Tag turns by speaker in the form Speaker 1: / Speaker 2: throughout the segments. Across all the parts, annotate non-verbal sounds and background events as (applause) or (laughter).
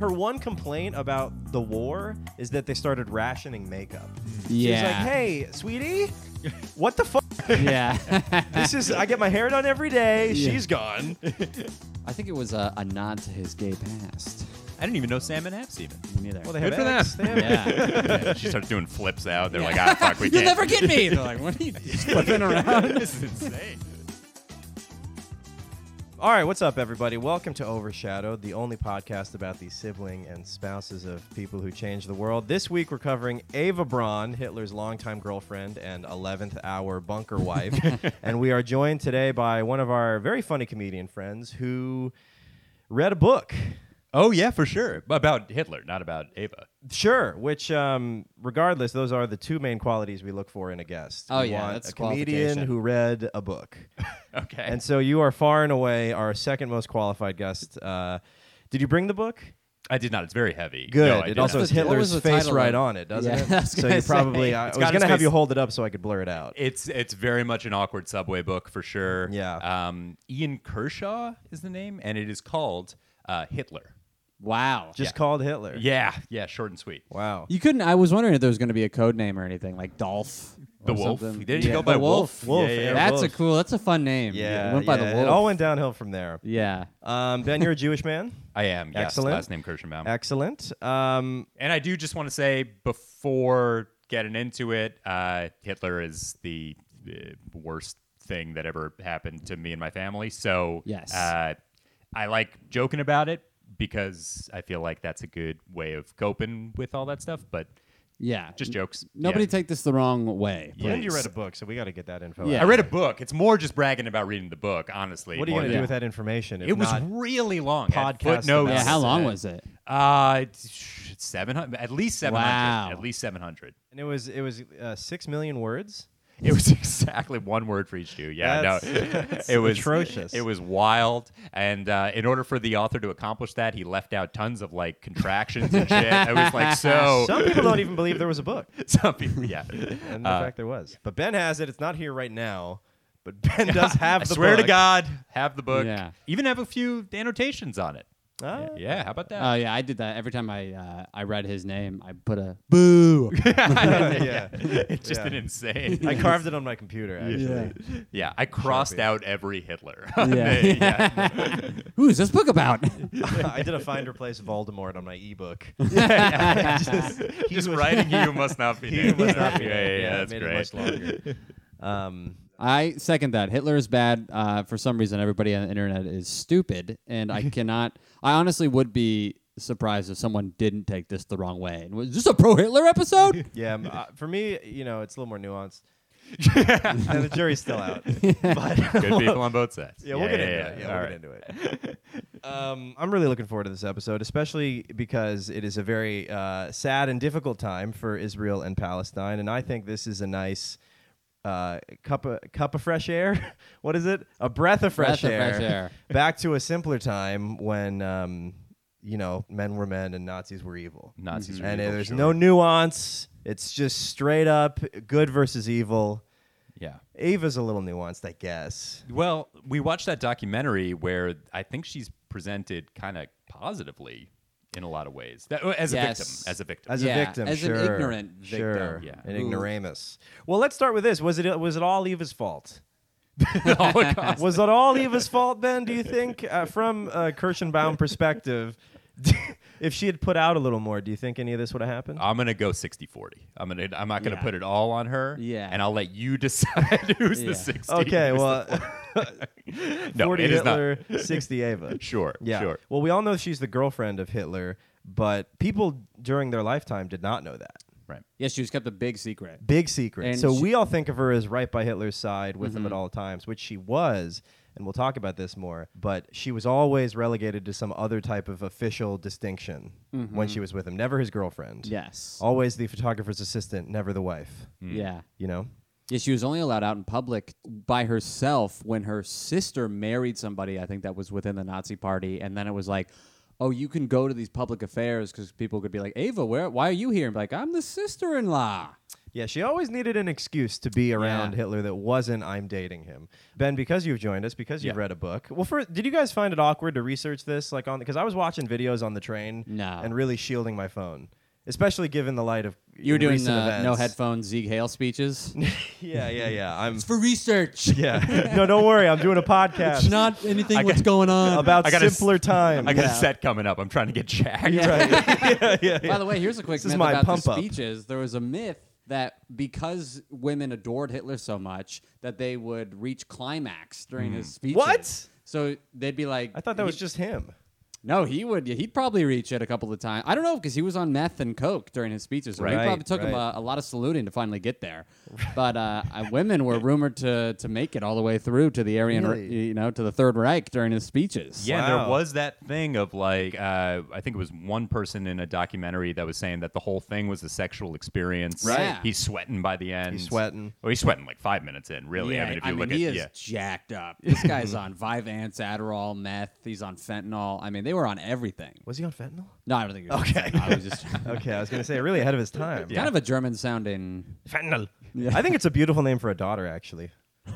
Speaker 1: her one complaint about the war is that they started rationing makeup. She was like,
Speaker 2: Yeah.
Speaker 1: "Hey, sweetie, what the fuck?
Speaker 2: Yeah.
Speaker 1: This is I get my hair done every day.
Speaker 2: (laughs) Yeah.
Speaker 1: She's gone.
Speaker 2: (laughs) I think it was a, a nod to his gay past.
Speaker 3: I didn't even know Sam and Epps even.
Speaker 2: Me neither.
Speaker 1: Well, they have
Speaker 4: Good for
Speaker 1: X.
Speaker 4: them.
Speaker 1: They have
Speaker 2: (laughs) yeah.
Speaker 3: (laughs) Yeah, she starts doing flips out. They're like, ah, fuck, (laughs) we
Speaker 2: You'll
Speaker 3: can't.
Speaker 2: never get me. (laughs) They're like, what are you flipping around?
Speaker 3: this is insane.
Speaker 1: All right, what's up, everybody? Welcome to Overshadowed, the only podcast about the sibling and spouses of people who changed the world. This week, we're covering Ava Braun, Hitler's longtime girlfriend and 11th hour bunker wife.
Speaker 2: (laughs)
Speaker 1: and we are joined today by one of our very funny comedian friends who read a book.
Speaker 3: Oh yeah, for sure. About Hitler, not about Ava.
Speaker 1: Sure, which, um, regardless, those are the two main qualities we look for in a guest.
Speaker 2: Oh,
Speaker 1: We
Speaker 2: yeah,
Speaker 1: want
Speaker 2: that's
Speaker 1: a comedian
Speaker 2: qualification.
Speaker 1: who read a
Speaker 2: (laughs)
Speaker 1: book.
Speaker 3: (laughs) Okay.
Speaker 1: And so you are far and away our second most qualified guest. Uh, did you bring the book?
Speaker 3: I did not. It's very heavy.
Speaker 1: Good.
Speaker 3: No, I
Speaker 1: it
Speaker 3: did
Speaker 1: also
Speaker 3: not.
Speaker 1: has
Speaker 2: What's the- what
Speaker 1: Hitler's
Speaker 2: was the
Speaker 1: face
Speaker 2: title
Speaker 1: right
Speaker 2: of-
Speaker 1: on it, doesn't
Speaker 2: Yeah, (laughs) I
Speaker 1: it?
Speaker 2: was
Speaker 1: So
Speaker 2: gonna
Speaker 1: you probably
Speaker 2: say.
Speaker 1: I
Speaker 3: It's
Speaker 1: was
Speaker 3: got his
Speaker 1: gonna have you
Speaker 3: face-
Speaker 1: hold it up so I could blur it out.
Speaker 3: It's it's very much an awkward subway book for sure.
Speaker 1: Yeah.
Speaker 3: Um, Ian Kershaw is the name, and it is called uh, Hitler.
Speaker 2: Wow.
Speaker 1: Just called Hitler.
Speaker 3: Yeah. Yeah. Short and sweet.
Speaker 1: Wow.
Speaker 2: You couldn't. I was wondering if there was going to be a code name or anything like Dolph.
Speaker 3: The
Speaker 2: or
Speaker 3: Wolf.
Speaker 2: something.
Speaker 3: There you
Speaker 2: Yeah,
Speaker 3: go
Speaker 2: the
Speaker 3: by
Speaker 2: Wolf.
Speaker 3: Wolf.
Speaker 1: Wolf,
Speaker 3: Yeah, yeah,
Speaker 1: yeah.
Speaker 3: yeah.
Speaker 2: That's a
Speaker 1: Wolf.
Speaker 2: cool. That's a fun name.
Speaker 1: yeah.
Speaker 2: It went by
Speaker 1: yeah,
Speaker 2: the Wolf.
Speaker 1: It all went downhill from there.
Speaker 2: yeah.
Speaker 1: Um, ben, you're a Jewish (laughs) man.
Speaker 3: I am. Yes.
Speaker 1: Excellent.
Speaker 3: Last name Kirschenbaum.
Speaker 1: Excellent. Um,
Speaker 3: And I do just want to say before getting into it, uh, Hitler is the uh, worst thing that ever happened to me and my family. So
Speaker 2: Yes.
Speaker 3: uh, I like joking about it because I feel like that's a good way of coping with all that stuff. But
Speaker 2: Yeah.
Speaker 3: just jokes.
Speaker 2: Nobody
Speaker 3: Yeah.
Speaker 2: take this the wrong way.
Speaker 3: Yeah.
Speaker 1: and you read a book, so we got to get that info.
Speaker 2: Yeah.
Speaker 1: out.
Speaker 3: I read a book. It's more just bragging about reading the book, honestly.
Speaker 1: What are you
Speaker 3: more
Speaker 1: gonna
Speaker 3: than-
Speaker 1: do with that information? If
Speaker 3: It was
Speaker 1: not-
Speaker 3: really long. It had
Speaker 1: podcast
Speaker 3: footnotes.
Speaker 1: about
Speaker 2: Yeah, how long
Speaker 3: Uh,
Speaker 2: was it?
Speaker 3: Uh, seven hundred. At least seven hundred.
Speaker 2: Wow.
Speaker 3: At least seven hundred.
Speaker 1: and it was it was uh, six million words.
Speaker 3: It was (laughs) exactly one word for each Jew. Yeah, no,
Speaker 1: That's-
Speaker 3: (laughs)
Speaker 1: that's
Speaker 3: it was
Speaker 1: atrocious.
Speaker 3: It was wild, and uh, in order for the author to accomplish that, he left out tons of like contractions and shit. I was like, so
Speaker 1: (laughs)
Speaker 3: (laughs)
Speaker 1: Some people don't even believe there was a book,
Speaker 3: some
Speaker 1: (laughs)
Speaker 3: people, yeah.
Speaker 1: and in
Speaker 3: Uh.
Speaker 1: fact there was. But Ben has it. It's not here right now, but (laughs) Ben does
Speaker 3: (laughs) I
Speaker 1: have the.
Speaker 3: swear
Speaker 1: book.
Speaker 3: to God, have the book.
Speaker 2: Yeah.
Speaker 3: Even have a few annotations on it.
Speaker 1: Ah.
Speaker 3: Yeah, how about that? (laughs)
Speaker 2: Oh yeah, I did that every time I uh, I read his name. I put a (laughs) boo.
Speaker 1: (laughs) (laughs) yeah.
Speaker 3: it's just
Speaker 1: Yeah.
Speaker 3: an insane.
Speaker 1: I carved it on my computer. Actually.
Speaker 3: (laughs) yeah, I crossed
Speaker 1: Sharpie.
Speaker 3: out every Hitler. (laughs)
Speaker 2: (laughs) Yeah. (laughs) Who is this book (laughs) about?
Speaker 1: (laughs) I did a find replace Voldemort on my ebook.
Speaker 3: (laughs)
Speaker 1: (laughs)
Speaker 3: just writing you must not be
Speaker 1: He
Speaker 3: named.
Speaker 1: was not
Speaker 3: yeah, yeah, yeah, that's
Speaker 1: made
Speaker 3: great.
Speaker 1: It much
Speaker 3: (laughs)
Speaker 1: longer. Um,
Speaker 2: I second that. Hitler is bad. Uh, for some reason, everybody on the internet is stupid, and (laughs) I cannot. I honestly would be surprised if someone didn't take this the wrong way. And was this a pro Hitler (laughs) episode?
Speaker 1: yeah, m- uh, for me, you know, it's a little more
Speaker 3: (laughs)
Speaker 1: nuanced. (laughs) and the jury's still out. But
Speaker 3: Good
Speaker 1: (laughs)
Speaker 3: people on both sides.
Speaker 1: yeah, we'll get into it. Yeah,
Speaker 3: All
Speaker 1: we'll
Speaker 3: right.
Speaker 1: get into it. (laughs) Um, I'm really looking forward to this episode, especially because it is a very uh, sad and difficult time for Israel and Palestine, and I think this is a nice. Uh, cup of cup of fresh air. (laughs) What is it? A breath of fresh
Speaker 2: Breath
Speaker 1: air.
Speaker 2: of fresh air.
Speaker 1: (laughs) Back to a simpler time when um, you know men were men and Nazis were evil.
Speaker 3: Nazis
Speaker 2: Mm-hmm.
Speaker 3: are
Speaker 1: and
Speaker 3: evil,
Speaker 1: there's
Speaker 3: sure.
Speaker 1: no nuance. It's just straight up good versus evil.
Speaker 3: Yeah.
Speaker 1: Ava's a little nuanced, I guess.
Speaker 3: Well, we watched that documentary where I think she's presented kind of positively in a lot of ways. That, uh, as a
Speaker 2: Yes.
Speaker 3: victim, as a victim. (laughs)
Speaker 1: As a
Speaker 2: Yeah,
Speaker 1: victim,
Speaker 2: as an
Speaker 1: sure,
Speaker 2: ignorant victim.
Speaker 1: sure,
Speaker 3: Yeah.
Speaker 1: an
Speaker 2: Who-
Speaker 1: ignoramus. Well, let's start with this. Was it was it all Eva's fault?
Speaker 3: The Holocaust.
Speaker 1: Was it all
Speaker 2: (laughs)
Speaker 1: Eva's fault, Ben? Do you think, uh, from a Kirschenbaum perspective, (laughs) if she had put out a little more, do you think any of this would have happened?
Speaker 3: I'm gonna go 60-40. I'm gonna. I'm not gonna
Speaker 2: Yeah.
Speaker 3: put it all on her.
Speaker 2: Yeah.
Speaker 3: And I'll let you (laughs) decide who's
Speaker 2: Yeah.
Speaker 3: the 60.
Speaker 1: okay,
Speaker 3: who's
Speaker 1: well,
Speaker 3: the, (laughs) no,
Speaker 1: forty
Speaker 3: it is not.
Speaker 1: Hitler, sixty
Speaker 3: (laughs)
Speaker 1: Ava.
Speaker 3: Sure.
Speaker 1: Yeah.
Speaker 3: Sure.
Speaker 1: Well, we all know she's the girlfriend of Hitler, but people during their lifetime did not know that.
Speaker 3: Right.
Speaker 2: yes, she was kept a big secret.
Speaker 1: Big secret.
Speaker 2: And
Speaker 1: so
Speaker 2: she- Mm-hmm.
Speaker 1: we all think of her as right by Hitler's side with him at all times, which she was. And we'll talk about this more, but she was always relegated to some other type of official distinction when she was with him. Never his girlfriend.
Speaker 2: Mm-hmm. Yes. Oh, Mm. hmm.
Speaker 1: Always the photographer's assistant, never the wife.
Speaker 2: Yeah.
Speaker 1: You know?
Speaker 2: Yeah, she was only allowed out in public by herself when her sister married somebody, I think that was within the Nazi party. And then it was like, oh, you can go to these public affairs because people could be like, Ava, where, why are you here? And be like, I'm the sister in law.
Speaker 1: Yeah, she always needed an excuse to be around
Speaker 2: Yeah.
Speaker 1: Hitler that wasn't I'm dating him. Ben, because you've joined us, because you've
Speaker 3: Yeah.
Speaker 1: read a book. Well, first, did you guys find it awkward to research this like on because I was watching videos on the train
Speaker 2: No.
Speaker 1: and really shielding my phone, especially given the light of
Speaker 2: You were doing
Speaker 1: recent
Speaker 2: the no
Speaker 1: events.
Speaker 2: headphones Zeke Hale speeches.
Speaker 1: (laughs) Yeah, yeah, yeah. I'm
Speaker 2: for
Speaker 1: (laughs)
Speaker 2: research.
Speaker 1: Yeah. No, don't worry. I'm doing a podcast
Speaker 2: not anything
Speaker 3: I got- what's
Speaker 2: going on.
Speaker 1: about
Speaker 3: I gotta s-
Speaker 1: simpler times.
Speaker 3: I
Speaker 1: (laughs)
Speaker 3: got
Speaker 2: Yeah.
Speaker 3: a set coming up. I'm trying to get jacked.
Speaker 1: yeah, yeah, yeah.
Speaker 2: By the way, here's a quick
Speaker 1: This is
Speaker 2: myth
Speaker 1: my
Speaker 2: about
Speaker 1: pump
Speaker 2: the
Speaker 1: up.
Speaker 2: speeches. There was a myth that because women adored Hitler so much that they would reach climax during his speeches.
Speaker 1: Hmm. What?
Speaker 2: So they'd be like,
Speaker 1: I thought that
Speaker 2: he-
Speaker 1: was just him.
Speaker 2: no. He would. He'd probably reach it a couple of times. I don't know because he was on meth and coke during his speeches. So
Speaker 1: Right,
Speaker 2: it probably took him
Speaker 1: right.
Speaker 2: a, a lot of saluting to finally
Speaker 1: (laughs)
Speaker 2: get there. But uh, uh, women were rumored to to make it all the way through to the Aryan, Re-
Speaker 1: Really?
Speaker 2: you know, to the Third Reich during his speeches.
Speaker 3: Yeah, and
Speaker 1: Wow.
Speaker 3: there was that thing of like, uh, I think it was one person in a documentary that was saying that the whole thing was a sexual experience.
Speaker 2: Right. Yeah.
Speaker 3: He's sweating by the end.
Speaker 1: He's sweating.
Speaker 3: Oh, he's sweating like five minutes in, really. I mean, if you look
Speaker 2: he
Speaker 3: at
Speaker 2: is
Speaker 3: yeah.
Speaker 1: (laughs)
Speaker 2: jacked up. This guy's on Vyvanse, Adderall, meth. He's on fentanyl. I mean, they were on everything.
Speaker 1: Was he on fentanyl?
Speaker 2: No, I don't think. He was on
Speaker 1: Okay.
Speaker 2: fentanyl. I
Speaker 1: (laughs)
Speaker 2: was just kind
Speaker 1: Okay, I was gonna say really ahead of his time.
Speaker 2: of a German sounding.
Speaker 1: Fentanyl. I think it's a beautiful name for a daughter, (laughs) actually.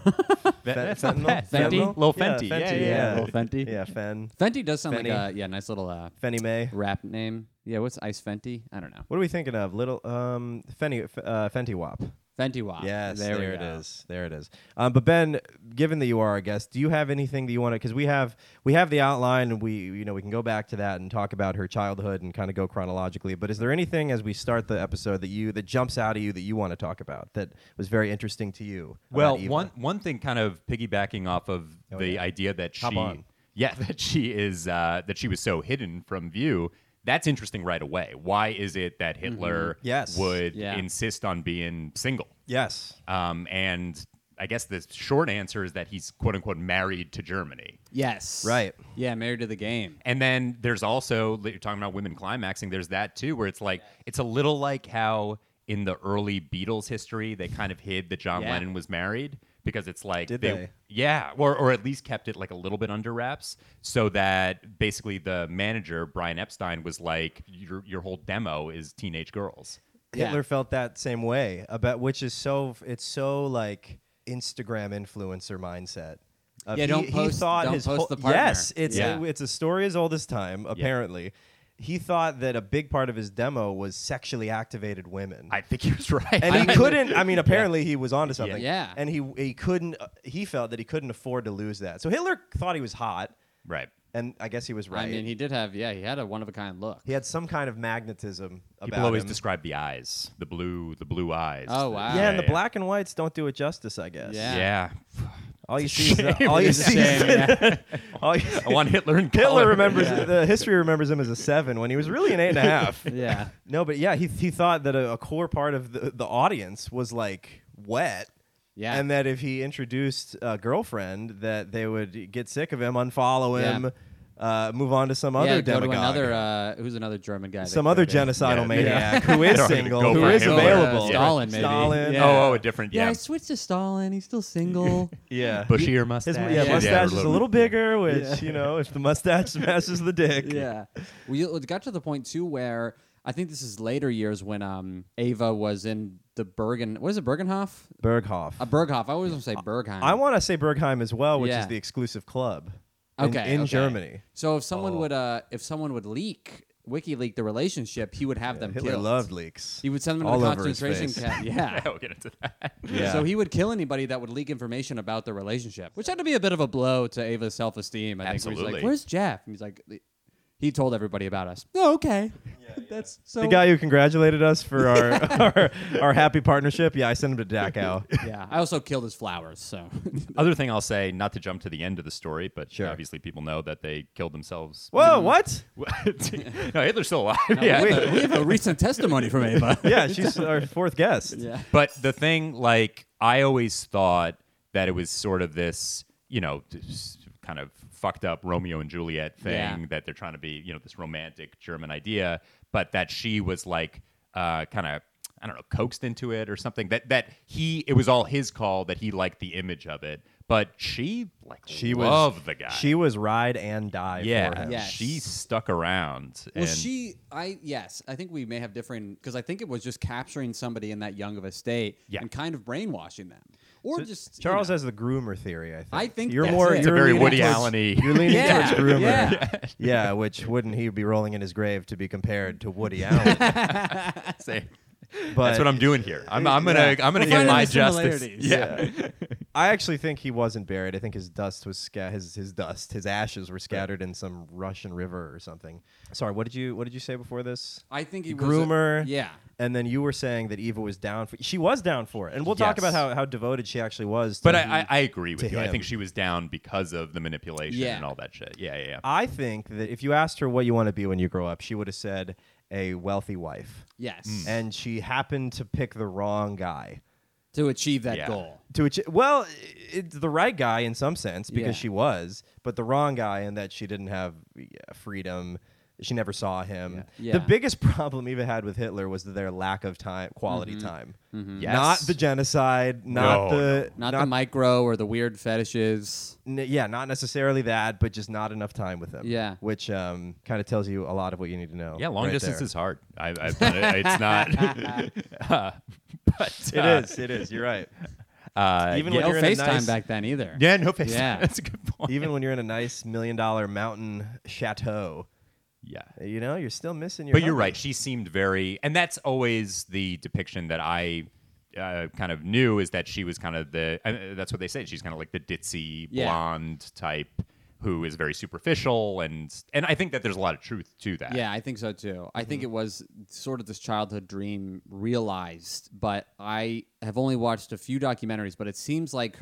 Speaker 3: That-
Speaker 1: Fen-
Speaker 3: that's not
Speaker 1: fentanyl?
Speaker 3: bad.
Speaker 1: Fentanyl?
Speaker 2: Fenty?
Speaker 3: Little
Speaker 1: Yeah,
Speaker 3: Fenty. Yeah,
Speaker 1: Fenty,
Speaker 3: yeah,
Speaker 1: yeah.
Speaker 2: yeah. Little Fenty.
Speaker 1: Yeah, Fen.
Speaker 2: Fenty does sound
Speaker 1: Fenty.
Speaker 2: like a yeah, nice little uh,
Speaker 1: Fenny May.
Speaker 2: rap name. Yeah, what's Ice Fenty? I don't know.
Speaker 1: What are we thinking of? Little um, Fenny, F- uh, Fenty Wap.
Speaker 2: Fenty Wap.
Speaker 1: Yes,
Speaker 2: there,
Speaker 1: there,
Speaker 2: we
Speaker 1: it
Speaker 2: go.
Speaker 1: is. There it is. Um, but Ben, given that you are our guest, do you have anything that you want to? Because we have we have the outline, and we you know we can go back to that and talk about her childhood and kind of go chronologically. But is there anything as we start the episode that you that jumps out at you that you want to talk about that was very interesting to you? about
Speaker 3: Well,
Speaker 1: Eva?
Speaker 3: one one thing kind of piggybacking off of
Speaker 1: Oh,
Speaker 3: the
Speaker 1: yeah.
Speaker 3: idea that
Speaker 1: Hop
Speaker 3: she
Speaker 1: on.
Speaker 3: (laughs) yeah, that she is uh, that she was so hidden from view. That's interesting right away. Why is it that Hitler
Speaker 1: Mm-hmm. Yes.
Speaker 3: would
Speaker 2: Yeah.
Speaker 3: insist on being single?
Speaker 1: yes,
Speaker 3: Um, and I guess the short answer is that he's quote unquote married to Germany.
Speaker 2: Yes.
Speaker 1: Right.
Speaker 2: Yeah, married to the game.
Speaker 3: And then there's also you're talking about women climaxing. There's that too, where it's like it's a little like how in the early Beatles history they kind of hid that John
Speaker 2: Yeah.
Speaker 3: Lennon was married because it's like
Speaker 1: Did they?
Speaker 3: yeah, or or at least kept it like a little bit under wraps so that basically the manager Brian Epstein was like your your whole demo is teenage girls.
Speaker 2: Yeah.
Speaker 1: Hitler felt that same way about which is so it's so like Instagram influencer mindset. of
Speaker 2: Yeah,
Speaker 1: he,
Speaker 2: don't
Speaker 1: he
Speaker 2: post-
Speaker 1: thought
Speaker 2: don't
Speaker 1: his
Speaker 2: post
Speaker 1: whole-
Speaker 2: the partner.
Speaker 1: Yes, it's
Speaker 2: Yeah.
Speaker 1: it's a story as old as time. Apparently, he thought that a big part of his demo was sexually activated women.
Speaker 3: I think he was (laughs) right.
Speaker 1: and
Speaker 2: I
Speaker 1: he
Speaker 2: mean-
Speaker 1: couldn't. I mean, apparently he was onto something.
Speaker 2: Yeah.
Speaker 1: And he he couldn't. uh, He felt that he couldn't afford to lose that. So Hitler thought he was hot,
Speaker 3: right.
Speaker 1: and I guess he was right.
Speaker 2: I mean, he did have yeah, he had a one of a kind look.
Speaker 1: he had some kind of magnetism
Speaker 3: People
Speaker 1: about
Speaker 3: always
Speaker 1: him.
Speaker 3: describe the eyes, the blue, the blue eyes.
Speaker 2: Oh,
Speaker 3: The-
Speaker 2: wow.
Speaker 1: yeah, and the black and whites don't do it justice, I guess.
Speaker 2: Yeah.
Speaker 3: Yeah. (laughs)
Speaker 1: All you see is the,
Speaker 3: shame.
Speaker 1: all you
Speaker 2: It's a
Speaker 1: see. Is
Speaker 2: shame, yeah.
Speaker 1: (laughs)
Speaker 2: (laughs)
Speaker 1: all you,
Speaker 3: I want Oh, Hitler
Speaker 1: (laughs)
Speaker 3: and
Speaker 1: Hitler remembers
Speaker 3: (laughs)
Speaker 1: the history remembers him as a seven when he was really an
Speaker 2: (laughs)
Speaker 1: eight and a half.
Speaker 2: (laughs)
Speaker 1: (laughs)
Speaker 2: yeah.
Speaker 1: No, but yeah, he he thought that a, a core part of the, the audience was like wet.
Speaker 2: Yeah.
Speaker 1: And that if he introduced a girlfriend, that they would get sick of him, unfollow
Speaker 2: Yeah.
Speaker 1: him, uh, move on to some
Speaker 2: yeah,
Speaker 1: other
Speaker 2: go to
Speaker 1: demagogue,
Speaker 2: another uh, who's another German guy. that
Speaker 1: some other
Speaker 2: could have-
Speaker 1: genocidal
Speaker 3: Yeah.
Speaker 1: maniac who
Speaker 2: (laughs)
Speaker 1: is
Speaker 3: Don't even
Speaker 1: single,
Speaker 3: go
Speaker 1: who
Speaker 3: for
Speaker 1: is
Speaker 3: Hitler.
Speaker 1: available.
Speaker 3: Yeah.
Speaker 2: Stalin, maybe.
Speaker 1: Stalin.
Speaker 2: Yeah.
Speaker 3: Oh, oh, a different
Speaker 2: Yeah,
Speaker 3: yeah.
Speaker 2: I switched to Stalin. He's
Speaker 1: (laughs)
Speaker 2: still single.
Speaker 1: Yeah.
Speaker 3: Bashir
Speaker 1: His
Speaker 3: mustache.
Speaker 1: yeah,
Speaker 2: Yeah.
Speaker 1: mustache is a
Speaker 3: (laughs)
Speaker 1: little bigger, which
Speaker 2: Yeah.
Speaker 1: you know, if the mustache (laughs) smashes the dick,
Speaker 2: yeah. (laughs) We it got to the point too where I think this is later years when um Ava was in the Bergen. What is it, Bergenhof?
Speaker 1: Berghoff.
Speaker 2: A Berghof. I always want to say Bergheim.
Speaker 1: I want to say Bergheim as well, which
Speaker 2: Yeah.
Speaker 1: is the exclusive club in,
Speaker 2: okay
Speaker 1: in
Speaker 2: okay.
Speaker 1: Germany. Oh.
Speaker 2: So if someone would uh if someone would leak WikiLeak the relationship, he would have them
Speaker 1: Hitler
Speaker 2: killed.
Speaker 1: loved leaks.
Speaker 2: He would send them
Speaker 1: All
Speaker 2: to the
Speaker 1: over his
Speaker 2: concentration
Speaker 1: face.
Speaker 2: camp.
Speaker 1: (laughs)
Speaker 2: Yeah.
Speaker 3: I'll get into that. (laughs)
Speaker 1: Yeah.
Speaker 2: So he would kill anybody that would leak information about their relationship, which had to be a bit of a blow to Ava's self esteem. I think where he's like,
Speaker 3: Absolutely.
Speaker 2: "Where's Jeff?" And he's like, "He told everybody about us." Oh, okay. (laughs) That's so.
Speaker 1: the guy who congratulated us
Speaker 2: (laughs)
Speaker 1: for our, our our happy partnership. Yeah, I sent him to Dachau. (laughs)
Speaker 2: yeah. I also killed his flowers. So.
Speaker 3: Other thing I'll say, not to jump to the end of the story, but
Speaker 1: Sure.
Speaker 3: obviously people know that they killed themselves.
Speaker 1: Whoa, what?
Speaker 3: (laughs) no, Hitler's still alive. yeah.
Speaker 2: We have, a, we have a recent testimony from Ava.
Speaker 1: (laughs) Yeah, she's our fourth guest.
Speaker 2: (laughs) yeah.
Speaker 3: but the thing, like, I always thought that it was sort of this, you know, this kind of fucked up Romeo and Juliet thing
Speaker 2: Yeah.
Speaker 3: that they're trying to be, you know, this romantic German idea, but that she was like, uh, kind of, I don't know, coaxed into it or something. That that he, it was all his call that he liked the image of it, But she like
Speaker 1: She was
Speaker 3: loved the guy.
Speaker 1: She was ride and die for
Speaker 3: yeah,
Speaker 1: him.
Speaker 2: Yes.
Speaker 3: she stuck around.
Speaker 2: Well,
Speaker 3: and
Speaker 2: she, I yes, I think we may have differing because I think it was just capturing somebody in that young of a state
Speaker 3: Yeah.
Speaker 2: and kind of brainwashing them, or just you
Speaker 1: Charles
Speaker 2: know.
Speaker 1: has the groomer theory. I think.
Speaker 2: I think
Speaker 1: you're
Speaker 2: that's
Speaker 1: more.
Speaker 2: it. It's a
Speaker 1: You're
Speaker 3: very
Speaker 1: leaning
Speaker 3: Woody
Speaker 1: towards-
Speaker 3: Allen-y.
Speaker 1: You're leaning
Speaker 2: Yeah.
Speaker 1: towards groomer. (laughs)
Speaker 2: Yeah.
Speaker 1: Yeah, which wouldn't he be rolling in his grave to be compared to (laughs) Woody Allen? But
Speaker 3: (laughs) Say, that's what I'm doing here. I'm, I'm gonna I'm gonna
Speaker 2: We're
Speaker 3: get
Speaker 2: finding
Speaker 3: my
Speaker 2: the
Speaker 3: justice.
Speaker 2: similarities.
Speaker 1: I actually think he wasn't buried. I think his dust was sca- his his dust, his ashes were scattered in some Russian river or something. Sorry, what did you what did you say before this?
Speaker 2: I think he was a-
Speaker 1: Groomer.
Speaker 2: yeah,
Speaker 1: And then you were saying that Eva was down for she was down for it. And we'll talk
Speaker 3: Yes.
Speaker 1: about how, how devoted she actually was to
Speaker 3: But
Speaker 1: he-
Speaker 3: I, I, I agree with
Speaker 1: to
Speaker 3: you. I
Speaker 1: him.
Speaker 3: think she was down because of the manipulation
Speaker 2: Yeah.
Speaker 3: and all that shit. Yeah, yeah, yeah.
Speaker 1: I think that if you asked her what you want to be when you grow up, she would have said a wealthy wife.
Speaker 2: yes,
Speaker 3: Hmm.
Speaker 1: And she happened to pick the wrong guy.
Speaker 2: to achieve that
Speaker 3: Yeah.
Speaker 2: goal.
Speaker 1: To which, well, it's the right guy in some sense because
Speaker 2: Yeah.
Speaker 1: she was, but the wrong guy in that she didn't have yeah, freedom. She never saw him.
Speaker 2: Yeah.
Speaker 1: The
Speaker 2: Yeah.
Speaker 1: biggest (laughs) problem Eva had with Hitler was their lack of time, quality
Speaker 2: Mm-hmm.
Speaker 1: time.
Speaker 3: Yes.
Speaker 1: Not the genocide, not
Speaker 3: No,
Speaker 1: the
Speaker 2: Not, the micro or the weird fetishes.
Speaker 1: n- yeah, not necessarily that, but just not enough time with him.
Speaker 2: Yeah.
Speaker 1: which um, kind of tells you a lot of what you need to know.
Speaker 3: Yeah, long
Speaker 1: right
Speaker 3: distance
Speaker 1: there.
Speaker 3: is hard. I, I've done it. It's not. (laughs) uh, but
Speaker 1: (laughs) It
Speaker 3: uh,
Speaker 1: is. It is. You're right.
Speaker 3: (laughs) Uh, (laughs)
Speaker 1: Even
Speaker 3: yeah,
Speaker 1: when
Speaker 2: No
Speaker 1: you're in a
Speaker 2: FaceTime
Speaker 1: nice-
Speaker 2: back then either.
Speaker 3: yeah, no face. (laughs)
Speaker 2: Yeah.
Speaker 3: That's a good point.
Speaker 1: Even when you're in a nice million dollar mountain chateau,
Speaker 3: yeah.
Speaker 1: you know you're still missing your.
Speaker 3: But you're
Speaker 1: hubby.
Speaker 3: right. She seemed very, and that's always the depiction that I uh, kind of knew is that she was kind of the. Uh, that's what they say. She's kind of like the ditzy
Speaker 2: Yeah.
Speaker 3: blonde type who is very superficial, and and I think that there's a lot of truth to that.
Speaker 2: Yeah, I think so too. I think it was sort of this childhood dream realized, but I have only watched a few documentaries, but it seems like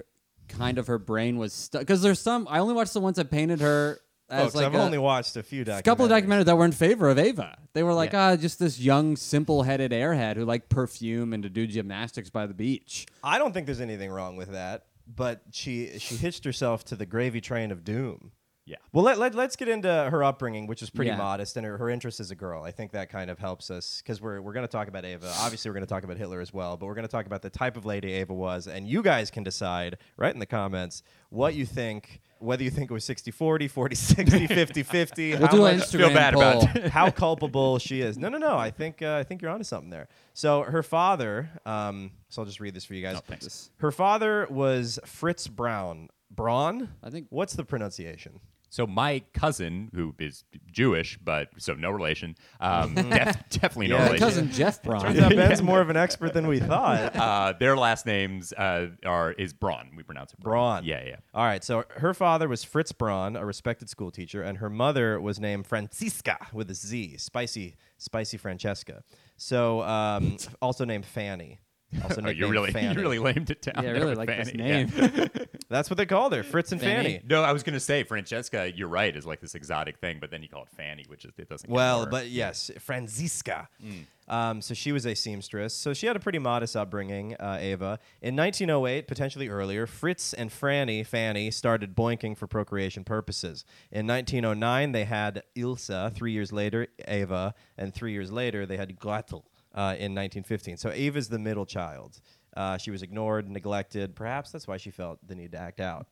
Speaker 2: kind of her brain was stuck because there's some I only watched the ones that painted her as
Speaker 1: Folks,
Speaker 2: like
Speaker 1: I've
Speaker 2: a,
Speaker 1: only watched a few documentaries.
Speaker 2: a couple of documentaries that were in favor of Ava. They were like, ah, just this young, simple-headed airhead who liked perfume and to do gymnastics by the beach.
Speaker 1: I don't think there's anything wrong with that, but she she hitched herself to the gravy train of doom.
Speaker 3: Yeah.
Speaker 1: Well, let, let, let's get into her upbringing, which is pretty
Speaker 2: Yeah.
Speaker 1: modest, and her, her interest as a girl. I think that kind of helps us because we're, we're going to talk about Ava. Obviously, we're going to talk about Hitler as well, but we're going to talk about the type of lady Ava was. And you guys can decide right in the comments what you think, whether you think it was 60 40, 40 60, 50 50.
Speaker 2: We'll do an Instagram
Speaker 3: feel bad about
Speaker 1: (laughs)
Speaker 2: poll. (laughs)
Speaker 1: how culpable she is. No, no, no. I think uh, I think you're onto something there. So her father. Um, so I'll just read this for you guys.
Speaker 3: Oh,
Speaker 2: thanks.
Speaker 1: her father was Fritz Braun. Braun.
Speaker 2: I think-
Speaker 1: What's the pronunciation?
Speaker 3: So my cousin, who is Jewish, but so no relation,
Speaker 2: (laughs)
Speaker 3: um, def- definitely no
Speaker 2: My
Speaker 3: relation.
Speaker 2: cousin Jeff Braun.
Speaker 1: Turns out
Speaker 2: (laughs)
Speaker 1: Ben's more of an expert than we thought.
Speaker 3: Uh, their last names uh, are is Braun. We pronounce it
Speaker 1: Braun.
Speaker 3: Yeah, yeah.
Speaker 1: All right. So her father was Fritz Braun, a respected school teacher, and her mother was named Francisca with a Z, spicy, spicy Francesca. So
Speaker 3: (laughs)
Speaker 1: um, also named Fanny. Also
Speaker 3: Oh,
Speaker 1: nicknamed
Speaker 3: you really, (laughs)
Speaker 1: Fanny.
Speaker 3: you really lamed it down.
Speaker 2: Yeah, I
Speaker 3: there
Speaker 2: really
Speaker 3: with
Speaker 2: like
Speaker 3: Fanny.
Speaker 2: this
Speaker 3: (laughs)
Speaker 2: name.
Speaker 3: Yeah.
Speaker 1: That's what they called her, Fritz and
Speaker 2: Fanny.
Speaker 1: Fanny.
Speaker 3: (laughs) No, I was gonna say Francesca. You're right. Is like this exotic thing, but then you call it Fanny, which is it doesn't. get
Speaker 1: Well,
Speaker 3: more.
Speaker 1: but yes, Franziska.
Speaker 3: Mm.
Speaker 1: Um, so she was a seamstress. So she had a pretty modest upbringing, uh, Ava. In 1908, potentially earlier, Fritz and Franny Fanny started boinking for procreation purposes. In 1909, they had Ilsa. Three years later, Ava. And three years later, they had Gretel uh, in 1915. So Ava's the middle child. Uh, she was ignored, neglected. Perhaps that's why she felt the need to act out.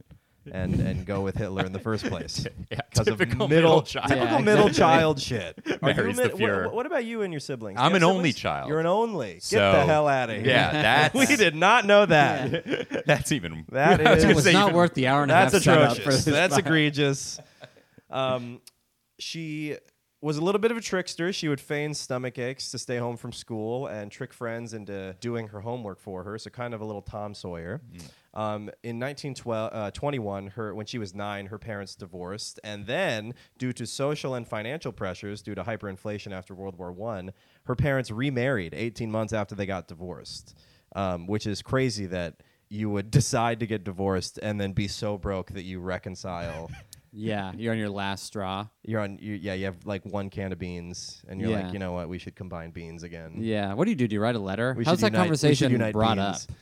Speaker 1: And, and go with Hitler in the first place
Speaker 3: (laughs) Yeah,
Speaker 1: because of
Speaker 3: typical
Speaker 1: middle,
Speaker 3: middle child.
Speaker 1: typical
Speaker 2: Yeah,
Speaker 1: middle
Speaker 2: exactly.
Speaker 1: child
Speaker 3: (laughs)
Speaker 1: shit. Are you
Speaker 3: Marries
Speaker 1: mid-
Speaker 3: the
Speaker 1: wha-
Speaker 3: Fuhrer.
Speaker 1: wha- What, about you and your siblings?
Speaker 3: I'm
Speaker 1: You have
Speaker 3: an only
Speaker 1: siblings?
Speaker 3: child.
Speaker 1: You're an only. Get the
Speaker 3: So-
Speaker 1: hell out of here. (laughs)
Speaker 3: Yeah, that's-
Speaker 1: we did not know
Speaker 3: (laughs)
Speaker 1: that.
Speaker 3: that's even.
Speaker 1: That
Speaker 3: (laughs) I was
Speaker 1: is-
Speaker 3: gonna
Speaker 2: it was
Speaker 3: say
Speaker 2: not
Speaker 3: even-
Speaker 2: worth the hour and a half
Speaker 1: That's
Speaker 2: setup for
Speaker 1: atrocious.
Speaker 2: this
Speaker 1: That's
Speaker 2: podcast.
Speaker 1: egregious. Um, she was a little bit of a trickster. She would feign stomach aches to stay home from school and trick friends into doing her homework for her. So kind of a little Tom Sawyer. Um, in 1921, uh, 21, her when she was nine, her parents divorced, and then due to social and financial pressures due to hyperinflation after World War One, her parents remarried 18 months after they got divorced, um, which is crazy that you would (laughs) decide to get divorced and then be so broke that you reconcile.
Speaker 2: (laughs) Yeah, you're on your last straw.
Speaker 1: you're on you, yeah you have like one can of beans and you're
Speaker 2: Yeah.
Speaker 1: like you know what we should combine beans again
Speaker 2: Yeah. What do you do? Do you write a letter?
Speaker 1: we
Speaker 2: How's
Speaker 1: should
Speaker 2: that
Speaker 1: unite- we should
Speaker 2: conversation
Speaker 1: unite
Speaker 2: brought
Speaker 1: beans."
Speaker 2: up?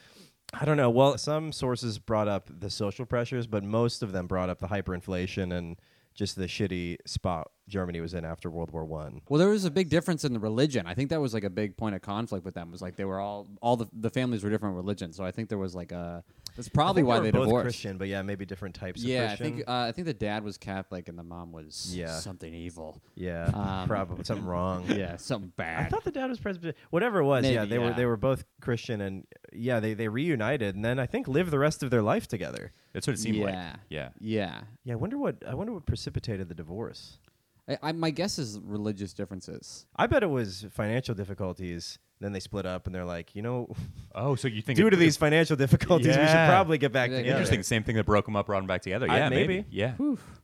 Speaker 1: i don't know well some sources brought up the social pressures but most of them brought up the hyperinflation and just the shitty spot Germany was in after World War One.
Speaker 2: Well, there was a big difference in the religion. I think that was like a big point of conflict with them. Was like they were all all the, the families were different religions. So I think there was like a that's probably
Speaker 1: I think
Speaker 2: why
Speaker 1: were
Speaker 2: they
Speaker 1: both
Speaker 2: divorced.
Speaker 1: Christian, but yeah, maybe different types
Speaker 2: yeah,
Speaker 1: of Christian.
Speaker 2: I think uh, I think the dad was Catholic and the mom was
Speaker 1: Yeah.
Speaker 2: something evil.
Speaker 1: yeah,
Speaker 2: um,
Speaker 1: probably
Speaker 2: (laughs)
Speaker 1: something wrong.
Speaker 2: Yeah, something
Speaker 1: I
Speaker 2: bad.
Speaker 1: thought the dad was Presbyterian. Whatever it was, yeah,
Speaker 2: Maybe,
Speaker 1: they were
Speaker 2: yeah.
Speaker 1: they were both Christian, and yeah, they they reunited, and then I think lived the rest of their life together.
Speaker 3: That's what it seemed
Speaker 2: Yeah.
Speaker 3: like. Yeah.
Speaker 2: yeah,
Speaker 1: Yeah, I wonder what I wonder what precipitated the divorce.
Speaker 2: I, I, my guess is religious differences.
Speaker 1: I bet it was financial difficulties. Then they split up, and they're like, you
Speaker 3: (laughs)
Speaker 1: know,
Speaker 3: Oh, so you think
Speaker 1: due
Speaker 3: it-
Speaker 1: to these financial difficulties, we should
Speaker 3: Yeah.
Speaker 1: probably get back
Speaker 2: Yeah,
Speaker 1: together.
Speaker 3: Interesting. Same thing that broke them up brought them back together.
Speaker 1: I-
Speaker 3: Yeah,
Speaker 1: maybe.
Speaker 3: maybe. Yeah.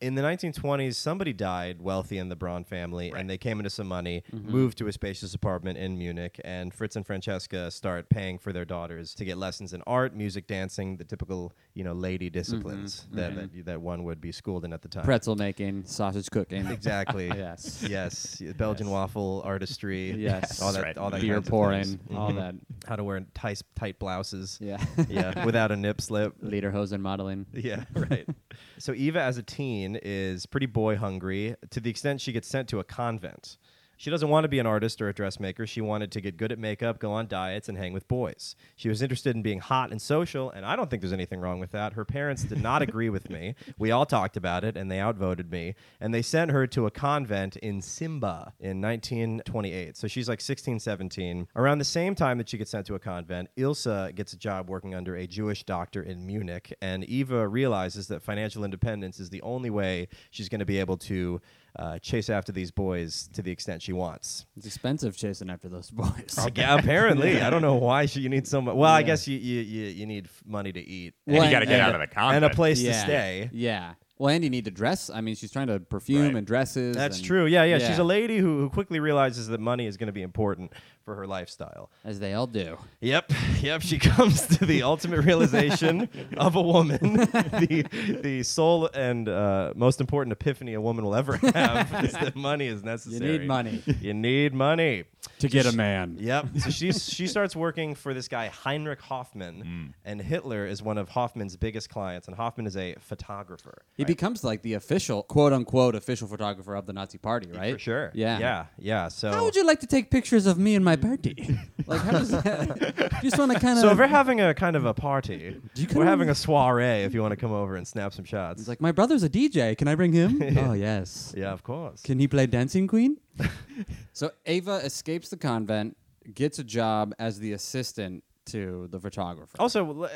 Speaker 1: in the 1920s, somebody died wealthy in the Braun family,
Speaker 3: Right.
Speaker 1: and they came into some money, moved to a spacious apartment in Munich, and Fritz and Francesca start paying for their daughters to get lessons in art, music, dancing, the typical you know lady disciplines that, that that one would be schooled in at the time.
Speaker 2: Pretzel making, sausage cooking.
Speaker 3: (laughs)
Speaker 1: Exactly.
Speaker 2: (laughs) Yes.
Speaker 1: Yes. Belgian waffle artistry.
Speaker 2: Yes.
Speaker 1: All that.
Speaker 3: Right.
Speaker 1: All that.
Speaker 2: Beer
Speaker 1: kinds of
Speaker 2: pouring,
Speaker 1: things. Mm-hmm.
Speaker 2: all that.
Speaker 1: How to wear tight tight blouses.
Speaker 2: Yeah.
Speaker 1: (laughs) yeah. Without a nip slip.
Speaker 2: (laughs) Lederhosen modeling.
Speaker 1: Yeah, right. so Eva, as a teen, is pretty boy hungry to the extent she gets sent to a convent. She doesn't want to be an artist or a dressmaker. She wanted to get good at makeup, go on diets, and hang with boys. She was interested in being hot and social, and I don't think there's anything wrong with that. Her parents did
Speaker 2: (laughs)
Speaker 1: not agree with me. We all talked about it, and they outvoted me. And they sent her to a convent in Simba in 1928. So she's like 16, 17. Around the same time that she gets sent to a convent, Ilsa gets a job working under a Jewish doctor in Munich, and Eva realizes that financial independence is the only way she's going to be able to uh, chase after these boys to the extent she wants.
Speaker 2: It's expensive chasing after those (laughs) boys.
Speaker 1: Yeah,
Speaker 2: (laughs)
Speaker 1: apparently, I don't know why she, you need so much. Well, I
Speaker 2: Yeah.
Speaker 1: guess you you, you, you need f- money to eat
Speaker 3: And
Speaker 2: Well,
Speaker 3: you got to get
Speaker 2: and-
Speaker 3: out of the
Speaker 1: and
Speaker 3: convent.
Speaker 1: a place to
Speaker 2: Yeah.
Speaker 1: stay.
Speaker 2: Yeah. Well, and you need to dress. I mean, she's trying to perfume
Speaker 3: Right.
Speaker 2: and dresses.
Speaker 1: That's
Speaker 2: and-
Speaker 1: true. Yeah, yeah, She's a lady who, who quickly realizes that money is going to be important for her lifestyle.
Speaker 2: As they all do.
Speaker 1: Yep, (laughs) yep. She comes to the ultimate (laughs) realization of a woman, (laughs) the the sole and uh, most important epiphany a woman will ever (laughs) have is that money is
Speaker 2: You
Speaker 1: necessary.
Speaker 2: need money
Speaker 1: You need money.
Speaker 2: to get a man.
Speaker 1: (laughs) Yep. So she's she starts working for this guy Heinrich Hoffman, and Hitler is one of Hoffman's biggest clients, and Hoffman is a photographer.
Speaker 2: He becomes like the official, quote unquote, official photographer of the Nazi party, right?
Speaker 1: For sure.
Speaker 2: Yeah.
Speaker 1: Yeah. Yeah. So
Speaker 2: How would you like to take pictures of me and
Speaker 1: (laughs)
Speaker 2: my party? like, how does that? (laughs) just want to kind of.
Speaker 1: So if we're having a kind of a party,
Speaker 2: (laughs) Do you
Speaker 1: we're
Speaker 2: come-
Speaker 1: having a soiree. If you want to come over and snap some shots,
Speaker 2: It's like my brother's a DJ. Can I bring him? Oh yes.
Speaker 1: (laughs) yeah, of course.
Speaker 2: Can he play Dancing Queen? (laughs) so Ava escapes the convent, gets a job as the assistant to the photographer.
Speaker 1: Also, l-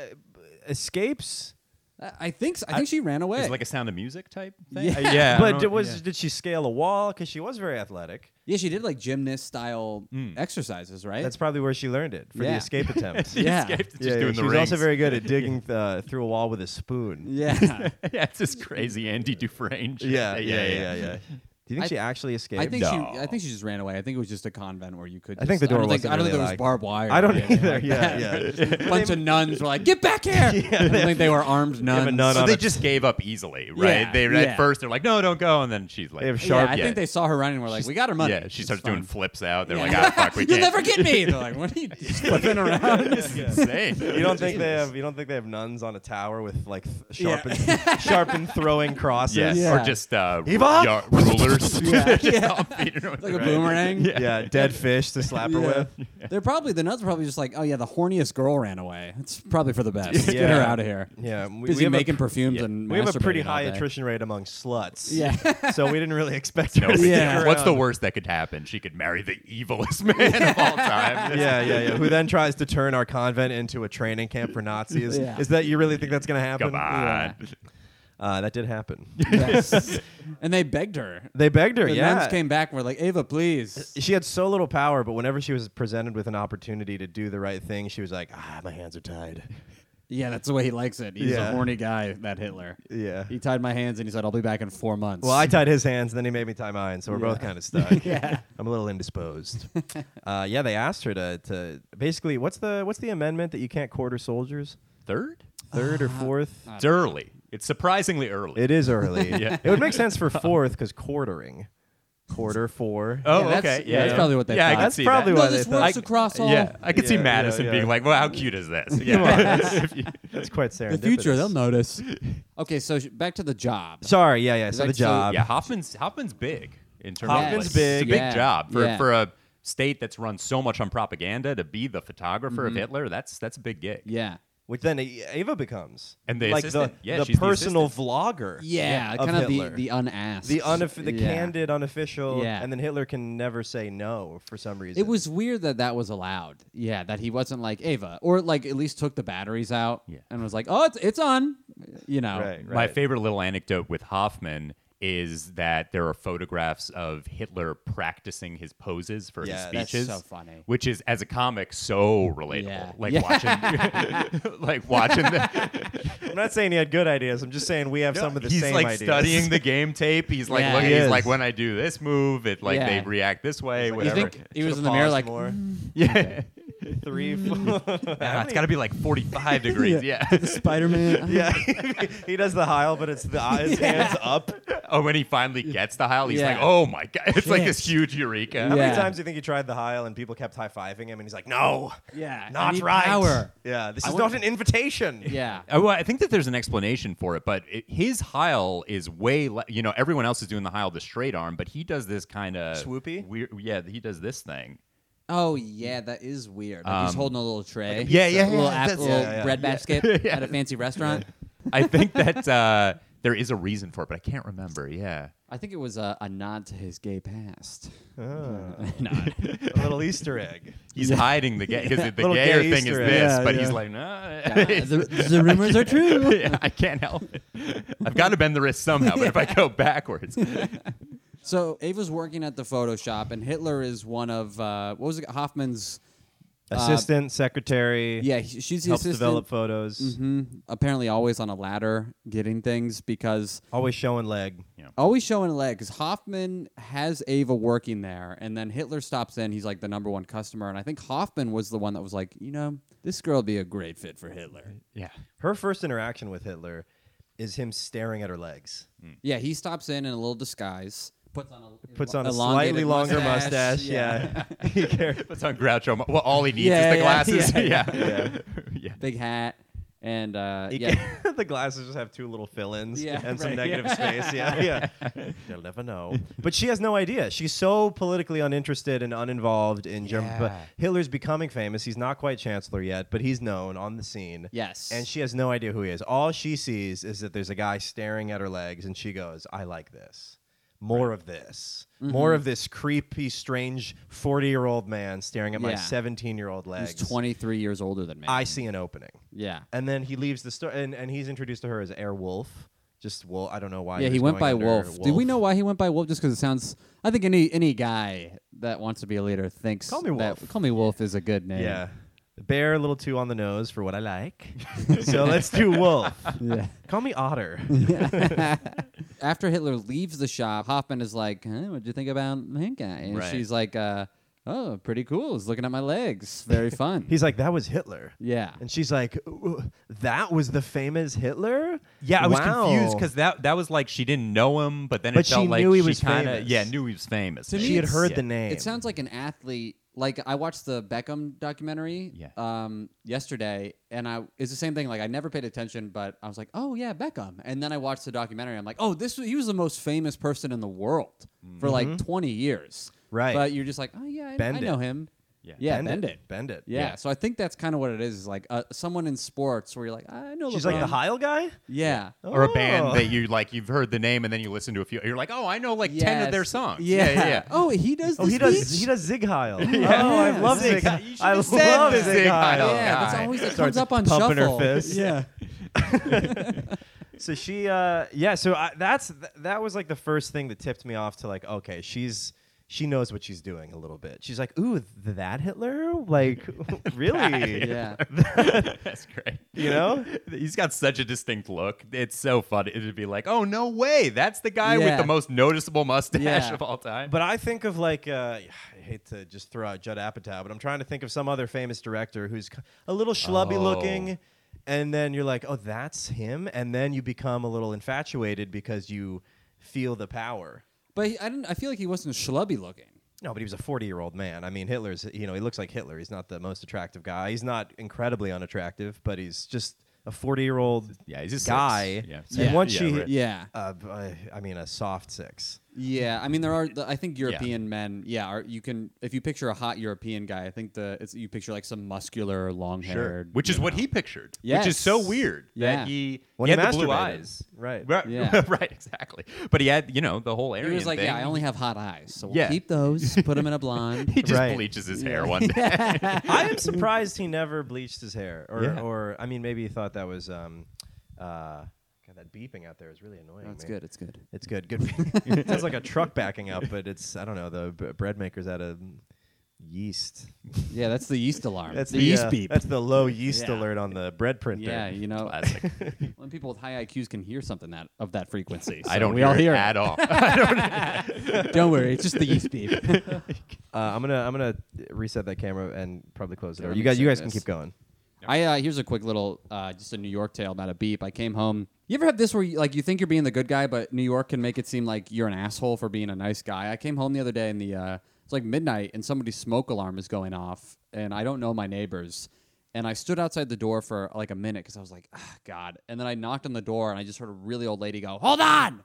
Speaker 1: escapes.
Speaker 2: I- I think so. I think she ran away.
Speaker 3: Is it like a sound of music type thing?
Speaker 2: Yeah.
Speaker 3: Uh, yeah I
Speaker 1: but
Speaker 3: don't-
Speaker 1: did, was
Speaker 3: yeah.
Speaker 1: did she scale a wall? Because she was very athletic.
Speaker 2: yeah, she did like gymnast style exercises, right?
Speaker 1: Hmm. That's probably where she learned it for the
Speaker 2: Yeah. (laughs)
Speaker 1: escape attempt.
Speaker 3: (laughs)
Speaker 2: Yeah.
Speaker 3: escaped, just
Speaker 1: yeah,
Speaker 3: doing the
Speaker 1: she was also
Speaker 3: rings. (laughs)
Speaker 1: very good at diggking uh, through a wall with a spoon. (laughs)
Speaker 2: (laughs) yeah.
Speaker 3: yeah, it's this crazy Andy Dufresne. shit.
Speaker 1: Yeah, yeah, yeah, yeah. yeah. Do you think
Speaker 2: I-
Speaker 1: she actually escaped?
Speaker 2: I think she.
Speaker 3: No.
Speaker 2: I think she just ran away. I think it was just a convent where you could.
Speaker 1: I think
Speaker 2: just-
Speaker 1: the door
Speaker 2: I don't think,
Speaker 1: wasn't
Speaker 2: I don't
Speaker 1: really
Speaker 2: think there was
Speaker 1: locked.
Speaker 2: barbed wire.
Speaker 1: I
Speaker 2: or
Speaker 1: don't
Speaker 2: anything (laughs)
Speaker 1: either.
Speaker 2: like
Speaker 1: (laughs) yeah,
Speaker 2: that.
Speaker 1: yeah.
Speaker 3: (laughs)
Speaker 1: (laughs)
Speaker 2: A bunch of nuns were like, "Get back here!" I don't think they were armed nuns.
Speaker 1: nun
Speaker 3: So
Speaker 1: on
Speaker 3: they
Speaker 1: a-
Speaker 3: just gave up easily, right?
Speaker 2: Yeah,
Speaker 3: they
Speaker 2: yeah.
Speaker 3: at first they're like, "No, don't go," and then she's like,
Speaker 1: They have
Speaker 2: Yeah,
Speaker 1: sharp.
Speaker 2: I
Speaker 3: yeah.
Speaker 2: think they saw her running. and We're like, "We got her money."
Speaker 3: "Yeah." She
Speaker 2: It's
Speaker 3: starts
Speaker 2: fine.
Speaker 3: doing flips out. They're
Speaker 2: Yeah.
Speaker 3: like, "Ah, fuck, we
Speaker 2: (laughs) You'll
Speaker 3: can't."
Speaker 2: never get me. They're like, "What are you just flipping around?"
Speaker 3: This is (laughs) insane.
Speaker 1: You don't
Speaker 3: (laughs)
Speaker 1: think they have? You don't think they have nuns on a tower with like th-
Speaker 2: Yeah.
Speaker 1: sharpened, sharpened throwing crosses?
Speaker 3: (laughs) Yes,
Speaker 2: Yeah.
Speaker 3: or just uh,
Speaker 1: Eva?
Speaker 3: yar- rulers.
Speaker 2: Yeah.
Speaker 3: (laughs) Just all beating her with
Speaker 2: like a
Speaker 3: the-
Speaker 2: boomerang.
Speaker 1: Yeah.
Speaker 3: (laughs)
Speaker 1: dead fish to slap her
Speaker 2: Yeah.
Speaker 1: with.
Speaker 2: They're probably the nuns. Are probably just like, "Oh yeah, the horniest girl ran away. It's probably for the best. Let's Get her
Speaker 1: Yeah.
Speaker 2: out
Speaker 1: (laughs)
Speaker 2: of here."
Speaker 1: Yeah, we,
Speaker 2: Busy
Speaker 1: we have a-
Speaker 2: making perfumes and
Speaker 1: we have a pretty
Speaker 2: masturbating all
Speaker 1: high
Speaker 2: day.
Speaker 1: attrition rate among sluts.
Speaker 2: Yeah.
Speaker 1: (laughs) so we didn't really expect her.
Speaker 3: No,
Speaker 1: to stick
Speaker 2: (laughs) Yeah.
Speaker 3: What's the
Speaker 1: around.
Speaker 3: worst that could happen? She could marry the (laughs) evilest man of all
Speaker 1: (laughs)
Speaker 3: time.
Speaker 1: Yeah, yeah, yeah. Who then tries to turn our convent into a training camp for Nazis?
Speaker 2: Yeah.
Speaker 1: Is that you really think that's going to happen?
Speaker 3: Come on.
Speaker 1: Uh, that did happen.
Speaker 2: (laughs) Yes. and they begged her.
Speaker 1: they begged her.
Speaker 2: The
Speaker 1: yeah,
Speaker 2: nuns came back and were like,
Speaker 1: (laughs)
Speaker 2: "Ava, please."
Speaker 1: she had so little power, but whenever she was presented with an opportunity to do the right thing, she was like, "Ah, my hands are tied." (laughs)
Speaker 2: Yeah, that's the way he likes it. He's
Speaker 1: Yeah.
Speaker 2: a horny guy, that Hitler.
Speaker 1: Yeah.
Speaker 2: He tied my hands and he said, "I'll be back in four months."
Speaker 1: Well, I tied his hands, and then he made me tie mine, so we're both
Speaker 2: (laughs) Yeah.
Speaker 1: kind of stuck. yeah, I'm a little indisposed. uh, yeah, they asked her to, to basically what's the what's the amendment that you can't quarter soldiers?
Speaker 3: Third?
Speaker 1: Third
Speaker 2: Uh,
Speaker 1: or fourth?
Speaker 3: It's early. It's surprisingly early.
Speaker 1: It is early.
Speaker 3: (laughs) Yeah.
Speaker 1: It would make sense for fourth because quartering, quarter four.
Speaker 3: oh,
Speaker 2: Yeah, that's-
Speaker 3: okay.
Speaker 2: yeah, that's probably what they
Speaker 3: yeah, I
Speaker 2: thought.
Speaker 3: can
Speaker 1: That's
Speaker 3: see
Speaker 1: probably
Speaker 3: that.
Speaker 1: why
Speaker 2: no,
Speaker 1: they
Speaker 2: this
Speaker 1: thought-
Speaker 2: works
Speaker 3: I-
Speaker 2: across all.
Speaker 3: Yeah, I could see
Speaker 1: Yeah, yeah,
Speaker 3: Madison
Speaker 1: yeah.
Speaker 3: being like, "Well, how cute
Speaker 1: (laughs)
Speaker 3: is this?"
Speaker 1: Come
Speaker 3: Yeah.
Speaker 1: on, that's, that's quite serendipitous.
Speaker 2: the future,
Speaker 1: (laughs)
Speaker 2: they'll notice. okay, so sh- back to the job.
Speaker 1: Sorry, yeah, yeah. So
Speaker 2: Like,
Speaker 1: the
Speaker 2: so-
Speaker 1: job.
Speaker 3: yeah, Hoffman's Hoffman's big. in terms of
Speaker 1: Hoffman's
Speaker 3: like,
Speaker 1: big.
Speaker 3: It's a big
Speaker 2: Yeah,
Speaker 3: job for
Speaker 2: yeah.
Speaker 3: for a state that's run so much on propaganda to be the photographer
Speaker 2: Mm-hmm.
Speaker 3: of Hitler. That's that's a big gig.
Speaker 2: Yeah.
Speaker 1: which then Ava becomes
Speaker 3: And the
Speaker 1: like
Speaker 3: assistant.
Speaker 1: the,
Speaker 3: Yeah,
Speaker 1: the
Speaker 3: she's the
Speaker 1: personal vlogger.
Speaker 2: Yeah.
Speaker 1: of
Speaker 2: kind of the,
Speaker 1: Hitler.
Speaker 2: the unasked.
Speaker 1: the unaf- the
Speaker 2: Yeah.
Speaker 1: candid, unofficial,
Speaker 2: Yeah.
Speaker 1: and then Hitler can never say no for some reason.
Speaker 2: It was weird that that was allowed. Yeah, that he wasn't like Ava, or like at least took the batteries out
Speaker 3: Yeah.
Speaker 2: and was like, "Oh, it's it's on," you know.
Speaker 1: right, right.
Speaker 3: My favorite little anecdote with Hoffman is that there are photographs of Hitler practicing his poses for his
Speaker 1: Yeah, that's
Speaker 3: speeches.
Speaker 2: so funny.
Speaker 3: Which is as a comic so relatable.
Speaker 2: Yeah.
Speaker 3: Like
Speaker 2: Yeah.
Speaker 3: watching
Speaker 2: (laughs)
Speaker 3: (laughs) like watching (laughs) the,
Speaker 1: I'm not saying he had good ideas. I'm just saying we have some of the
Speaker 3: he's
Speaker 1: same
Speaker 3: like
Speaker 1: ideas.
Speaker 3: studying the game tape. He's like
Speaker 2: Yeah.
Speaker 3: looking
Speaker 1: He
Speaker 3: he's
Speaker 1: is.
Speaker 3: like when I do this move, it like
Speaker 2: Yeah.
Speaker 3: they react this
Speaker 1: (laughs)
Speaker 3: way,
Speaker 2: You
Speaker 3: whatever.
Speaker 2: think he was
Speaker 1: Should've
Speaker 2: in the mirror
Speaker 1: paused
Speaker 2: like,
Speaker 1: more.
Speaker 3: (laughs) yeah.
Speaker 2: (laughs)
Speaker 1: three, (laughs) four.
Speaker 3: Ah, it's gotta be like forty five degrees. (laughs) Yeah.
Speaker 2: Spider
Speaker 1: (laughs)
Speaker 2: Man.
Speaker 1: yeah, he does the Heil, but it's the uh,
Speaker 2: (laughs)
Speaker 1: his hands up.
Speaker 3: oh, when he finally gets the Heil, he's
Speaker 2: Yeah.
Speaker 3: like, Oh my god. It's like
Speaker 2: Shit.
Speaker 3: this huge eureka.
Speaker 1: How
Speaker 2: Yeah.
Speaker 1: many times do you think he tried the Heil and people kept high fiving him, and he's like, "No,
Speaker 2: (laughs) Yeah, I
Speaker 1: not
Speaker 2: need
Speaker 1: right. (laughs)
Speaker 2: power."
Speaker 1: Yeah, this
Speaker 2: I
Speaker 1: is
Speaker 2: want-
Speaker 1: not an invitation."
Speaker 2: Yeah.
Speaker 3: Uh, Well, I think that there's an explanation for it, but it, his Heil is way, le- you know, everyone else is doing the Heil the straight arm, but he does this kind of
Speaker 1: Swoopy?
Speaker 3: Weird, yeah, he does this thing.
Speaker 2: Oh yeah, that is weird. Like, he's
Speaker 3: Um,
Speaker 2: holding a little tray.
Speaker 3: yeah, yeah,
Speaker 2: a little,
Speaker 3: yeah,
Speaker 2: app-
Speaker 3: that's-
Speaker 1: (laughs)
Speaker 2: little
Speaker 1: yeah, yeah.
Speaker 2: bread basket
Speaker 3: Yeah.
Speaker 2: at a fancy restaurant.
Speaker 3: I think that uh, there is a reason for it, but I can't remember. Yeah,
Speaker 2: I think it was a, a nod to his gay past. (laughs)
Speaker 1: Ah, (laughs)
Speaker 2: no,
Speaker 1: (laughs) a little Easter egg.
Speaker 3: he's hiding the gay because (laughs) the
Speaker 1: Little
Speaker 3: gayer
Speaker 1: gay
Speaker 3: thing
Speaker 1: Easter
Speaker 3: is
Speaker 1: egg.
Speaker 3: this,
Speaker 1: Yeah,
Speaker 3: but
Speaker 1: yeah.
Speaker 3: he's like, no, (laughs)
Speaker 2: the, the rumors are true.
Speaker 3: Yeah, I can't help it. I've got to bend the wrist somehow, but if (laughs) I go backwards,
Speaker 2: So Ava's working at the photo shop, and Hitler is one of uh, what was it? Hoffman's.
Speaker 1: Assistant, secretary,
Speaker 2: Uh, Yeah, he- she's the
Speaker 1: helps
Speaker 2: assistant.
Speaker 1: develop photos,
Speaker 2: Mhm. Apparently, always on a ladder getting things because
Speaker 1: always showing leg.
Speaker 2: always showing a leg. Because Hoffman has Ava working there, and then Hitler stops in. He's like the number one customer, and I think Hoffman was the one that was like, you know, this girl would be a great fit for Hitler.
Speaker 1: Mm-hmm.
Speaker 3: yeah,
Speaker 1: Her first interaction with Hitler is him staring at her legs.
Speaker 2: Yeah, he stops in in a little disguise, puts on a
Speaker 1: Puts on a
Speaker 2: elongated
Speaker 1: slightly longer mustache.
Speaker 2: (laughs) mustache.
Speaker 1: Yeah. He care-
Speaker 3: puts on Groucho. Mo- Well, all he needs
Speaker 2: Yeah,
Speaker 3: is the
Speaker 2: yeah,
Speaker 3: glasses.
Speaker 2: yeah,
Speaker 3: (laughs) Yeah,
Speaker 1: yeah.
Speaker 3: yeah.
Speaker 2: big hat, and uh,
Speaker 1: he
Speaker 2: yeah.
Speaker 1: care- (laughs) the glasses just have two little fill-ins
Speaker 2: Yeah,
Speaker 1: and some
Speaker 2: right.
Speaker 1: negative space.
Speaker 2: (laughs)
Speaker 1: Yeah, yeah. You'll never know. But she has no idea. She's so politically uninterested and uninvolved in Germany. But
Speaker 3: Yeah.
Speaker 1: Hitler's becoming famous. He's not quite chancellor yet, but he's known on the scene.
Speaker 2: Yes.
Speaker 1: (laughs) And she has no idea who he is. All she sees is that there's a guy staring at her legs, and she goes, I like this. More of this.
Speaker 2: Mm-hmm.
Speaker 1: More of this creepy, strange 40 year old man staring at my
Speaker 2: Yeah.
Speaker 1: 17 year old legs.
Speaker 2: He's 23 years older than me.
Speaker 1: I see an opening.
Speaker 2: yeah.
Speaker 1: And then he leaves the store, and, and he's introduced to her as Air Wolf. Just Wolf. I don't know why.
Speaker 2: Yeah, he
Speaker 1: was going
Speaker 2: went by
Speaker 1: under
Speaker 2: Wolf. Do we
Speaker 1: Wolf.
Speaker 2: know why he went by Wolf? Just because it sounds. I think any any guy that wants to be a leader thinks
Speaker 1: Call me
Speaker 2: that
Speaker 1: Wolf.
Speaker 2: Call me Wolf is a good name.
Speaker 1: Yeah. Bear, a little too on the nose for what I like.
Speaker 2: (laughs)
Speaker 1: so let's do Wolf.
Speaker 2: Yeah.
Speaker 1: Call me
Speaker 2: (laughs)
Speaker 1: Otter. (laughs)
Speaker 2: After Hitler leaves the shop, Hoffman is like, huh, "What'd you think about that guy?" And
Speaker 3: Right.
Speaker 2: she's like, uh, "Oh, pretty cool. He's looking at my
Speaker 1: (laughs)
Speaker 2: legs. Very fun."
Speaker 1: He's like, that was Hitler.
Speaker 2: yeah.
Speaker 1: And she's like, "Ooh, that was the famous Hitler?
Speaker 3: Yeah, I was
Speaker 1: Wow."
Speaker 3: confused because that that was like she didn't know him, but then
Speaker 1: But
Speaker 3: it felt
Speaker 1: she
Speaker 3: like
Speaker 1: knew he
Speaker 3: she
Speaker 1: was
Speaker 3: kinda,
Speaker 1: famous.
Speaker 3: Yeah, knew he was famous.
Speaker 2: To me,
Speaker 1: she had
Speaker 2: it's-
Speaker 1: heard
Speaker 3: yeah.
Speaker 1: the name.
Speaker 2: It sounds like an athlete. Like I watched the Beckham documentary
Speaker 3: Yeah.
Speaker 2: um, yesterday, and I it's the same thing. Like I never paid attention, but I was like, oh yeah, Beckham. And then I watched the documentary. I'm like, oh, this he was the most famous person in the world for like 20 years.
Speaker 1: Right.
Speaker 2: But you're just like, oh yeah, I,
Speaker 1: Bend
Speaker 2: I
Speaker 1: it.
Speaker 2: know him.
Speaker 3: Yeah.
Speaker 2: yeah,
Speaker 1: bend,
Speaker 2: bend
Speaker 1: it.
Speaker 2: it.
Speaker 1: Bend it.
Speaker 2: Yeah. So I think that's kind of what it is. Is like uh, someone in sports where you're like, I know.
Speaker 1: She's like the
Speaker 2: LeBron."
Speaker 1: Heil guy?
Speaker 2: Yeah.
Speaker 3: Or a
Speaker 1: Oh.
Speaker 3: band that you like, you've heard the name, and then you listen to a few. You're like, oh, I know like ten of their
Speaker 2: Yes.
Speaker 3: songs.
Speaker 2: Yeah.
Speaker 3: yeah, yeah.
Speaker 2: (laughs) Oh, he does.
Speaker 1: Oh, he
Speaker 2: this
Speaker 1: does.
Speaker 2: speech?
Speaker 1: He does Zig Heil. Oh, I
Speaker 2: (laughs) Yeah.
Speaker 1: love
Speaker 2: Zig
Speaker 1: Zig.
Speaker 3: Heil.
Speaker 1: Heil.
Speaker 3: You should
Speaker 1: I
Speaker 3: have said
Speaker 1: love
Speaker 3: the
Speaker 1: Zig,
Speaker 3: Zig
Speaker 1: Heil.
Speaker 3: Heil
Speaker 2: Yeah, that's
Speaker 3: guy. Oh,
Speaker 2: always that
Speaker 1: Starts
Speaker 2: comes up on
Speaker 1: pumping her
Speaker 2: shuffle.
Speaker 1: fist.
Speaker 3: (laughs)
Speaker 2: Yeah.
Speaker 1: So she, uh, yeah. So I, that's th- that was like the first thing that tipped me off to like, okay, she's she knows what she's doing a little bit. She's like, ooh, th- that Hitler, like, (laughs) really?
Speaker 2: (laughs) yeah.
Speaker 3: (laughs) That's great.
Speaker 1: You know?
Speaker 3: He's got such a distinct look. It's so funny. It'd be like, oh no way, that's the guy
Speaker 2: Yeah.
Speaker 3: with the most noticeable mustache
Speaker 2: Yeah.
Speaker 3: of all time.
Speaker 1: But I think of like uh, (sighs) I hate to just throw out Judd Apatow, but I'm trying to think of some other famous director who's k- a little schlubby
Speaker 3: Oh.
Speaker 1: looking, and then you're like, oh, that's him, and then you become a little infatuated because you feel the power.
Speaker 2: But he, I didn't. I feel like he wasn't schlubby looking.
Speaker 1: No, but he was a 40 year old man. I mean, Hitler's, you know, he looks like Hitler. He's not the most attractive guy. He's not incredibly unattractive, but he's just a 40 year old
Speaker 3: yeah, he's just
Speaker 1: guy.
Speaker 3: Yeah,
Speaker 1: And once
Speaker 3: yeah,
Speaker 1: she,
Speaker 3: right.
Speaker 2: Yeah.
Speaker 1: uh, b- I- I mean, a soft six.
Speaker 2: Yeah, I mean there are. The, I think European men. Yeah, are, you can if you picture a hot European guy. I think the it's you picture like some muscular, long-haired.
Speaker 3: Which is what he pictured. Which is
Speaker 2: Yes.
Speaker 3: so weird
Speaker 2: Yeah.
Speaker 3: that he,
Speaker 1: When
Speaker 3: he
Speaker 1: he
Speaker 3: had the blue
Speaker 1: masturbated.
Speaker 3: eyes.
Speaker 1: Right.
Speaker 3: Right,
Speaker 2: Yeah.
Speaker 3: right, (laughs) exactly. But he had, you know, the whole
Speaker 2: He
Speaker 3: area.
Speaker 2: was like, yeah, I only have hot eyes, so we'll
Speaker 3: Yeah.
Speaker 2: keep those. Put them in a blonde.
Speaker 3: (laughs) He just
Speaker 1: Right.
Speaker 3: bleaches his
Speaker 2: (laughs)
Speaker 3: hair one day. (laughs)
Speaker 1: I am surprised he never bleached his hair, or,
Speaker 3: Yeah.
Speaker 1: or I mean, maybe he thought that was. Um, uh, God, that beeping out there is really annoying.
Speaker 2: That's
Speaker 1: me.
Speaker 2: good. It's good.
Speaker 1: It's good. Good.
Speaker 2: (laughs)
Speaker 1: it sounds like a truck backing up, but it's I don't know. The b- bread maker's out of yeast.
Speaker 2: Yeah, that's the yeast alarm.
Speaker 1: That's
Speaker 2: the,
Speaker 1: the,
Speaker 2: yeast
Speaker 1: uh,
Speaker 2: beep.
Speaker 1: That's the low yeast
Speaker 2: Yeah.
Speaker 1: alert on the bread printer.
Speaker 2: yeah, you know,
Speaker 3: Classic.
Speaker 2: (laughs) when people with high IQs can hear something that of that frequency.
Speaker 3: I
Speaker 2: so
Speaker 3: don't
Speaker 2: we
Speaker 3: hear,
Speaker 2: all hear
Speaker 3: it
Speaker 2: it.
Speaker 3: at
Speaker 1: (laughs)
Speaker 3: all. (laughs)
Speaker 2: Don't worry, it's just the yeast beep.
Speaker 1: (laughs) Uh, I'm gonna I'm gonna reset that camera and probably close it.
Speaker 2: Yeah,
Speaker 1: Or
Speaker 2: let
Speaker 1: you
Speaker 2: me
Speaker 1: guys you
Speaker 2: check
Speaker 1: guys can
Speaker 2: this.
Speaker 1: keep going.
Speaker 2: I uh, here's a quick little, uh, just a New York tale about a beep. I came home. You ever have this where you, like you think you're being the good guy, but New York can make it seem like you're an asshole for being a nice guy. I came home the other day and the uh, it's like midnight and somebody's smoke alarm is going off, and I don't know my neighbors. And I stood outside the door for like a minute because I was like, ah, God. And then I knocked on the door and I just heard a really old lady go, Hold on!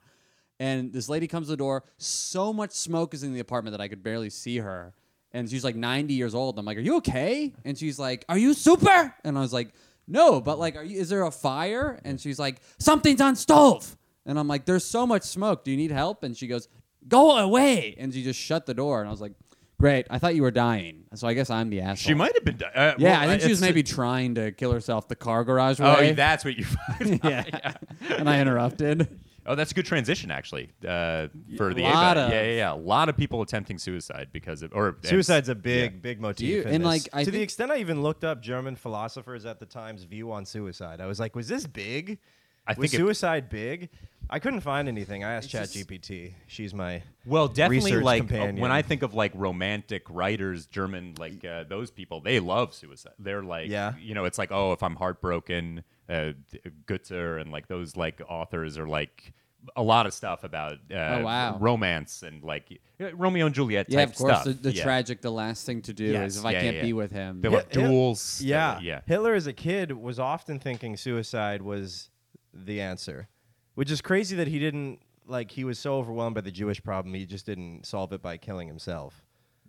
Speaker 2: And this lady comes to the door. So much smoke is in the apartment that I could barely see her. And she's like 90 years old. I'm like, Are you okay? And she's like, Are you super? And I was like, No, but like, are you, is there a fire? And she's like, Something's on stove. And I'm like, There's so much smoke. Do you need help? And she goes, Go away. And she just shut the door. And I was like, Great. I thought you were dying. So I guess I'm the asshole.
Speaker 3: she might have been. di- Uh,
Speaker 2: Yeah,
Speaker 3: well,
Speaker 2: I think she was
Speaker 3: it's-
Speaker 2: maybe trying to kill herself the car garage
Speaker 3: Oh,
Speaker 2: way.
Speaker 3: that's what you. (laughs) Find
Speaker 2: (laughs)
Speaker 3: out.
Speaker 2: yeah. and I interrupted.
Speaker 3: Oh, that's a good transition actually uh, for the
Speaker 2: lot
Speaker 3: ABAT.
Speaker 2: of-
Speaker 3: yeah, yeah, yeah. A lot of people attempting suicide because of or and-
Speaker 1: Suicide's a big, big motif.
Speaker 2: Dude,
Speaker 1: in
Speaker 2: and,
Speaker 1: this.
Speaker 2: like, I
Speaker 1: to the
Speaker 2: think-
Speaker 1: extent I even looked up German philosophers at the time's view on suicide, I was like, was this big?
Speaker 3: I
Speaker 1: was
Speaker 3: think it-
Speaker 1: suicide big? I couldn't find anything. I asked
Speaker 2: It's just-
Speaker 1: ChatGPT. She's my
Speaker 3: Well, definitely
Speaker 1: research
Speaker 3: like uh,
Speaker 1: companion.
Speaker 3: when I think of like romantic writers, German like uh, those people, they love suicide. They're like,
Speaker 1: Yeah.
Speaker 3: you know, it's like oh, if I'm heartbroken, uh, d- Goethe and like those like authors are like a lot of stuff about uh,
Speaker 2: Oh, wow.
Speaker 3: romance and like uh, Romeo and Juliet
Speaker 2: Yeah,
Speaker 3: type
Speaker 2: of course.
Speaker 3: stuff.
Speaker 2: The, the
Speaker 3: yeah.
Speaker 2: tragic, the last thing to do
Speaker 3: Yes.
Speaker 2: is if I
Speaker 3: Yeah,
Speaker 2: can't
Speaker 3: yeah,
Speaker 2: be
Speaker 3: yeah.
Speaker 2: with him.
Speaker 3: They'll have
Speaker 1: Hit- hit-
Speaker 3: duels.
Speaker 1: Yeah.
Speaker 3: Uh, yeah.
Speaker 1: Hitler as a kid was often thinking suicide was the answer, which is crazy that he didn't like. He was so overwhelmed by the Jewish problem, he just didn't solve it by killing himself.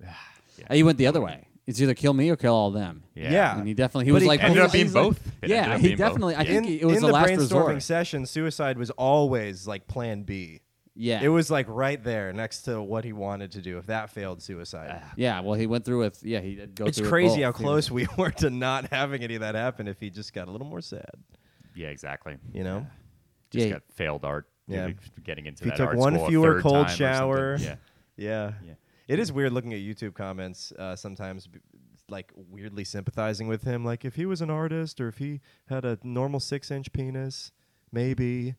Speaker 2: Uh, He went the other way. It's either kill me or kill all them.
Speaker 3: Yeah.
Speaker 2: And he definitely he
Speaker 1: But
Speaker 2: was
Speaker 1: he
Speaker 2: like
Speaker 3: ended up being
Speaker 2: he's like-
Speaker 3: both. It ended
Speaker 2: yeah,
Speaker 3: up
Speaker 2: he
Speaker 3: being both.
Speaker 2: definitely. I
Speaker 3: Yeah.
Speaker 2: think
Speaker 1: in,
Speaker 2: it was
Speaker 1: in
Speaker 2: the,
Speaker 1: the,
Speaker 2: last
Speaker 1: brainstorming
Speaker 2: resort.
Speaker 1: session, suicide was always like Plan B.
Speaker 2: Yeah.
Speaker 1: It was like right there next to what he wanted to do. If that failed, suicide.
Speaker 3: Ah,
Speaker 2: Yeah. Well, he went through with. Yeah, he did go.
Speaker 1: it's
Speaker 2: through with
Speaker 1: crazy how
Speaker 2: both. He was-
Speaker 1: close we (laughs) were to not having any of that happen. If he just got a little more sad,
Speaker 3: Yeah, exactly.
Speaker 1: you know.
Speaker 3: Just
Speaker 2: Yeah.
Speaker 3: got failed art.
Speaker 1: Yeah.
Speaker 3: Yeah. Getting into
Speaker 1: If he
Speaker 3: that
Speaker 1: took
Speaker 3: art
Speaker 1: one
Speaker 3: school a
Speaker 1: fewer
Speaker 3: third
Speaker 1: cold
Speaker 3: time or
Speaker 1: shower.
Speaker 3: something. Yeah.
Speaker 1: Yeah.
Speaker 3: Yeah.
Speaker 1: It is weird looking at YouTube comments uh, sometimes, b- like weirdly sympathizing with him. Like if he was an artist or if he had a normal six inch penis, maybe,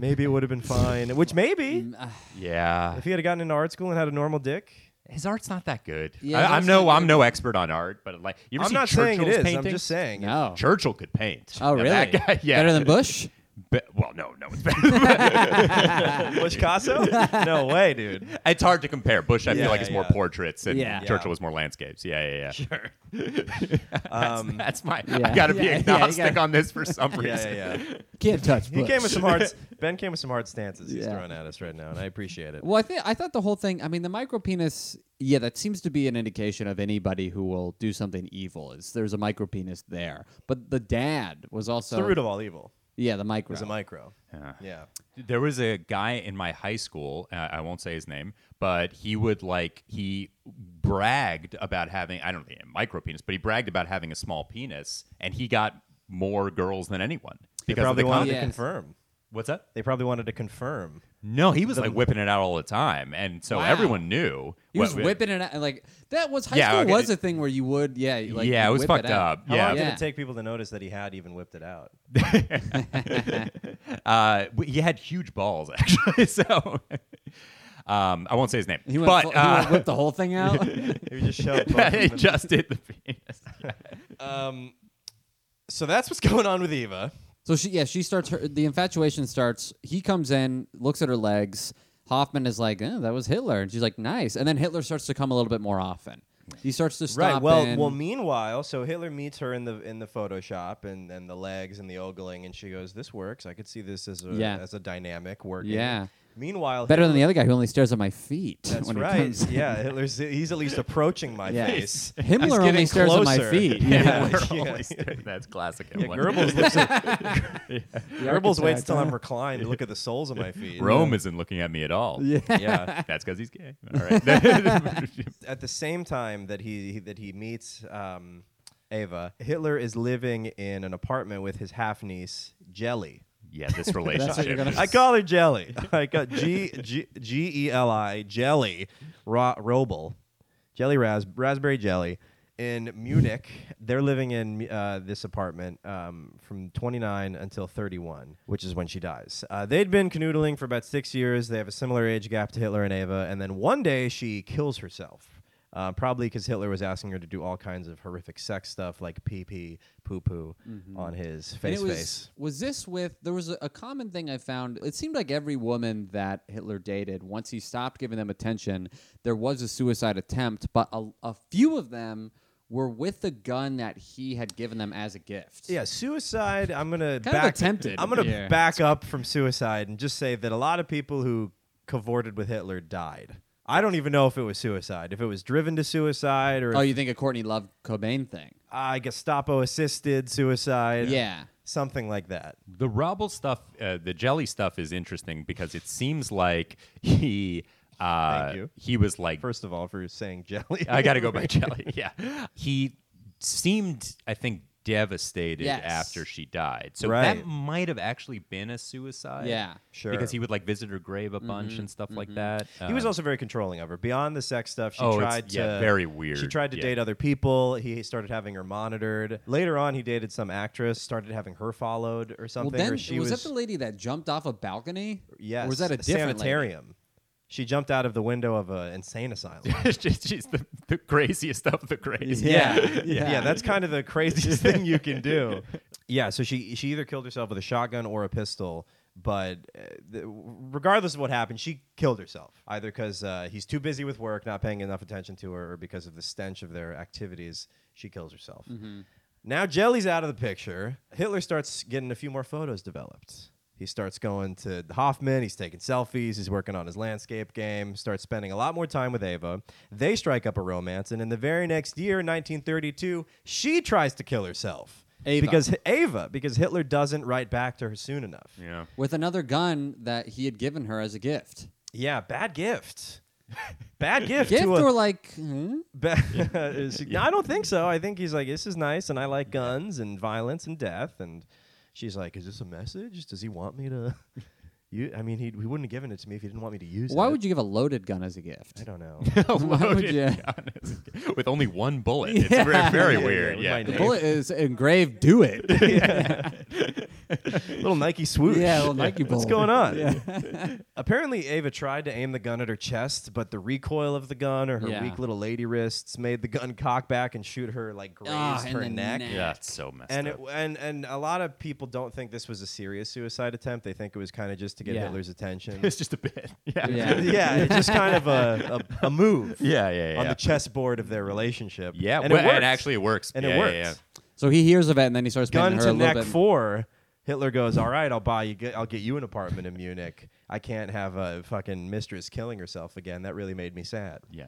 Speaker 1: maybe it would have been fine. Which
Speaker 3: Mm,
Speaker 1: maybe
Speaker 2: uh,
Speaker 3: Yeah.
Speaker 1: if he had gotten into art school and had a normal dick.
Speaker 3: His art's not that good.
Speaker 2: Yeah, his
Speaker 3: I, I'm
Speaker 2: art's
Speaker 3: no,
Speaker 2: not
Speaker 3: I'm no expert on art, but like you ever
Speaker 1: I'm
Speaker 3: see
Speaker 1: not
Speaker 3: Churchill's
Speaker 1: saying it is.
Speaker 3: paintings?
Speaker 1: I'm just saying.
Speaker 2: No.
Speaker 3: Churchill could paint.
Speaker 2: Oh
Speaker 3: Now,
Speaker 2: really?
Speaker 3: That guy,
Speaker 1: (laughs)
Speaker 3: (laughs) yeah.
Speaker 2: Better than Bush.
Speaker 3: Be- well, no, no, it's better.
Speaker 1: (laughs)
Speaker 2: (laughs)
Speaker 3: (laughs)
Speaker 1: Was Picasso? no way, dude.
Speaker 3: it's hard to compare. Bush, I
Speaker 1: Yeah,
Speaker 3: feel like it's more
Speaker 1: yeah.
Speaker 3: portraits, and
Speaker 2: Yeah.
Speaker 1: Yeah.
Speaker 3: Churchill was more landscapes. Yeah, yeah, yeah. Sure. (laughs) that's, that's my.
Speaker 2: yeah.
Speaker 3: I got to
Speaker 2: Yeah,
Speaker 3: be
Speaker 2: yeah, you
Speaker 3: agnostic
Speaker 2: gotta-
Speaker 3: on this for some reason.
Speaker 1: Yeah, yeah, yeah.
Speaker 2: Can't touch.
Speaker 1: He
Speaker 2: Bush.
Speaker 1: came with some
Speaker 2: (laughs)
Speaker 1: hard. Ben came with some hard stances he's
Speaker 2: Yeah.
Speaker 1: throwing at us right now, and I appreciate it.
Speaker 2: Well, I think I thought the whole thing. I mean, the micro penis. Yeah, that seems to be an indication of anybody who will do something evil. Is there's a micro penis there? But the dad was also
Speaker 1: the root of all evil
Speaker 2: yeah the micro.
Speaker 1: is a micro.
Speaker 3: Yeah.
Speaker 1: Yeah.
Speaker 3: There was a guy in my high school, uh, I won't say his name, but he would like, he bragged about having, I don't think a micro penis, but he bragged about having a small penis and he got more girls than anyone.
Speaker 1: They
Speaker 3: Because of
Speaker 1: probably
Speaker 3: the
Speaker 1: wanted
Speaker 3: con-
Speaker 1: to
Speaker 2: Yes.
Speaker 1: confirm.
Speaker 3: What's that?
Speaker 1: They probably wanted to confirm.
Speaker 3: No, he was like whipping it out all the time. And so
Speaker 2: Wow.
Speaker 3: everyone knew.
Speaker 2: He
Speaker 3: what-
Speaker 2: was whipping it out. and, Like that was high
Speaker 3: Yeah,
Speaker 2: school
Speaker 3: okay.
Speaker 2: was a thing where you would yeah like
Speaker 3: yeah, it was
Speaker 2: whip
Speaker 3: fucked
Speaker 2: out.
Speaker 3: up.
Speaker 1: How
Speaker 3: yeah.
Speaker 1: long did
Speaker 2: Yeah.
Speaker 1: it take people to notice that he had even whipped it out?
Speaker 3: Uh, w- he had huge balls, (laughs) actually. So um, I won't say his name.
Speaker 2: He went
Speaker 3: but
Speaker 2: full- he
Speaker 3: uh,
Speaker 2: went whip the whole thing out.
Speaker 1: He just shoved both of them
Speaker 3: (laughs) he
Speaker 1: in-
Speaker 3: just did the penis.
Speaker 1: Um, so that's what's (laughs) going on with Eva.
Speaker 2: so she yeah she starts her the infatuation starts. He comes in, looks at her legs. Hoffman is like, eh, that was Hitler, and she's like, nice. And then Hitler starts to come a little bit more often. He starts to stop.
Speaker 1: right. Well,
Speaker 2: and-
Speaker 1: well. Meanwhile, so Hitler meets her in the in the Photoshop and and the legs and the ogling, and she goes, "This works. I could see this as a
Speaker 2: Yeah.
Speaker 1: as a dynamic working."
Speaker 2: Yeah.
Speaker 1: Meanwhile,
Speaker 2: Better than the
Speaker 1: Hitler-
Speaker 2: other guy who only stares at my feet
Speaker 1: That's
Speaker 2: when he
Speaker 1: right.
Speaker 2: comes.
Speaker 1: yeah, Hitler's he's at least approaching my
Speaker 2: (laughs) Yeah. (laughs)
Speaker 1: face.
Speaker 2: Himmler
Speaker 1: He's
Speaker 2: only
Speaker 1: getting
Speaker 2: stares at my
Speaker 1: closer. (laughs)
Speaker 2: feet.
Speaker 3: (laughs)
Speaker 1: Yeah,
Speaker 3: Hitler
Speaker 1: yeah.
Speaker 3: only stared- That's classic.
Speaker 1: Yeah,
Speaker 3: Hitler.
Speaker 1: Goebbels looks at,
Speaker 2: (laughs)
Speaker 1: Goebbels waits
Speaker 2: architect,
Speaker 1: till I'm
Speaker 2: huh?
Speaker 1: reclined to look at the soles of my feet.
Speaker 3: Rome isn't looking at me at all.
Speaker 2: Yeah. (laughs)
Speaker 1: Yeah.
Speaker 3: That's because he's gay. All right. (laughs)
Speaker 1: At the same time that he that he meets um, Ava, Hitler is living in an apartment with his half niece Jelly.
Speaker 3: yeah, this relationship.
Speaker 2: what you're gonna-
Speaker 3: is-
Speaker 1: I call her
Speaker 2: (laughs)
Speaker 1: Jelly. I got G G G E L I Jelly Ro- Robel, Jelly ras- Raspberry Jelly in Munich. They're living in uh, this apartment um, from 29 until 31, which is when she dies. Uh, they'd been canoodling for about six years. They have a similar age gap to Hitler and Ava, and then one day she kills herself. Uh, probably because Hitler was asking her to do all kinds of horrific sex stuff like pee pee, poo poo on his
Speaker 2: Mm-hmm. And
Speaker 1: face
Speaker 2: it was,
Speaker 1: face.
Speaker 2: was this with there was a, a common thing I found. It seemed like every woman that Hitler dated, once he stopped giving them attention, there was a suicide attempt, but a, a few of them were with the gun that he had given them as a gift.
Speaker 1: Yeah, suicide. I'm gonna
Speaker 2: Kind of
Speaker 1: back,
Speaker 2: attempted
Speaker 1: I'm gonna
Speaker 2: here.
Speaker 1: back up from suicide and just say that a lot of people who cavorted with Hitler died. I don't even know if it was suicide, if it was driven to suicide, or
Speaker 2: Oh,
Speaker 1: if,
Speaker 2: you think a Courtney Love Cobain thing?
Speaker 1: uh, Gestapo assisted suicide.
Speaker 2: Yeah.
Speaker 1: something like that.
Speaker 3: The Robel stuff, uh, the jelly stuff is interesting because it seems like he uh,
Speaker 1: Thank you.
Speaker 3: he was like
Speaker 1: First of all, for saying
Speaker 2: (laughs)
Speaker 1: jelly,
Speaker 3: (laughs) I got to go by jelly. (laughs) Yeah. He seemed, I think, devastated
Speaker 2: Yes.
Speaker 3: after she died. So
Speaker 1: Right.
Speaker 3: that might have actually been a suicide.
Speaker 2: Yeah. Mm-hmm.
Speaker 1: Sure.
Speaker 3: Because he would like visit her grave a bunch and stuff like that.
Speaker 1: (laughs) He was
Speaker 3: Um,
Speaker 1: also very controlling of her. Beyond the sex stuff, she
Speaker 3: Oh, it's-
Speaker 1: tried to
Speaker 3: yeah, very weird,
Speaker 1: She tried to
Speaker 3: yeah.
Speaker 1: date other people. He started having her monitored. Later on, he dated some actress, started having her followed or
Speaker 2: Well,
Speaker 1: something.
Speaker 2: then
Speaker 1: or she
Speaker 2: was, that the lady that jumped off a balcony?
Speaker 1: Yes.
Speaker 2: Or was that a different lady?
Speaker 1: sanitarium? She jumped out of the window of an insane
Speaker 2: (laughs)
Speaker 1: asylum.
Speaker 3: It's just- (laughs) she's the, the craziest of the crazy.
Speaker 2: Yeah.
Speaker 1: yeah. that's kind of the craziest thing you can
Speaker 2: (laughs)
Speaker 1: do. Yeah, so she she either killed herself with a shotgun or a pistol, but uh, th- regardless of what happened, she killed herself either because uh, he's too busy with work, not paying enough attention to her, or because of the stench of their activities, she kills herself. Now Jelly's out of the picture. Hitler starts getting a few more photos developed. He starts going to Hoffman. He's taking selfies. He's working on his landscape game. Starts spending a lot more time with Ava. They strike up a romance, and in the very next year, 1932, she tries to kill herself
Speaker 2: Ava.
Speaker 1: because Ava because Hitler doesn't write back to her soon enough.
Speaker 3: Yeah.
Speaker 2: With another gun that he had given her as a gift.
Speaker 1: Yeah, bad gift. (laughs) Bad gift.
Speaker 2: Gift
Speaker 1: to a,
Speaker 2: or like, hmm?
Speaker 1: Ba- (laughs) is she- no, I don't think so. I think he's like, this is nice, and I like guns and violence and death. And she's like, is this a message? Does he want me to? (laughs) You, I mean, he, he wouldn't have given it to me if he didn't want me to use it.
Speaker 2: why would you give a loaded gun as a
Speaker 1: (laughs)
Speaker 2: gift?
Speaker 1: I don't
Speaker 2: (laughs)
Speaker 1: know.
Speaker 2: Why would
Speaker 3: Loaded
Speaker 2: you?
Speaker 3: gun. (laughs) With only one bullet. It's very, very
Speaker 1: (laughs) Yeah, yeah,
Speaker 3: weird.
Speaker 1: with
Speaker 3: Yeah.
Speaker 1: my
Speaker 2: The
Speaker 1: name.
Speaker 2: bullet is engraved. Do it.
Speaker 1: (laughs) little Nike swoosh.
Speaker 2: Yeah, little
Speaker 1: (laughs)
Speaker 2: Nike
Speaker 1: What's
Speaker 2: ball.
Speaker 1: going on? (laughs) Apparently, Ava tried to aim the gun at her chest, but the recoil of the gun or her
Speaker 2: Yeah.
Speaker 1: weak little lady wrists made the gun cock back and shoot her like graze
Speaker 2: Ah, in
Speaker 1: her
Speaker 2: the
Speaker 1: neck.
Speaker 2: neck.
Speaker 3: Yeah, it's so messed
Speaker 1: and (laughs)
Speaker 3: up.
Speaker 1: it, and and a lot of people don't think this was a serious suicide attempt. They think it was kind of just to get
Speaker 2: Yeah.
Speaker 1: Hitler's attention.
Speaker 3: it's (laughs) just a bit. Yeah.
Speaker 2: Yeah.
Speaker 1: yeah, it's just kind of a, a, a move
Speaker 3: (laughs) Yeah, yeah, yeah.
Speaker 1: on the chessboard of their relationship.
Speaker 3: yeah,
Speaker 1: and
Speaker 3: well,
Speaker 1: it worked.
Speaker 3: and actually it works.
Speaker 1: and
Speaker 3: yeah,
Speaker 1: it worked.
Speaker 3: Yeah, yeah.
Speaker 2: So he hears of it and then he starts
Speaker 1: Gun
Speaker 2: bending her
Speaker 1: to
Speaker 2: a little
Speaker 1: neck
Speaker 2: bit.
Speaker 1: four. Hitler goes, "All right, I'll buy you. I'll get you an apartment in Munich. I can't have a fucking mistress killing herself again. That really made me sad.
Speaker 3: Yeah.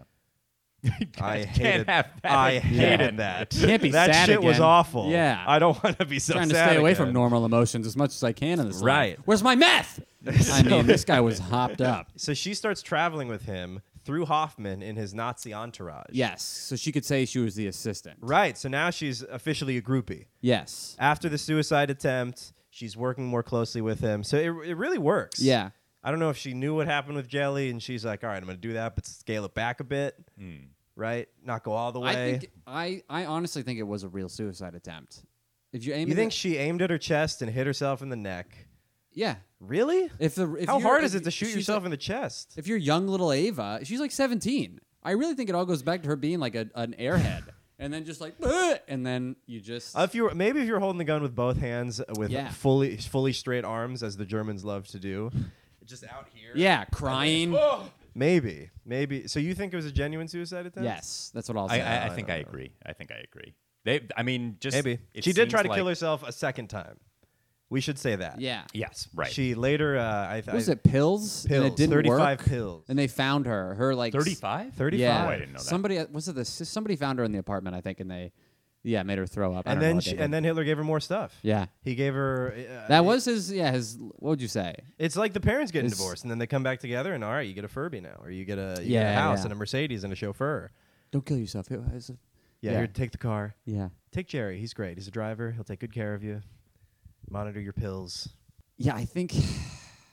Speaker 1: I
Speaker 3: Can't
Speaker 1: hated.
Speaker 3: have
Speaker 1: (laughs)
Speaker 3: that
Speaker 1: I
Speaker 3: again.
Speaker 1: hated that.
Speaker 2: Can't be
Speaker 1: that
Speaker 2: sad
Speaker 1: shit was
Speaker 2: again.
Speaker 1: awful.
Speaker 2: Yeah.
Speaker 1: I don't want to be so
Speaker 2: trying to
Speaker 1: sad.
Speaker 2: stay away from
Speaker 1: again.
Speaker 2: normal emotions as much as I can in this. life.
Speaker 1: Right.
Speaker 2: Where's my meth?
Speaker 1: (laughs)
Speaker 2: I mean, this guy was hopped up.
Speaker 1: So she starts traveling with him through Hoffman in his Nazi entourage.
Speaker 2: Yes. So she could say she was the assistant.
Speaker 1: Right. So now she's officially a groupie.
Speaker 2: Yes.
Speaker 1: After the suicide attempt, she's working more closely with him. So it, it really works.
Speaker 2: Yeah.
Speaker 1: I don't know if she knew what happened with Jelly and she's like, all right, I'm going to do that, but scale it back a bit. Right? Not go all the way.
Speaker 2: I think I, I honestly think it was a real suicide attempt. If you aim,
Speaker 1: you
Speaker 2: it
Speaker 1: think
Speaker 2: at-
Speaker 1: she aimed at her chest and hit herself in the neck?
Speaker 2: yeah.
Speaker 1: Really?
Speaker 2: If the if
Speaker 1: How
Speaker 2: you're-
Speaker 1: hard
Speaker 2: if
Speaker 1: is it to shoot
Speaker 2: she's
Speaker 1: yourself
Speaker 2: like-
Speaker 1: in the chest?
Speaker 2: if you're young little Ava, she's like 17. I really think it all goes back to her being like a, an airhead, and then just like, (laughs) "Bleh," and then you just
Speaker 1: If you were, maybe if you're holding the gun with both hands uh, with
Speaker 2: Yeah.
Speaker 1: fully fully straight arms as the Germans love to
Speaker 2: (laughs)
Speaker 1: do, just out here.
Speaker 2: yeah, (laughs) crying.
Speaker 1: Maybe, maybe. So you think it was a genuine suicide attempt?
Speaker 2: Yes, that's what I'll
Speaker 3: I,
Speaker 2: say.
Speaker 3: I,
Speaker 1: I
Speaker 3: I think
Speaker 1: don't
Speaker 3: I
Speaker 1: know.
Speaker 3: agree. I think I agree. They, I mean, just
Speaker 1: Maybe
Speaker 3: it
Speaker 1: she did
Speaker 3: seems
Speaker 1: try to kill
Speaker 3: like-
Speaker 1: herself a second time, We should say that.
Speaker 2: Yeah.
Speaker 3: Yes, right.
Speaker 1: She later, uh, I, th-
Speaker 2: What was
Speaker 1: I-
Speaker 2: it pills? And
Speaker 1: Pills.
Speaker 2: it didn't
Speaker 1: 35
Speaker 2: work?
Speaker 1: pills.
Speaker 2: And they found her. Her like s-
Speaker 3: 35?
Speaker 1: 35.
Speaker 2: Yeah.
Speaker 3: Oh, I didn't know that.
Speaker 2: Somebody uh, was it the sis- somebody found her in the apartment, I think, and they yeah made her throw up. I
Speaker 1: And
Speaker 2: don't know
Speaker 1: then
Speaker 2: what
Speaker 1: she,
Speaker 2: they
Speaker 1: and
Speaker 2: did.
Speaker 1: then Hitler gave her more stuff.
Speaker 2: yeah,
Speaker 1: He gave her. Uh,
Speaker 2: that was his yeah his what would you say?
Speaker 1: It's like the parents getting
Speaker 2: It's-
Speaker 1: divorced and then they come back together and all right, you get a Furby now, or you get a, you get a
Speaker 2: Yeah,
Speaker 1: house
Speaker 2: yeah.
Speaker 1: and a Mercedes and a chauffeur.
Speaker 2: Don't kill yourself. It was a-
Speaker 1: Yeah,
Speaker 2: Yeah.
Speaker 1: here, take the car.
Speaker 2: yeah.
Speaker 1: Take Jerry. He's great. He's a driver. He'll take good care of you. Monitor your pills.
Speaker 2: Yeah, I think (sighs)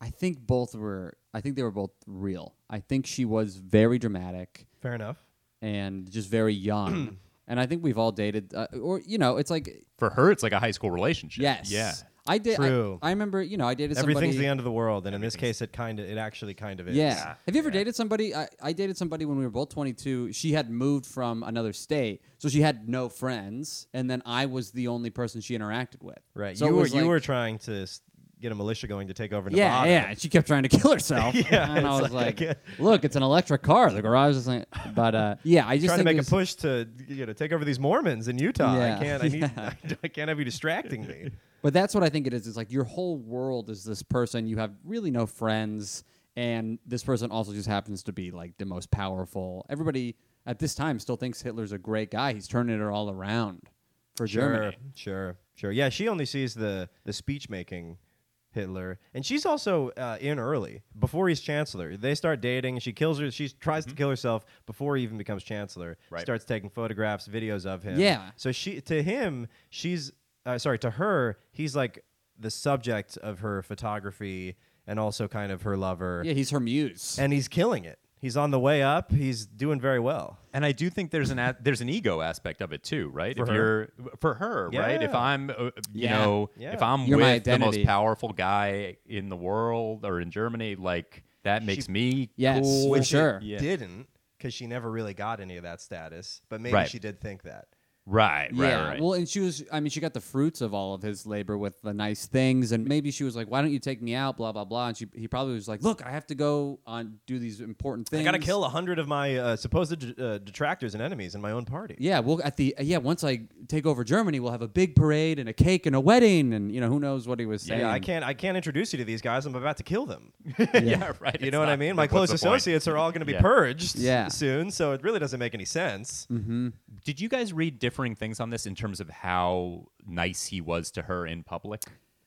Speaker 2: I think both were I think they were both real. I think she was very dramatic
Speaker 1: Fair enough.
Speaker 2: and just very young. and I think we've all dated uh, or you know, it's like
Speaker 3: For her, it's like a high school relationship.
Speaker 2: yes.
Speaker 3: Yeah.
Speaker 2: I did I-
Speaker 1: True.
Speaker 2: I, remember, you know, I dated somebody
Speaker 1: Everything's the end of the world, and in this case, it kind of, it actually kind of is.
Speaker 2: Yeah.
Speaker 3: Yeah.
Speaker 2: Have you ever dated somebody? I, I dated somebody when we were both 22. She had moved from another state, so she had no friends, and then I was the only person she interacted with.
Speaker 1: Right.
Speaker 2: So it
Speaker 1: you were
Speaker 2: was
Speaker 1: you
Speaker 2: like-
Speaker 1: were trying to s- get a militia going to take over
Speaker 2: Yeah,
Speaker 1: Nevada.
Speaker 2: yeah. and She kept trying to kill herself.
Speaker 1: (laughs) Yeah,
Speaker 2: And I
Speaker 1: it's
Speaker 2: was
Speaker 1: like-
Speaker 2: like, look, it's an electric car. The garage isn't. But uh, yeah, I just
Speaker 1: Trying to
Speaker 2: think
Speaker 1: make
Speaker 2: it
Speaker 1: a
Speaker 2: was-
Speaker 1: push to you know take over these Mormons in Utah. I
Speaker 2: Yeah.
Speaker 1: can't. I need.
Speaker 2: (laughs) Yeah.
Speaker 1: (laughs) I can't have you distracting me.
Speaker 2: But that's what I think it is. It's like your whole world is this person. You have really no friends, and this person also just happens to be like the most powerful. Everybody at this time still thinks Hitler's a great guy. He's turning it all around for Germany.
Speaker 1: Sure, sure. Yeah, she only sees the the speech making Hitler, and she's also uh, in early before he's chancellor. They start dating. She kills her. She tries to kill herself before he even becomes chancellor.
Speaker 3: Right.
Speaker 1: Starts taking photographs, videos of him.
Speaker 2: Yeah.
Speaker 1: So she to him, she's uh, sorry to her. He's like the subject of her photography and also kind of her lover.
Speaker 2: Yeah, he's her muse.
Speaker 1: And he's killing it. He's on the way up. He's doing very well.
Speaker 3: And I do think there's an a- there's an ego aspect of it too, right?
Speaker 1: For
Speaker 3: if
Speaker 1: her.
Speaker 3: you're for her, right? If
Speaker 1: Yeah.
Speaker 3: I'm, uh, you
Speaker 2: Yeah.
Speaker 3: know,
Speaker 1: Yeah.
Speaker 3: if I'm
Speaker 2: You're my
Speaker 3: with the most
Speaker 2: identity.
Speaker 3: powerful guy in the world or in Germany, like that makes me
Speaker 2: Yes,
Speaker 3: cool.
Speaker 2: for
Speaker 1: Which it
Speaker 2: sure.
Speaker 3: Yeah.
Speaker 1: didn't because she never really got any of that status. But maybe
Speaker 3: Right.
Speaker 1: she did think that.
Speaker 3: Right, right,
Speaker 2: yeah.
Speaker 3: right. (laughs)
Speaker 2: Well, and she was, I mean, she got the fruits of all of his labor with the nice things. And maybe she was like, why don't you take me out? Blah, blah, blah. And she, he probably was like, look, I have to go on, do these important things.
Speaker 1: I gotta kill a hundred of my uh, supposed d- uh, detractors and enemies in my own party.
Speaker 2: Yeah, we'll at the yeah. Once I take over Germany, we'll have a big parade and a cake and a wedding, and you know who knows what he was saying.
Speaker 1: Yeah, I can't. I can't introduce you to these guys. I'm about to kill them.
Speaker 3: yeah. right.
Speaker 1: You
Speaker 3: (laughs) It's
Speaker 1: know what I
Speaker 3: not-
Speaker 1: mean?
Speaker 3: like,
Speaker 1: My
Speaker 3: what's
Speaker 1: close
Speaker 3: the point?
Speaker 1: associates are all going to be
Speaker 3: Yeah. Mm-hmm.
Speaker 1: purged
Speaker 2: Yeah.
Speaker 1: soon, so it really doesn't make any sense.
Speaker 3: Did you guys read differing things on this in terms of how nice he was to her in public?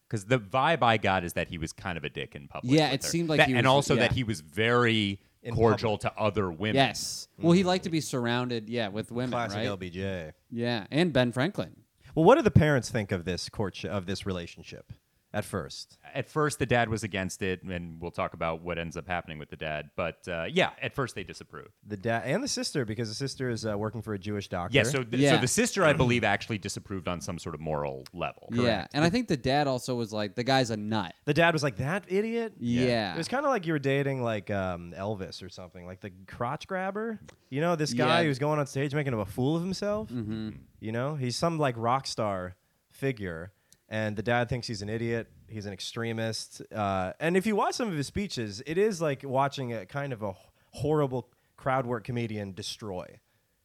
Speaker 3: Because the vibe I got is that he was kind of a dick in public.
Speaker 2: Yeah,
Speaker 3: with
Speaker 2: it
Speaker 3: her.
Speaker 2: seemed like
Speaker 3: That-
Speaker 2: he
Speaker 3: and
Speaker 2: was-
Speaker 3: also that
Speaker 2: yeah.
Speaker 3: he was very
Speaker 1: In
Speaker 3: cordial to other women.
Speaker 2: Yes. Well, he liked to
Speaker 1: Mm.
Speaker 2: be surrounded, yeah, with women,
Speaker 1: Classic
Speaker 2: right?
Speaker 1: LBJ.
Speaker 2: Yeah, and Ben Franklin.
Speaker 1: Well, what do the parents think of this courtship of this relationship at first?
Speaker 3: At first, the dad was against it, and we'll talk about what ends up happening with the dad. But uh, yeah, at first they disapprove.
Speaker 1: The dad and the sister, because the sister is uh, working for a Jewish doctor.
Speaker 3: Yeah, so, th- so
Speaker 2: Yeah.
Speaker 3: the sister,
Speaker 1: (clears throat)
Speaker 3: I believe, actually disapproved on some sort of moral level.
Speaker 2: Yeah, and I think the dad also was like, the guy's a nut.
Speaker 1: the dad was like, "That idiot."
Speaker 2: Yeah.
Speaker 1: It was kind of like you were dating like um, Elvis or something, like the crotch grabber. You know, this guy
Speaker 2: Yeah. Mm-hmm.
Speaker 1: who's going on stage making a fool of himself. You know, he's some like rock star figure, and the dad thinks he's an idiot. He's an extremist. Uh, and if you watch some of his speeches, it is like watching a kind of a h- horrible crowd work comedian destroy.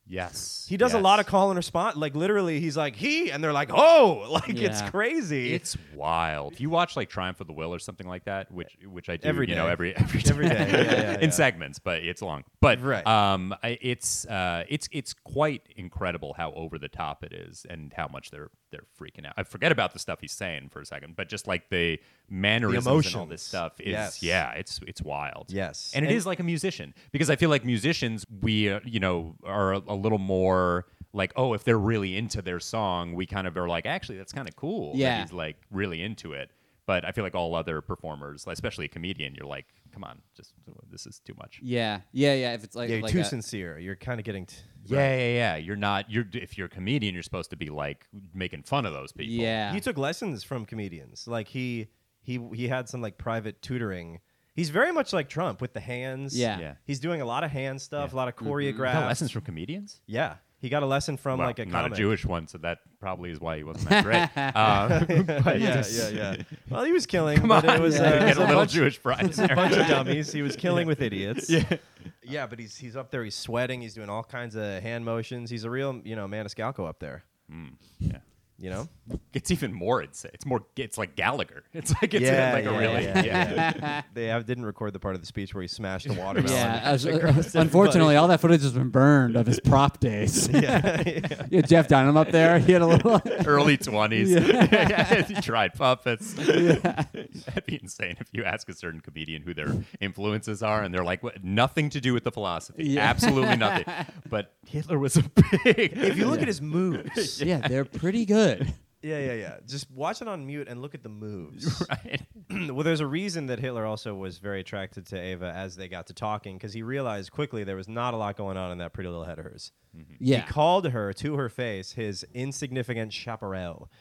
Speaker 3: Yes.
Speaker 1: He does a
Speaker 3: yes.
Speaker 1: lot of call and response. Like literally, he's like he, and they're like oh, (laughs) like it's
Speaker 2: Yeah.
Speaker 1: crazy.
Speaker 3: It's wild. If you watch like Triumph of the Will or something like that, which which I do,
Speaker 1: Every
Speaker 3: you know,
Speaker 1: day.
Speaker 3: every (laughs) every day,
Speaker 1: Every day, yeah, yeah,
Speaker 3: in
Speaker 1: yeah.
Speaker 3: segments, but it's long. But
Speaker 1: Right.
Speaker 3: um, I- it's uh, it's it's quite incredible how over the top it is and how much they're they're freaking out. I forget about the stuff he's saying for a second, but just like the mannerisms and all
Speaker 1: emotions.
Speaker 3: this stuff is
Speaker 1: Yes.
Speaker 3: yeah, it's it's wild.
Speaker 1: Yes.
Speaker 3: and it is
Speaker 1: And-
Speaker 3: like a musician because I feel like musicians we uh, you know are a, a little more. Like oh, if they're really into their song, we kind of are like, actually, that's kind of cool. that
Speaker 2: Yeah.
Speaker 3: he's like really into it. But I feel like all other performers, especially a comedian, you're like, come on, just this is too much.
Speaker 2: Yeah, yeah, yeah. If it's like,
Speaker 1: yeah, you're
Speaker 2: like
Speaker 1: too
Speaker 2: a-
Speaker 1: sincere. You're kind of getting. T-
Speaker 3: Yeah, yeah, yeah. You're not. You're if you're a comedian, you're supposed to be like making fun of those people.
Speaker 2: yeah,
Speaker 1: he took lessons from comedians. Like he he he had some like private tutoring. He's very much like Trump with the hands.
Speaker 2: Yeah.
Speaker 3: Yeah.
Speaker 1: He's doing a lot of hand stuff, a lot of
Speaker 3: You
Speaker 1: choreograph.
Speaker 3: got lessons from comedians.
Speaker 1: Yeah. He got a lesson from
Speaker 3: Well,
Speaker 1: like a
Speaker 3: not
Speaker 1: comic.
Speaker 3: a
Speaker 1: (laughs)
Speaker 3: Jewish one, so that probably is why he wasn't that great. Uh,
Speaker 1: yeah,
Speaker 3: (laughs) but
Speaker 1: yeah,
Speaker 3: just-
Speaker 1: yeah, yeah. Well, he was killing,
Speaker 3: Come
Speaker 1: but
Speaker 3: on,
Speaker 1: it was, uh,
Speaker 2: Yeah.
Speaker 1: it was
Speaker 3: get a
Speaker 1: a
Speaker 3: little
Speaker 1: bunch,
Speaker 3: Jewish pride. there.
Speaker 1: bunch
Speaker 3: (laughs)
Speaker 1: of dummies. He was killing with idiots. Yeah. Yeah, but he's he's up there. He's sweating. He's doing all kinds of hand motions. He's a real you know Maniscalco up there.
Speaker 3: Mm. Yeah.
Speaker 1: You know?
Speaker 3: It's even more. It's it's more. It's like Gallagher. It's like it's
Speaker 1: Yeah,
Speaker 3: like
Speaker 1: yeah,
Speaker 3: a really
Speaker 1: yeah,
Speaker 3: yeah. (laughs)
Speaker 1: (laughs) they have, didn't record the part of the speech where he smashed a watermelon. (laughs)
Speaker 2: Yeah,
Speaker 1: uh,
Speaker 2: as- uh,
Speaker 1: Across
Speaker 2: unfortunately, all that footage has been burned of his prop
Speaker 1: (laughs)
Speaker 2: days. (laughs)
Speaker 1: everybody. (laughs) Yeah, yeah.
Speaker 2: yeah, Jeff Dunham up there. He had a
Speaker 1: (laughs)
Speaker 2: little. (laughs)
Speaker 3: early twenties. (laughs) Yeah. he
Speaker 1: (laughs)
Speaker 3: tried puppets. That'd be insane if you ask a certain comedian who their influences are, and they're like, what? "Nothing to do with the philosophy.
Speaker 2: Yeah.
Speaker 1: (laughs)
Speaker 3: Absolutely nothing." But Hitler was a big.
Speaker 1: If you look at his moves, (laughs) yeah,
Speaker 2: yeah, they're pretty good.
Speaker 1: yeah, yeah. Just watch it on mute and look at the moves.
Speaker 3: (laughs) right,
Speaker 1: (clears throat) well, there's a reason that Hitler also was very attracted to Ava as they got to talking because he realized quickly there was not a lot going on in that pretty little head of hers.
Speaker 2: Yeah,
Speaker 1: He called her to her face his insignificant chaparral,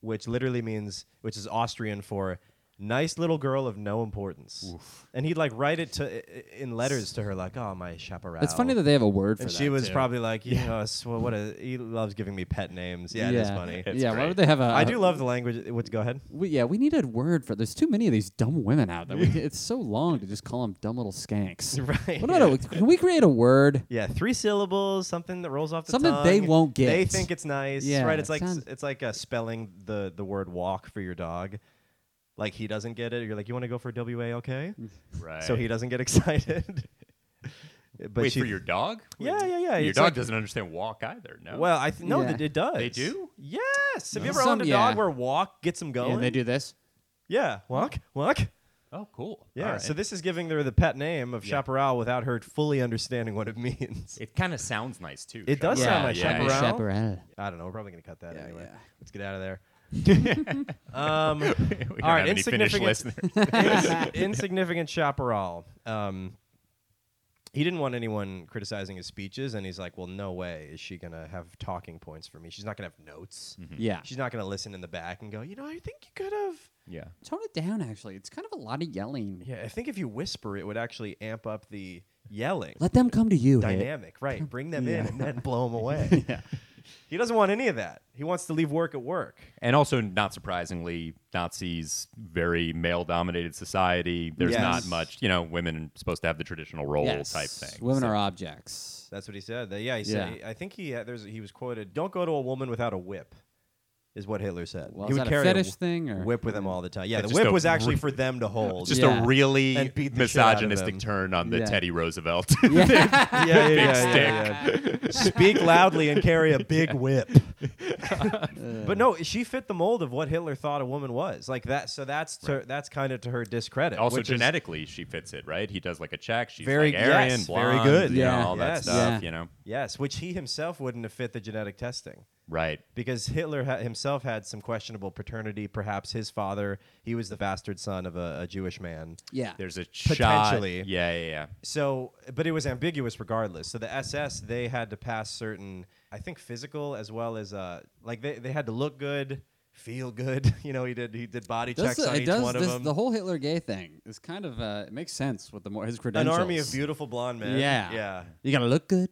Speaker 1: which literally means, which is Austrian for nice little girl of no importance. And he'd like write it to i- i- in letters to her, like, oh, my chaparral.
Speaker 2: it's funny that they have a word for
Speaker 1: and
Speaker 2: that.
Speaker 1: she was
Speaker 2: too.
Speaker 1: probably like, you know, s- well, what a, he loves giving me pet names. Yeah, it is funny.
Speaker 3: It's
Speaker 2: yeah, Uh, why
Speaker 3: great.
Speaker 2: would they have a?
Speaker 1: I do love the language. Would go ahead. (laughs)
Speaker 2: We, yeah, we need a word for. There's too many of these dumb women out
Speaker 1: (laughs)
Speaker 2: there. We, it's so long to just call them dumb little skanks.
Speaker 1: Right.
Speaker 2: What about a, can we create a word?
Speaker 1: Yeah, three syllables, something that rolls off the
Speaker 2: Something
Speaker 1: tongue.
Speaker 2: they won't get.
Speaker 1: They think it's nice,
Speaker 2: Yeah,
Speaker 1: right? It's
Speaker 2: it
Speaker 1: like
Speaker 2: sounds-
Speaker 1: it's like uh, spelling the the word walk for your dog. Like he doesn't get it. You're like, you want to go for W A L K?
Speaker 3: (laughs) right.
Speaker 1: So he doesn't get (laughs) excited. but
Speaker 3: Wait
Speaker 1: she,
Speaker 3: for your dog.
Speaker 1: Yeah, yeah, yeah,
Speaker 3: Your
Speaker 1: it's
Speaker 3: dog
Speaker 1: like-
Speaker 3: doesn't understand walk either. No.
Speaker 1: well, I th- no,
Speaker 2: Yeah.
Speaker 1: th- it does.
Speaker 3: They do?
Speaker 1: Yes. Have you
Speaker 2: No.
Speaker 1: ever
Speaker 2: Some-
Speaker 1: owned a
Speaker 2: yeah.
Speaker 1: dog where walk gets them going?
Speaker 2: and they do this.
Speaker 1: Yeah, walk, walk.
Speaker 3: oh, cool.
Speaker 1: Yeah.
Speaker 3: All right.
Speaker 1: So this is giving her the pet name of
Speaker 3: Yeah.
Speaker 1: chaparral without her fully understanding what it (laughs) means.
Speaker 3: it kind of sounds nice too.
Speaker 1: It does
Speaker 3: Sean.
Speaker 1: sound like
Speaker 3: yeah,
Speaker 1: chaparral.
Speaker 2: chaparral.
Speaker 1: I don't know. We're probably gonna cut that
Speaker 2: Yeah,
Speaker 1: anyway.
Speaker 2: yeah.
Speaker 1: Let's get out of there. um,
Speaker 3: (laughs) We
Speaker 1: (laughs)
Speaker 3: don't
Speaker 1: All right,
Speaker 3: have any Finnish
Speaker 1: insignificant-
Speaker 3: listeners.
Speaker 1: (laughs) ins- Um, insignificant chaparral. Um, he didn't want anyone criticizing his speeches, and he's like, "Well, no way is she gonna have talking points for me. She's not gonna have notes.
Speaker 2: Hmm. Yeah,
Speaker 1: She's not gonna listen in the back and go, you know, I think you could have.
Speaker 3: yeah.
Speaker 2: tone it down. Actually, it's kind of a lot of yelling.
Speaker 1: Yeah, I think if you whisper, it would actually amp up the yelling
Speaker 2: Let them come to you. Hit.
Speaker 1: dynamic, right? Bring them in
Speaker 2: Yeah.
Speaker 1: and then blow them away.
Speaker 2: (laughs) Yeah.
Speaker 1: He doesn't want any of that. He wants to leave work at work.
Speaker 3: And also, not surprisingly, Nazis, very male dominated society. There's
Speaker 1: Yes.
Speaker 3: not much, you know, women supposed to have the traditional role
Speaker 2: Yes.
Speaker 3: type thing.
Speaker 2: Women
Speaker 3: So-
Speaker 2: are objects.
Speaker 1: That's what he said. That- yeah, he said.
Speaker 2: Yeah.
Speaker 1: I think he had- there's he was quoted. Don't go to a woman without a whip, is what Hitler said.
Speaker 2: Well,
Speaker 1: he
Speaker 2: is
Speaker 1: would
Speaker 2: that a
Speaker 1: carry
Speaker 2: fetish
Speaker 1: w-
Speaker 2: thing, or-
Speaker 1: whip with him all the time. Yeah, the
Speaker 3: It's just
Speaker 1: whip
Speaker 3: a
Speaker 1: was actually
Speaker 3: re-
Speaker 1: for them to hold.
Speaker 3: Just
Speaker 2: Yeah.
Speaker 3: a really
Speaker 1: And beat the shit out of them.
Speaker 3: misogynistic turn on the
Speaker 2: Yeah.
Speaker 3: Teddy Roosevelt.
Speaker 1: (laughs) (laughs) yeah, yeah, yeah, yeah, yeah. Speak loudly and carry a big whip.
Speaker 2: Uh,
Speaker 1: but no, she fit the mold of what Hitler thought a woman was. Like that. So that's to, that's kind of to her discredit.
Speaker 3: (laughs) also,
Speaker 1: which is-
Speaker 3: genetically, she fits it, right? He does like a check. She's
Speaker 1: Very-
Speaker 3: like Aryan,
Speaker 1: yes, very
Speaker 3: blonde,
Speaker 1: good.
Speaker 3: you
Speaker 2: Yeah.
Speaker 3: know, all
Speaker 1: Yes.
Speaker 3: that stuff,
Speaker 2: Yeah.
Speaker 3: you know?
Speaker 1: yes, which he himself wouldn't have fit the genetic testing.
Speaker 3: Right.
Speaker 1: because Hitler ha- himself had some questionable paternity. Perhaps his father, he was the bastard son of a, a Jewish man.
Speaker 2: Yeah.
Speaker 3: There's a
Speaker 1: Potentially.
Speaker 3: shot. Yeah, yeah, yeah.
Speaker 1: So, but it was ambiguous regardless. So the SS, they had to pass certain, I think, physical as well as uh, like they, they had to look good, feel good. (laughs) you know, he did he did body
Speaker 2: Does
Speaker 1: checks
Speaker 2: the-
Speaker 1: on
Speaker 2: it
Speaker 1: each
Speaker 2: does
Speaker 1: one
Speaker 2: this-
Speaker 1: of them.
Speaker 2: The whole Hitler gay thing is kind of uh, it makes sense with the more his
Speaker 1: An
Speaker 2: credentials.
Speaker 1: army of beautiful blonde men.
Speaker 2: Yeah.
Speaker 1: yeah,
Speaker 2: You gotta look good,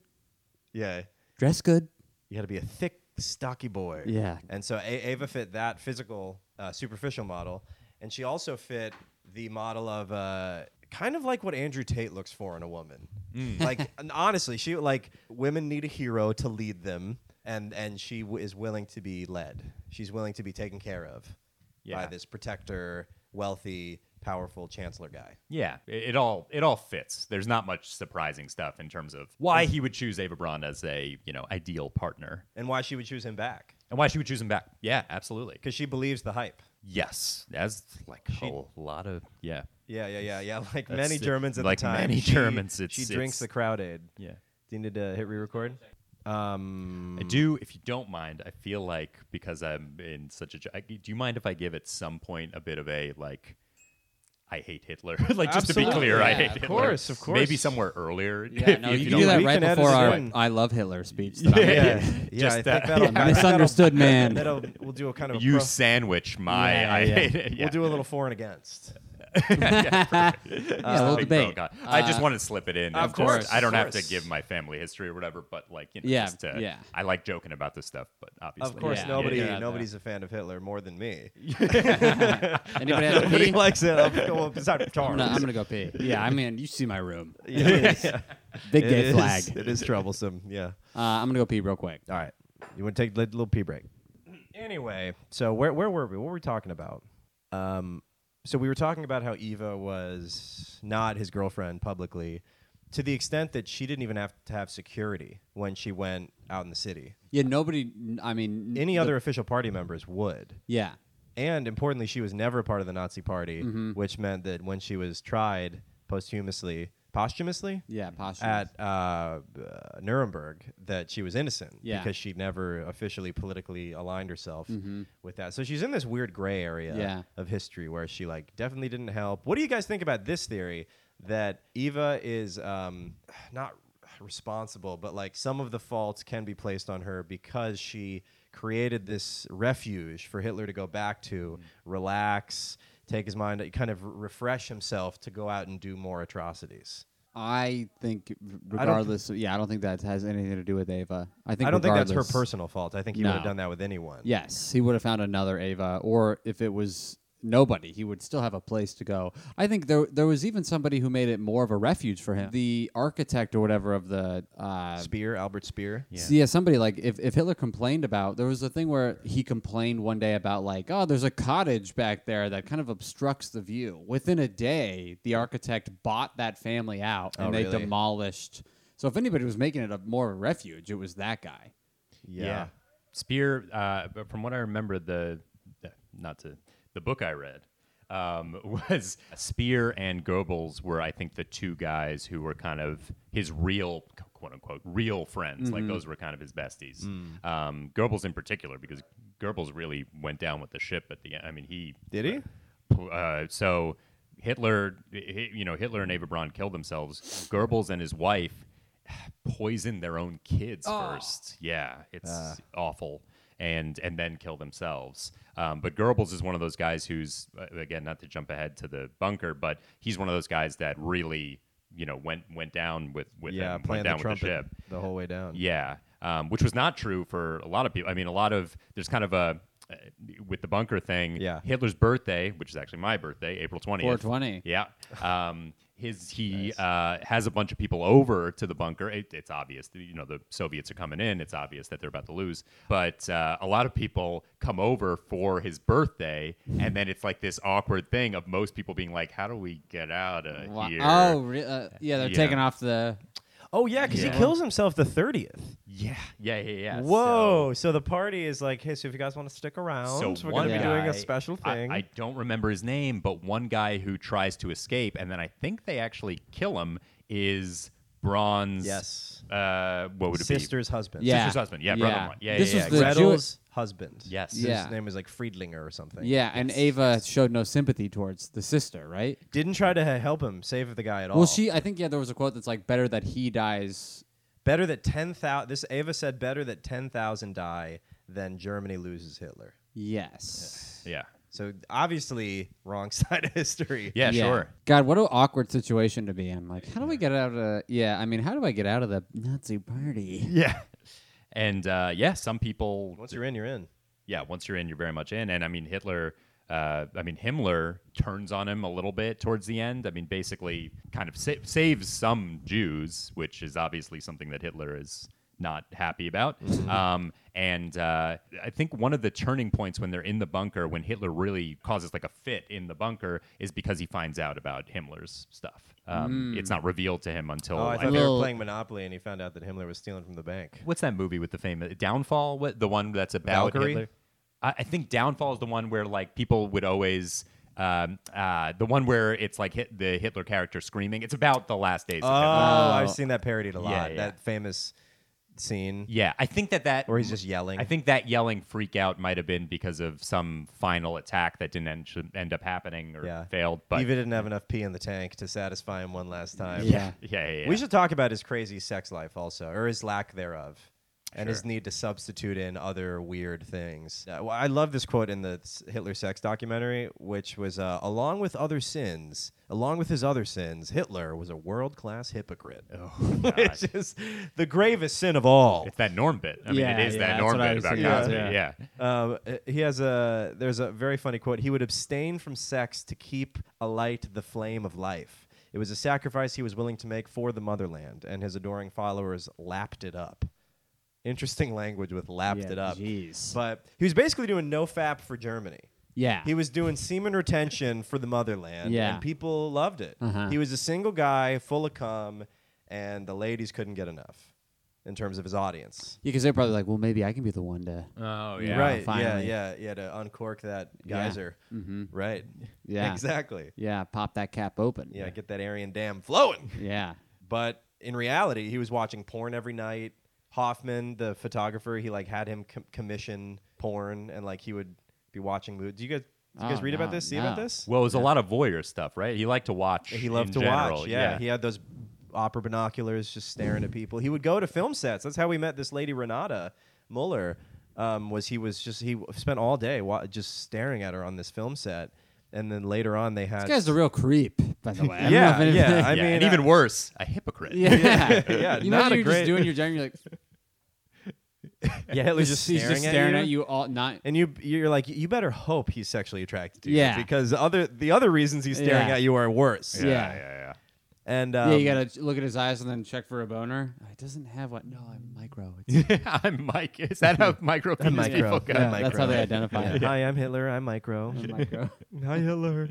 Speaker 1: yeah.
Speaker 2: dress good.
Speaker 1: You had to be a thick, stocky boy.
Speaker 2: Yeah.
Speaker 1: And so a- Ava fit that physical, uh, superficial model, and she also fit the model of uh, kind of like what Andrew Tate looks for in a woman. Like and honestly, she like women need a hero to lead them, and and she w- is willing to be led. She's willing to be taken care of by
Speaker 3: Yeah.
Speaker 1: this protector, wealthy, powerful chancellor guy.
Speaker 3: Yeah, it, it all it all fits. There's not much surprising stuff in terms of why he would choose Ava Braun as a you know ideal partner
Speaker 1: And why she would choose him back?
Speaker 3: and why she would choose him back. Yeah, absolutely.
Speaker 1: Because she believes the hype.
Speaker 3: Yes, as like a lot of yeah,
Speaker 1: Yeah, yeah, yeah, (laughs) yeah. Like
Speaker 3: That's
Speaker 1: many
Speaker 3: it.
Speaker 1: Germans at
Speaker 3: Like
Speaker 1: the time. (laughs)
Speaker 3: many
Speaker 1: she-
Speaker 3: Germans, it's-
Speaker 1: she drinks
Speaker 3: it's-
Speaker 1: the crowd aid.
Speaker 3: yeah.
Speaker 1: Do you need to hit re-record? Um,
Speaker 3: I do, if you don't mind, I feel like because I'm in such a. j- I- Do you mind if I give at some point a bit of a like? I hate Hitler. (laughs) like just to be
Speaker 1: Absolutely,
Speaker 3: clear, I
Speaker 2: yeah,
Speaker 3: hate
Speaker 2: of
Speaker 3: Hitler.
Speaker 1: course, of course.
Speaker 3: Maybe somewhere earlier.
Speaker 2: Yeah,
Speaker 3: (laughs) if
Speaker 2: no,
Speaker 3: if
Speaker 2: you,
Speaker 1: you
Speaker 2: can do
Speaker 1: don't-
Speaker 2: that
Speaker 1: we
Speaker 2: right
Speaker 1: can edit
Speaker 2: before
Speaker 1: this
Speaker 2: our
Speaker 1: in.
Speaker 2: "I love Hitler" speech. That
Speaker 3: (laughs)
Speaker 2: I'm
Speaker 3: Yeah.
Speaker 2: giving.
Speaker 1: (laughs) yeah, yeah, I
Speaker 3: Just
Speaker 1: think
Speaker 3: that.
Speaker 1: that'll,
Speaker 2: A
Speaker 1: that'll-
Speaker 2: misunderstood man.
Speaker 1: That'll, we'll do a kind of a
Speaker 3: You
Speaker 1: pro- (laughs)
Speaker 3: sandwich my.
Speaker 2: Yeah,
Speaker 3: I
Speaker 2: yeah.
Speaker 3: hate it. Yeah.
Speaker 1: we'll do a little for and against.
Speaker 2: (laughs) Yeah, a little
Speaker 3: Big
Speaker 1: oh,
Speaker 3: pro
Speaker 2: debate.
Speaker 3: guy. I
Speaker 2: uh,
Speaker 3: just want to slip it in.
Speaker 1: of
Speaker 3: Of
Speaker 1: course,
Speaker 3: course, I don't
Speaker 1: of
Speaker 3: have
Speaker 1: course.
Speaker 3: to give my family history or whatever, but like, you know,
Speaker 2: Yeah,
Speaker 3: just to,
Speaker 2: yeah.
Speaker 3: I like joking about this stuff, but obviously,
Speaker 1: Of course,
Speaker 2: Yeah,
Speaker 1: nobody
Speaker 2: yeah, yeah.
Speaker 1: nobody's a fan of Hitler more than
Speaker 3: (laughs)
Speaker 1: me. (laughs)
Speaker 2: Anybody have to
Speaker 1: Nobody
Speaker 2: pee?
Speaker 1: likes it. I'm going beside
Speaker 2: I'm,
Speaker 1: Charles.
Speaker 2: not- I'm gonna go pee. Yeah, I mean, you see my room.
Speaker 1: (laughs) Yeah.
Speaker 2: Big
Speaker 1: It
Speaker 2: gay
Speaker 1: is-
Speaker 2: flag.
Speaker 1: It is troublesome. Yeah.
Speaker 2: Uh, I'm gonna go pee real quick.
Speaker 1: All right. You want to take a little pee break? Anyway, so where where were we? What were we talking about? Um, so we were talking about how Eva was not his girlfriend publicly, to the extent that she didn't even have to have security when she went out in the city.
Speaker 2: Yeah, nobody. n- I mean, n-
Speaker 1: Any
Speaker 2: the-
Speaker 1: other official party members would.
Speaker 2: Yeah,
Speaker 1: And importantly, she was never a part of the Nazi party, which meant that when she was tried posthumously, posthumously,
Speaker 2: yeah, posture.
Speaker 1: at uh, uh, Nuremberg that she was innocent
Speaker 2: Yeah.
Speaker 1: because she never officially politically aligned herself with that. So she's in this weird gray area
Speaker 2: Mm-hmm. Yeah.
Speaker 1: of history where she like definitely didn't help. What do you guys think about this theory that Eva is um, not responsible, but like some of the faults can be placed on her because she created this refuge for Hitler to go back to,
Speaker 2: Mm-hmm.
Speaker 1: relax, take his mind, kind of refresh himself to go out and do more atrocities.
Speaker 2: I think, regardless, yeah, I don't think that has anything to do with Ava. I think
Speaker 1: I don't think that's her
Speaker 2: regardless-
Speaker 1: personal fault. I think he would have
Speaker 2: No.
Speaker 1: done that with anyone.
Speaker 2: Yes, he would have found another Ava, or if it was nobody, he would still have a place to go. I think there there was even somebody who made it more of a refuge for him. The architect or whatever of the uh,
Speaker 1: Spear, Albert Spear.
Speaker 3: Yeah.
Speaker 2: So, yeah, somebody like if, if Hitler complained about there was a thing where he complained one day about like, oh, there's a cottage back there that kind of obstructs the view. Within a day, the architect bought that family out and
Speaker 1: Oh,
Speaker 2: they
Speaker 1: really?
Speaker 2: demolished. So if anybody was making it a more of a refuge, it was that guy.
Speaker 1: Yeah.
Speaker 3: Spear, uh, but from what I remember, the, the not to the book I read um, (laughs) was Spear and Goebbels were, I think, the two guys who were kind of his real quote unquote real friends.
Speaker 1: Mm-hmm.
Speaker 3: Like those were kind of his besties.
Speaker 1: Mm.
Speaker 3: Um, Goebbels in particular, because Goebbels really went down with the ship at the end. I mean, he
Speaker 1: Did he?
Speaker 3: uh, so Hitler, hi- you know, Hitler and Eva Braun killed themselves. Goebbels and his wife (sighs) poisoned their own kids first. Yeah, it's awful. And and then kill themselves. Um, but Goebbels is one of those guys who's uh, again not to jump ahead to the bunker, but he's one of those guys that really you know went went down with with
Speaker 1: Yeah,
Speaker 3: them,
Speaker 1: playing
Speaker 3: went down
Speaker 1: the
Speaker 3: with
Speaker 1: trumpet
Speaker 3: the ship.
Speaker 1: the whole way down.
Speaker 3: Yeah, um, which was not true for a lot of people. I mean, a lot of there's kind of a uh, with the bunker thing.
Speaker 1: Yeah.
Speaker 3: Hitler's birthday, which is actually my birthday, April twentieth.
Speaker 2: 420.
Speaker 3: Yeah. Um, his he uh, has a bunch of people over to the bunker. It, it's obvious, that, you know, the Soviets are coming in. It's obvious that they're about to lose. But uh, a lot of people come over for his birthday, and then it's like this awkward thing of most people being like, "How do we get out of
Speaker 2: Wow.
Speaker 3: here?"
Speaker 2: Oh, re- uh, yeah, they're
Speaker 3: Yeah.
Speaker 2: taking off the.
Speaker 1: Oh yeah, because
Speaker 3: Yeah.
Speaker 1: he kills himself the thirtieth.
Speaker 3: yeah, yeah, yeah, yeah. So-
Speaker 1: Whoa! So, the party is like, hey, so if you guys want to stick around, we're
Speaker 3: one
Speaker 1: gonna be doing
Speaker 3: guy-
Speaker 1: a special
Speaker 3: I-
Speaker 1: thing.
Speaker 3: I, don't remember his name, but one guy who tries to escape, and then I think they actually kill him, is Bronze.
Speaker 1: yes,
Speaker 3: Uh, what would it
Speaker 1: sister's husband.
Speaker 2: Yeah.
Speaker 3: Sister's husband. Yeah, brother-in-law. Yeah,
Speaker 2: This
Speaker 3: yeah,
Speaker 2: was
Speaker 3: yeah,
Speaker 2: the Jew-
Speaker 1: Gretel's husband.
Speaker 3: Yes.
Speaker 1: his
Speaker 2: Yeah.
Speaker 1: name was like Friedlinger or something.
Speaker 2: Yeah, and Ava showed no sympathy towards the sister, right?
Speaker 1: didn't try to he- help him save the guy at all.
Speaker 2: Well, she, I think, yeah, there was a quote that's like, better that he dies.
Speaker 1: better that ten thousand. This Ava said better that ten thousand die than Germany loses Hitler.
Speaker 2: Yes.
Speaker 3: Yeah.
Speaker 1: So obviously, wrong (laughs) side of history.
Speaker 3: Yeah, sure.
Speaker 2: God, what an awkward situation to be in. Like, how do I get out of? Yeah, I mean, how do I get out of the Nazi party?
Speaker 3: Yeah. And uh, yeah, some people.
Speaker 1: Once you're in, you're in.
Speaker 3: yeah, once you're in, you're very much in. And I mean, Hitler, uh, I mean, Himmler turns on him a little bit towards the end. I mean, basically, kind of sa- saves some Jews, which is obviously something that Hitler is not happy about.
Speaker 1: Mm-hmm.
Speaker 3: Um, and uh, I think one of the turning points when they're in the bunker, when Hitler really causes like a fit in the bunker, is because he finds out about Himmler's stuff. Um, It's not revealed to him until
Speaker 1: Mm. Oh, I
Speaker 3: I
Speaker 1: thought
Speaker 3: think-
Speaker 1: they were
Speaker 2: Well-
Speaker 1: playing Monopoly, and he found out that Himmler was stealing from the bank.
Speaker 3: what's that movie with the famous Downfall? What the one that's about
Speaker 1: Valkyrie?
Speaker 3: Hitler? I, I think Downfall is the one where like people would always. Um, uh, the one where it's like hit the Hitler character screaming. It's about the last days.
Speaker 1: Oh,
Speaker 3: of Hitler.
Speaker 1: I've seen that parodied a lot.
Speaker 3: Yeah, yeah.
Speaker 1: That famous scene
Speaker 3: Yeah, I think that that.
Speaker 1: where he's just yelling.
Speaker 3: I think that yelling freak out might have been because of some final attack that didn't end, should end up happening or
Speaker 1: Yeah.
Speaker 3: failed. But
Speaker 1: Eva didn't have enough pee in the tank to satisfy him one last time.
Speaker 2: Yeah.
Speaker 3: yeah, yeah, yeah.
Speaker 1: We should talk about his crazy sex life also, or his lack thereof, and his
Speaker 3: Sure.
Speaker 1: need to substitute in other weird things. Uh, well, I love this quote in the s- Hitler sex documentary, which was uh, along with other sins, along with his other sins, Hitler was a world class hypocrite. (laughs)
Speaker 3: Oh, God.
Speaker 1: it's just the gravest sin of all.
Speaker 3: it's that Norm bit. I mean,
Speaker 2: Yeah,
Speaker 3: it is
Speaker 2: yeah,
Speaker 3: that
Speaker 2: that's
Speaker 3: Norm
Speaker 2: what I
Speaker 3: bit
Speaker 2: was
Speaker 3: about
Speaker 2: thinking.
Speaker 3: Cosby.
Speaker 2: Yeah.
Speaker 3: yeah.
Speaker 1: Um, uh, he has a there's a very funny quote. He would abstain from sex to keep alight the flame of life. It was a sacrifice he was willing to make for the motherland, and his adoring followers lapped it up. interesting (laughs) language with lapped
Speaker 2: Yeah,
Speaker 1: it up.
Speaker 2: jeez.
Speaker 1: But he was basically doing no fap for Germany.
Speaker 2: Yeah.
Speaker 1: He was doing semen retention for the motherland,
Speaker 2: Yeah.
Speaker 1: and people loved it.
Speaker 2: Uh-huh.
Speaker 1: He was a single guy, full of cum, and the ladies couldn't get enough in terms of his audience.
Speaker 2: because they're probably like, well, maybe I can be the one to.
Speaker 1: Uh.
Speaker 3: Oh
Speaker 2: yeah.
Speaker 1: right?
Speaker 2: finally.
Speaker 1: Yeah, yeah, yeah. To uncork that
Speaker 2: Yeah.
Speaker 1: geyser, right?
Speaker 2: Mm-hmm. Yeah.
Speaker 1: exactly.
Speaker 2: Yeah, pop that cap open.
Speaker 1: Yeah, get that Aryan dam flowing.
Speaker 2: Yeah.
Speaker 1: But in reality, he was watching porn every night. Hoffman, the photographer, he like had him com- commission porn, and like he would be watching. mo- Do you guys, do you guys
Speaker 2: Oh,
Speaker 1: read
Speaker 2: no,
Speaker 1: about this? See about
Speaker 2: no.
Speaker 1: this?
Speaker 3: Well, it was a lot of voyeur stuff, right? He liked to watch.
Speaker 1: He loved to
Speaker 3: in general.
Speaker 1: watch. Yeah. he had those opera binoculars, just staring at people. He would go to film sets. That's how we met this lady Renata Muller. Um, was he was just he w- spent all day wa- just staring at her on this film set, and then later on they had
Speaker 2: This guy's a real creep, by the way. I don't know
Speaker 1: yeah
Speaker 2: if anybody-
Speaker 1: yeah I
Speaker 3: Yeah,
Speaker 1: mean uh,
Speaker 3: and even worse, a hypocrite.
Speaker 2: (laughs) Yeah. yeah.
Speaker 1: (laughs) Yeah,
Speaker 2: You
Speaker 1: not
Speaker 2: know,
Speaker 1: a
Speaker 2: you're
Speaker 1: great-
Speaker 2: just doing your job and you're like,
Speaker 1: yeah Hitler's just
Speaker 2: just, (laughs) he's
Speaker 1: staring,
Speaker 2: just staring at you all, not.
Speaker 1: and you you're like you better hope he's sexually attracted to you
Speaker 2: Yeah.
Speaker 1: because other the other reasons he's staring
Speaker 2: Yeah.
Speaker 1: at you are worse
Speaker 3: yeah,
Speaker 2: Yeah.
Speaker 3: yeah. yeah.
Speaker 1: and um,
Speaker 2: yeah, you gotta look at his eyes and then check for a boner. Oh, It doesn't have what? No, I'm
Speaker 1: (laughs)
Speaker 2: micro. It's
Speaker 3: (laughs) I'm Mike. Is that how micro penis
Speaker 1: micro.
Speaker 3: people got?
Speaker 2: yeah,
Speaker 1: micro.
Speaker 2: That's how they identify
Speaker 1: yeah. (laughs)
Speaker 2: it.
Speaker 1: hi I'm Hitler I'm
Speaker 2: (laughs)
Speaker 1: micro
Speaker 2: micro.
Speaker 1: Hi Hitler.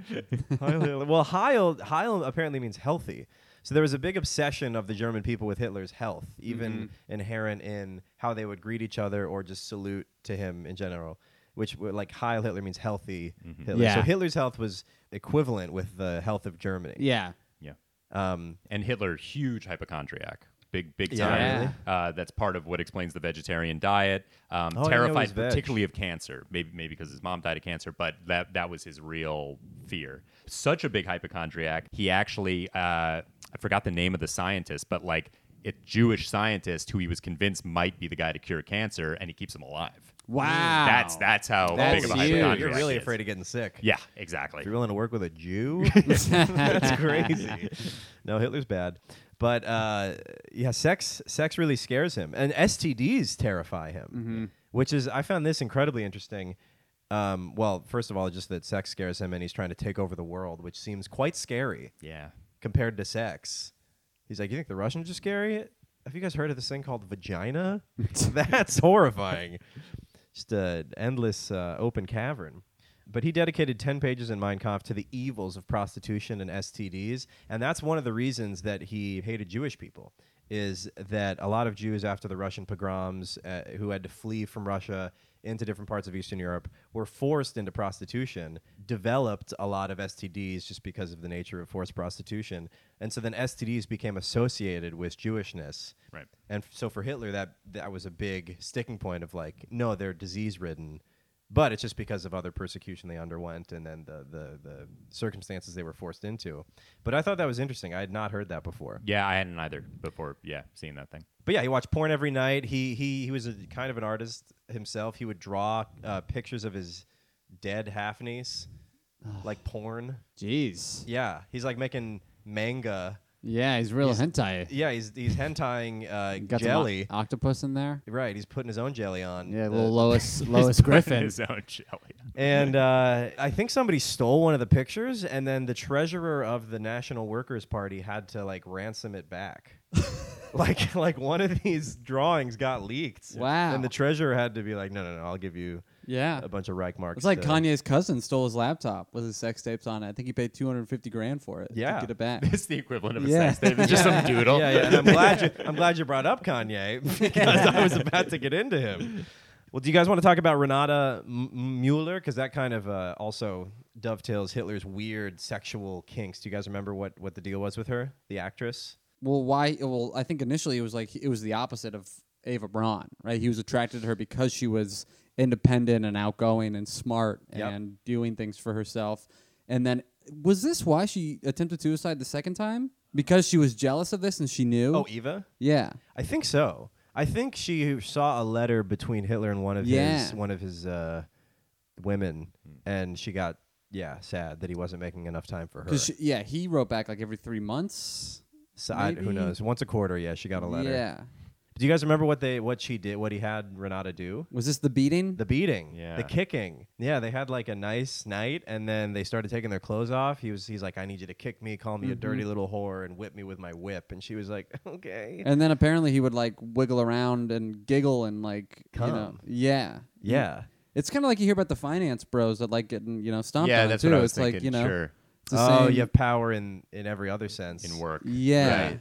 Speaker 1: Hi Hitler. (laughs) Well, Heil, Heil apparently means healthy. So there was a big obsession of the German people with Hitler's health, even inherent in how they would greet each other or just salute to him in general, which were like Heil Hitler means healthy
Speaker 3: Mm-hmm.
Speaker 1: Hitler. So
Speaker 2: Yeah.
Speaker 1: Hitler's health was equivalent with the health of Germany.
Speaker 2: Yeah.
Speaker 3: Yeah.
Speaker 1: Um,
Speaker 3: And Hitler, huge hypochondriac. Big, big
Speaker 1: Yeah,
Speaker 3: time.
Speaker 2: really?
Speaker 3: Uh, that's part of what explains the vegetarian diet. Um,
Speaker 1: Oh, I didn't know he was
Speaker 3: terrified,
Speaker 1: veg.
Speaker 3: particularly of cancer. Maybe, maybe because his mom died of cancer, but that that was his real fear. Such a big hypochondriac. He actually, uh, I forgot the name of the scientist, but like a Jewish scientist who he was convinced might be the guy to cure cancer, and he keeps him alive.
Speaker 2: Wow.
Speaker 3: That's that's how
Speaker 2: That's
Speaker 3: big of a
Speaker 2: huge.
Speaker 3: hypochondriac.
Speaker 1: You're really
Speaker 3: he is.
Speaker 1: afraid of getting sick.
Speaker 3: Yeah, exactly.
Speaker 1: If you're willing to work with a Jew, (laughs) that's crazy. No, Hitler's bad. But uh, yeah, sex sex really scares him, and STDs terrify him. Which is, I found this incredibly interesting. Um, well, first of all, just that sex scares him, and he's trying to take over the world, which seems quite scary
Speaker 3: Yeah.
Speaker 1: compared to sex. He's like, you think the Russians are scary? Have you guys heard of this thing called vagina? That's horrifying. Just an endless uh, open cavern. But he dedicated 10 pages in Mein Kampf to the evils of prostitution and STDs. And that's one of the reasons that he hated Jewish people, is that a lot of Jews after the Russian pogroms uh, who had to flee from Russia into different parts of Eastern Europe were forced into prostitution, developed a lot of STDs just because of the nature of forced prostitution. And so then STDs became associated with Jewishness.
Speaker 3: Right.
Speaker 1: And f- so for Hitler, that that was a big sticking point of like, no, they're disease ridden, but it's just because of other persecution they underwent and then the, the the circumstances they were forced into. But I thought that was interesting. I had not heard that before.
Speaker 3: Yeah, I hadn't either before. Yeah, seeing that thing.
Speaker 1: But yeah, he watched porn every night. He he he was a kind of an artist himself. He would draw uh, pictures of his dead half niece, like porn.
Speaker 2: Jeez.
Speaker 1: Yeah, he's like making manga.
Speaker 2: Yeah, he's real hentai.
Speaker 1: Yeah, he's he's hentai uh,
Speaker 2: Got some
Speaker 1: jelly.
Speaker 2: o- octopus in there.
Speaker 1: Right, he's putting his own jelly on.
Speaker 2: Yeah,
Speaker 1: the- (laughs)
Speaker 2: little Lois Lois Griffin.
Speaker 3: His own Oh, jelly. (laughs)
Speaker 1: And uh, I think somebody stole one of the pictures, and then the treasurer of the National Workers' Party had to like ransom it
Speaker 2: (laughs)
Speaker 1: back. like, like one of these drawings got leaked.
Speaker 2: Wow.
Speaker 1: And the treasurer had to be like, no, no, no, I'll give you
Speaker 2: (laughs) Yeah.
Speaker 1: a bunch of Reich marks.
Speaker 2: It's like
Speaker 1: to-"
Speaker 2: Kanye's cousin stole his laptop with his sex tapes on it. I think he paid 250 grand for it. to
Speaker 1: Yeah.
Speaker 2: get it back.
Speaker 1: (laughs)
Speaker 3: It's the equivalent of a
Speaker 2: Yeah.
Speaker 3: sex tape. It's (laughs) just some doodle.
Speaker 1: Yeah, yeah. And I'm glad you, I'm glad you brought up Kanye (laughs) because I was about to get into him. Well, do you guys want to talk about Renata M- M- Mueller? Because that kind of uh, also dovetails Hitler's weird sexual kinks. Do you guys remember what, what the deal was with her, the actress?
Speaker 2: Well, why? Well, I think initially it was like it was the opposite of Ava Braun, right? He was attracted to her because she was independent and outgoing and smart
Speaker 1: Yep.
Speaker 2: and doing things for herself. And then was this why she attempted suicide the second time? Because she was jealous of this and she knew.
Speaker 1: Oh, Eva.
Speaker 2: yeah.
Speaker 1: I think so. I think she saw a letter between Hitler and one of his
Speaker 2: Yeah.
Speaker 1: one of his uh, women,
Speaker 3: Hmm.
Speaker 1: and she got yeah sad that he wasn't making enough time for her.
Speaker 2: Because yeah, he wrote back like every three months.
Speaker 1: so I, who
Speaker 2: maybe-
Speaker 1: knows? Once a quarter, yeah, she got a letter.
Speaker 2: Yeah.
Speaker 1: Do you guys remember what they what she did? What he had Renata do?
Speaker 2: Was this the beating?
Speaker 1: The beating,
Speaker 3: Yeah.
Speaker 1: the kicking. Yeah, they had like a nice night, and then they started taking their clothes off. He was he's like, I need you to kick me, call me a dirty
Speaker 2: Mm-hmm.
Speaker 1: little whore, and whip me with my whip. And she was like, (laughs) Okay.
Speaker 2: and then apparently he would like wiggle around and giggle and like you know,
Speaker 1: Come.
Speaker 2: yeah.
Speaker 1: yeah.
Speaker 2: It's kind of like you hear about the finance bros that like getting you know stomped
Speaker 3: (laughs) yeah,
Speaker 2: on
Speaker 3: that's
Speaker 2: too.
Speaker 3: what I was
Speaker 2: it's
Speaker 3: thinking.
Speaker 2: like you know
Speaker 3: sure,
Speaker 2: it's the
Speaker 1: Oh,
Speaker 2: same
Speaker 1: you have power in in every other sense.
Speaker 3: in work.
Speaker 2: yeah
Speaker 3: Right.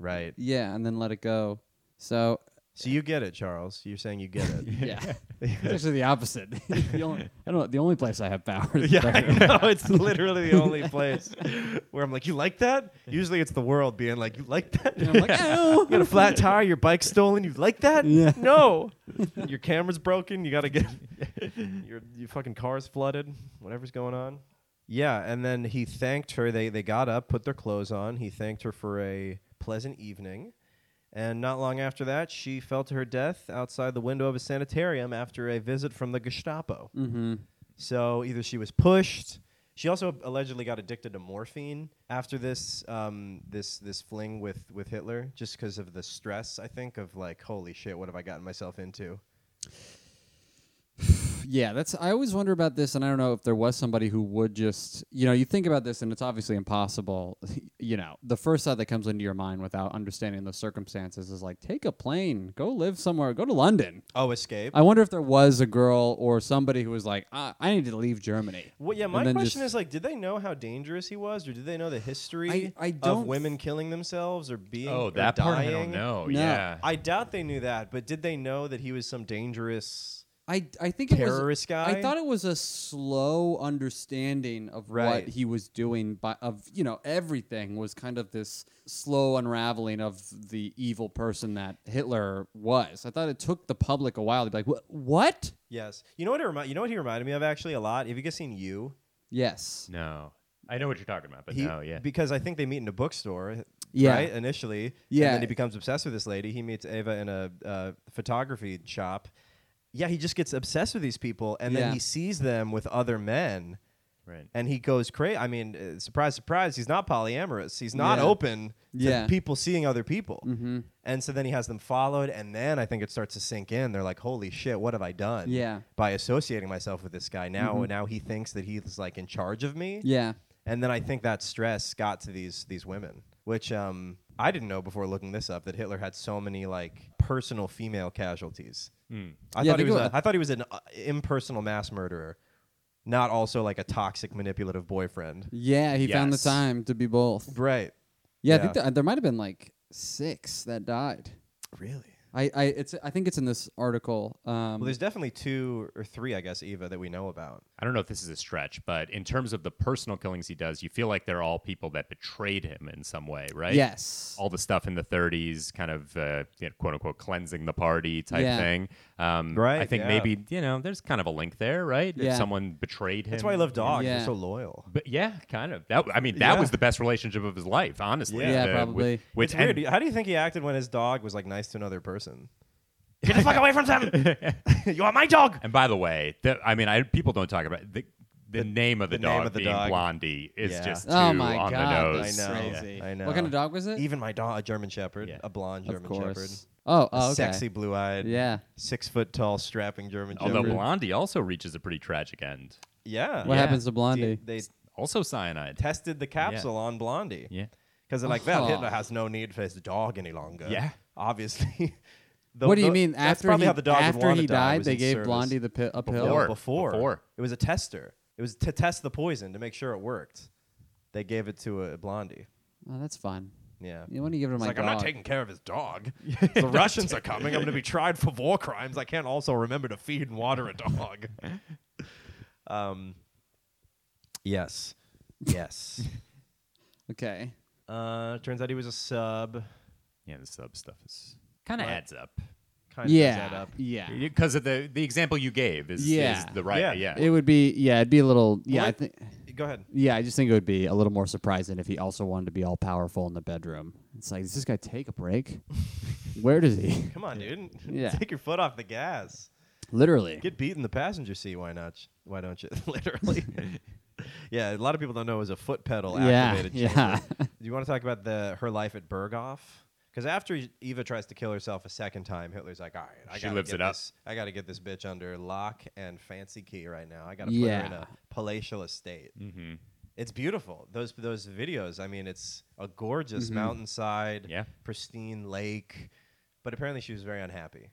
Speaker 1: Right.
Speaker 2: yeah and then let it go. So
Speaker 1: So you get it, Charles. You're saying you get it.
Speaker 2: (laughs)
Speaker 3: (laughs)
Speaker 2: yeah, it's actually the opposite. (laughs) the only, I don't know. The only place I have power.
Speaker 3: (laughs)
Speaker 1: (laughs)
Speaker 2: Is
Speaker 1: Yeah, I
Speaker 2: there.
Speaker 1: know. It's literally the only place where I'm like, you like
Speaker 3: (laughs)
Speaker 1: that? Usually it's the world being like, you like that?
Speaker 2: And I'm like, oh,
Speaker 1: you got a flat tire, your bike stolen, you like that?
Speaker 2: Yeah.
Speaker 1: No. your camera's broken, you got to get (laughs) your your fucking car's flooded, whatever's going on. Yeah, and then he thanked her. They they got up, put their clothes on. He thanked her for a pleasant evening. And not long after that, she fell to her death outside the window of a sanitarium after a visit from the Gestapo.
Speaker 2: Mm-hmm.
Speaker 1: So either she was pushed. She also allegedly got addicted to morphine after this um, this this fling with with Hitler, just because of the stress. I think of like, holy shit, what have I gotten myself into?
Speaker 2: Yeah, that's. I always wonder about this, and I don't know if there was somebody who would just, you know, you think about this, and it's obviously impossible. (laughs) You know, the first thought that comes into your mind without understanding the circumstances is like, take a plane, go live somewhere, go to London.
Speaker 1: Oh, escape.
Speaker 2: I wonder if there was a girl or somebody who was like, I, I need to leave Germany.
Speaker 1: well, yeah.
Speaker 2: and
Speaker 1: My
Speaker 2: then
Speaker 1: question
Speaker 2: just-
Speaker 1: is like, did they know how dangerous he was, or did they know the history
Speaker 2: I- I don't
Speaker 1: of women killing themselves or being
Speaker 3: Oh,
Speaker 1: or
Speaker 3: that part
Speaker 1: dying?
Speaker 3: I don't know.
Speaker 2: No.
Speaker 3: Yeah,
Speaker 1: I doubt they knew that, but did they know that he was some dangerous?
Speaker 2: I, I think it
Speaker 1: Terrorist
Speaker 2: was,
Speaker 1: guy?
Speaker 2: I thought it was a slow understanding of
Speaker 1: Right.
Speaker 2: what he was doing, but of you know everything was kind of this slow unraveling of the evil person that Hitler was. I thought it took the public a while to be like, "Wha- what?
Speaker 1: Yes. You know what? It remi- you know what he reminded me of actually a lot. Have you guys seen you?
Speaker 2: Yes,
Speaker 3: no, I know what you're talking about, but
Speaker 1: He-
Speaker 3: no, yeah.
Speaker 1: Because I think they meet in a bookstore,
Speaker 2: Yeah.
Speaker 1: right? Initially, And
Speaker 2: Yeah.
Speaker 1: then he becomes obsessed with this lady. He meets Ava in a uh, photography shop. Yeah, he just gets obsessed with these people, and then
Speaker 2: Yeah.
Speaker 1: he sees them with other men,
Speaker 3: right.
Speaker 1: and he goes crazy. I mean, uh, surprise, surprise, he's not polyamorous. He's not
Speaker 2: Yeah.
Speaker 1: open to
Speaker 2: Yeah. Mm-hmm.
Speaker 1: people seeing other people. And so then he has them followed, and then I think it starts to sink in. They're like, "Holy shit, what have I done?"
Speaker 2: Yeah. Mm-hmm.
Speaker 1: By associating myself with this guy now, now he thinks that he's like in charge of me
Speaker 2: yeah,
Speaker 1: and then I think that stress got to these these women, which um, I didn't know before looking this up that Hitler had so many like personal female casualties. I
Speaker 2: Yeah,
Speaker 1: thought he
Speaker 2: they
Speaker 1: was
Speaker 2: go-
Speaker 1: a, I thought he was an uh, impersonal mass murderer, not also like a toxic manipulative boyfriend.
Speaker 2: yeah." He found the
Speaker 3: Yes.
Speaker 2: time to be both.
Speaker 1: Right.
Speaker 2: Yeah, I
Speaker 1: Yeah.
Speaker 2: think th- there might have been like six that died.
Speaker 1: Really.
Speaker 2: I, I it's I think it's in this article. Um,
Speaker 1: Well, there's definitely two or three, I guess, Eva, that we know about.
Speaker 3: I don't know if this is a stretch, but in terms of the personal killings he does, you feel like they're all people that betrayed him in some way, right?
Speaker 2: yes,
Speaker 3: All the stuff in the 30s, kind of uh, you know, quote unquote cleansing the party type
Speaker 2: Yeah.
Speaker 3: thing. Um,
Speaker 1: Right,
Speaker 3: I think
Speaker 1: yeah.
Speaker 3: maybe, you know, there's kind of a link there, right? If
Speaker 2: Yeah.
Speaker 3: someone betrayed him.
Speaker 1: That's why I love dogs.
Speaker 2: Yeah.
Speaker 1: They're so loyal.
Speaker 3: But yeah, kind of. That I mean, that
Speaker 1: Yeah.
Speaker 3: was the best relationship of his life, honestly.
Speaker 1: Yeah.
Speaker 2: Yeah,
Speaker 3: The-
Speaker 2: probably.
Speaker 3: With, with
Speaker 1: it's weird.
Speaker 3: and-
Speaker 1: How do you think he acted when his dog was like nice to another person? Get the fuck away from them!
Speaker 3: (laughs)
Speaker 1: you are my dog.
Speaker 3: And by the way, the, I mean, I people don't talk about it. the the, name of the,
Speaker 1: the name
Speaker 3: dog
Speaker 1: of the
Speaker 3: being
Speaker 1: dog.
Speaker 3: Blondie is
Speaker 1: Yeah.
Speaker 3: just too
Speaker 2: Oh my
Speaker 3: on
Speaker 2: God,
Speaker 3: the
Speaker 1: I
Speaker 3: nose.
Speaker 2: that's
Speaker 1: know.
Speaker 2: crazy.
Speaker 1: I know.
Speaker 2: What kind of dog was it?
Speaker 1: Even my dog, a German Shepherd,
Speaker 3: Yeah.
Speaker 1: a blonde
Speaker 2: of
Speaker 1: German
Speaker 2: course.
Speaker 1: Shepherd,
Speaker 2: Oh, oh okay.
Speaker 1: sexy blue eyed,
Speaker 2: Yeah.
Speaker 1: six foot tall, strapping German
Speaker 3: Although
Speaker 1: Shepherd.
Speaker 3: Blondie also reaches a pretty tragic end.
Speaker 1: yeah,
Speaker 2: What
Speaker 3: Yeah.
Speaker 2: happens to Blondie?
Speaker 1: They, they
Speaker 3: Also cyanide.
Speaker 1: tested the capsule on Blondie.
Speaker 3: Yeah.
Speaker 1: because they're like, well,
Speaker 2: Oh.
Speaker 1: Hitler has no need for his dog any longer.
Speaker 3: Yeah.
Speaker 1: obviously. (laughs) The-
Speaker 2: what do you
Speaker 1: the-
Speaker 2: mean?
Speaker 1: that's
Speaker 2: After
Speaker 1: probably
Speaker 2: he,
Speaker 1: how the dog would
Speaker 2: after
Speaker 1: wanna
Speaker 2: he
Speaker 1: die,
Speaker 2: died,
Speaker 1: was
Speaker 2: they
Speaker 1: in
Speaker 2: gave
Speaker 1: service.
Speaker 2: Blondie the pi- a pill.
Speaker 1: No,
Speaker 3: Before.
Speaker 1: before.
Speaker 3: Before.
Speaker 1: It was a tester. It was to test the poison to make sure it worked. They gave it to a Blondie.
Speaker 2: Oh, that's fun.
Speaker 1: Yeah.
Speaker 2: You want to give it to
Speaker 1: It's
Speaker 2: my
Speaker 1: like,
Speaker 2: dog?
Speaker 1: I'm not taking care of his
Speaker 2: (laughs)
Speaker 1: dog. the Russians are coming. I'm going to be tried for war crimes. I can't also remember to feed and water a
Speaker 2: (laughs)
Speaker 1: dog. um, yes.
Speaker 2: (laughs)
Speaker 1: Yes.
Speaker 2: okay.
Speaker 1: uh, turns out he was a sub.
Speaker 3: Yeah, the sub stuff is kind of
Speaker 1: Right.
Speaker 3: adds up.
Speaker 1: Kind of
Speaker 2: Yeah.
Speaker 1: that up.
Speaker 2: Yeah.
Speaker 3: Because of the the example you gave is,
Speaker 2: Yeah.
Speaker 3: is the right.
Speaker 1: Yeah.
Speaker 3: Yeah.
Speaker 2: It would be. Yeah. It'd be a little. Yeah.
Speaker 1: Well,
Speaker 2: I
Speaker 1: I-
Speaker 2: think.
Speaker 1: Go ahead.
Speaker 2: Yeah, I just think it would be a little more surprising if he also wanted to be all powerful in the bedroom. It's like, does this guy take a break? Where does he?
Speaker 1: Come on, dude. (laughs)
Speaker 2: Yeah.
Speaker 1: Take your foot off the gas.
Speaker 2: Literally.
Speaker 1: Get beat in the passenger seat. Why not? Why don't you? (laughs)
Speaker 2: (laughs)
Speaker 1: Literally. yeah, a lot of people don't know it was a foot pedal
Speaker 2: Yeah,
Speaker 1: activated.
Speaker 2: yeah.
Speaker 1: chamber. Do you want to talk about the her life at Berghoff? Because after E, Eva tries to kill herself a second time, Hitler's like, all right, I
Speaker 3: She
Speaker 1: gotta
Speaker 3: lives
Speaker 1: get
Speaker 3: it up.
Speaker 1: This, I got to get this bitch under lock and fancy key right now. I got to put her in
Speaker 2: Yeah.
Speaker 1: a palatial estate.
Speaker 3: Mm-hmm.
Speaker 1: It's beautiful. Those those videos. I mean, it's a gorgeous
Speaker 2: Mm-hmm.
Speaker 1: mountainside,
Speaker 3: Yeah.
Speaker 1: pristine lake. But apparently, she was very unhappy.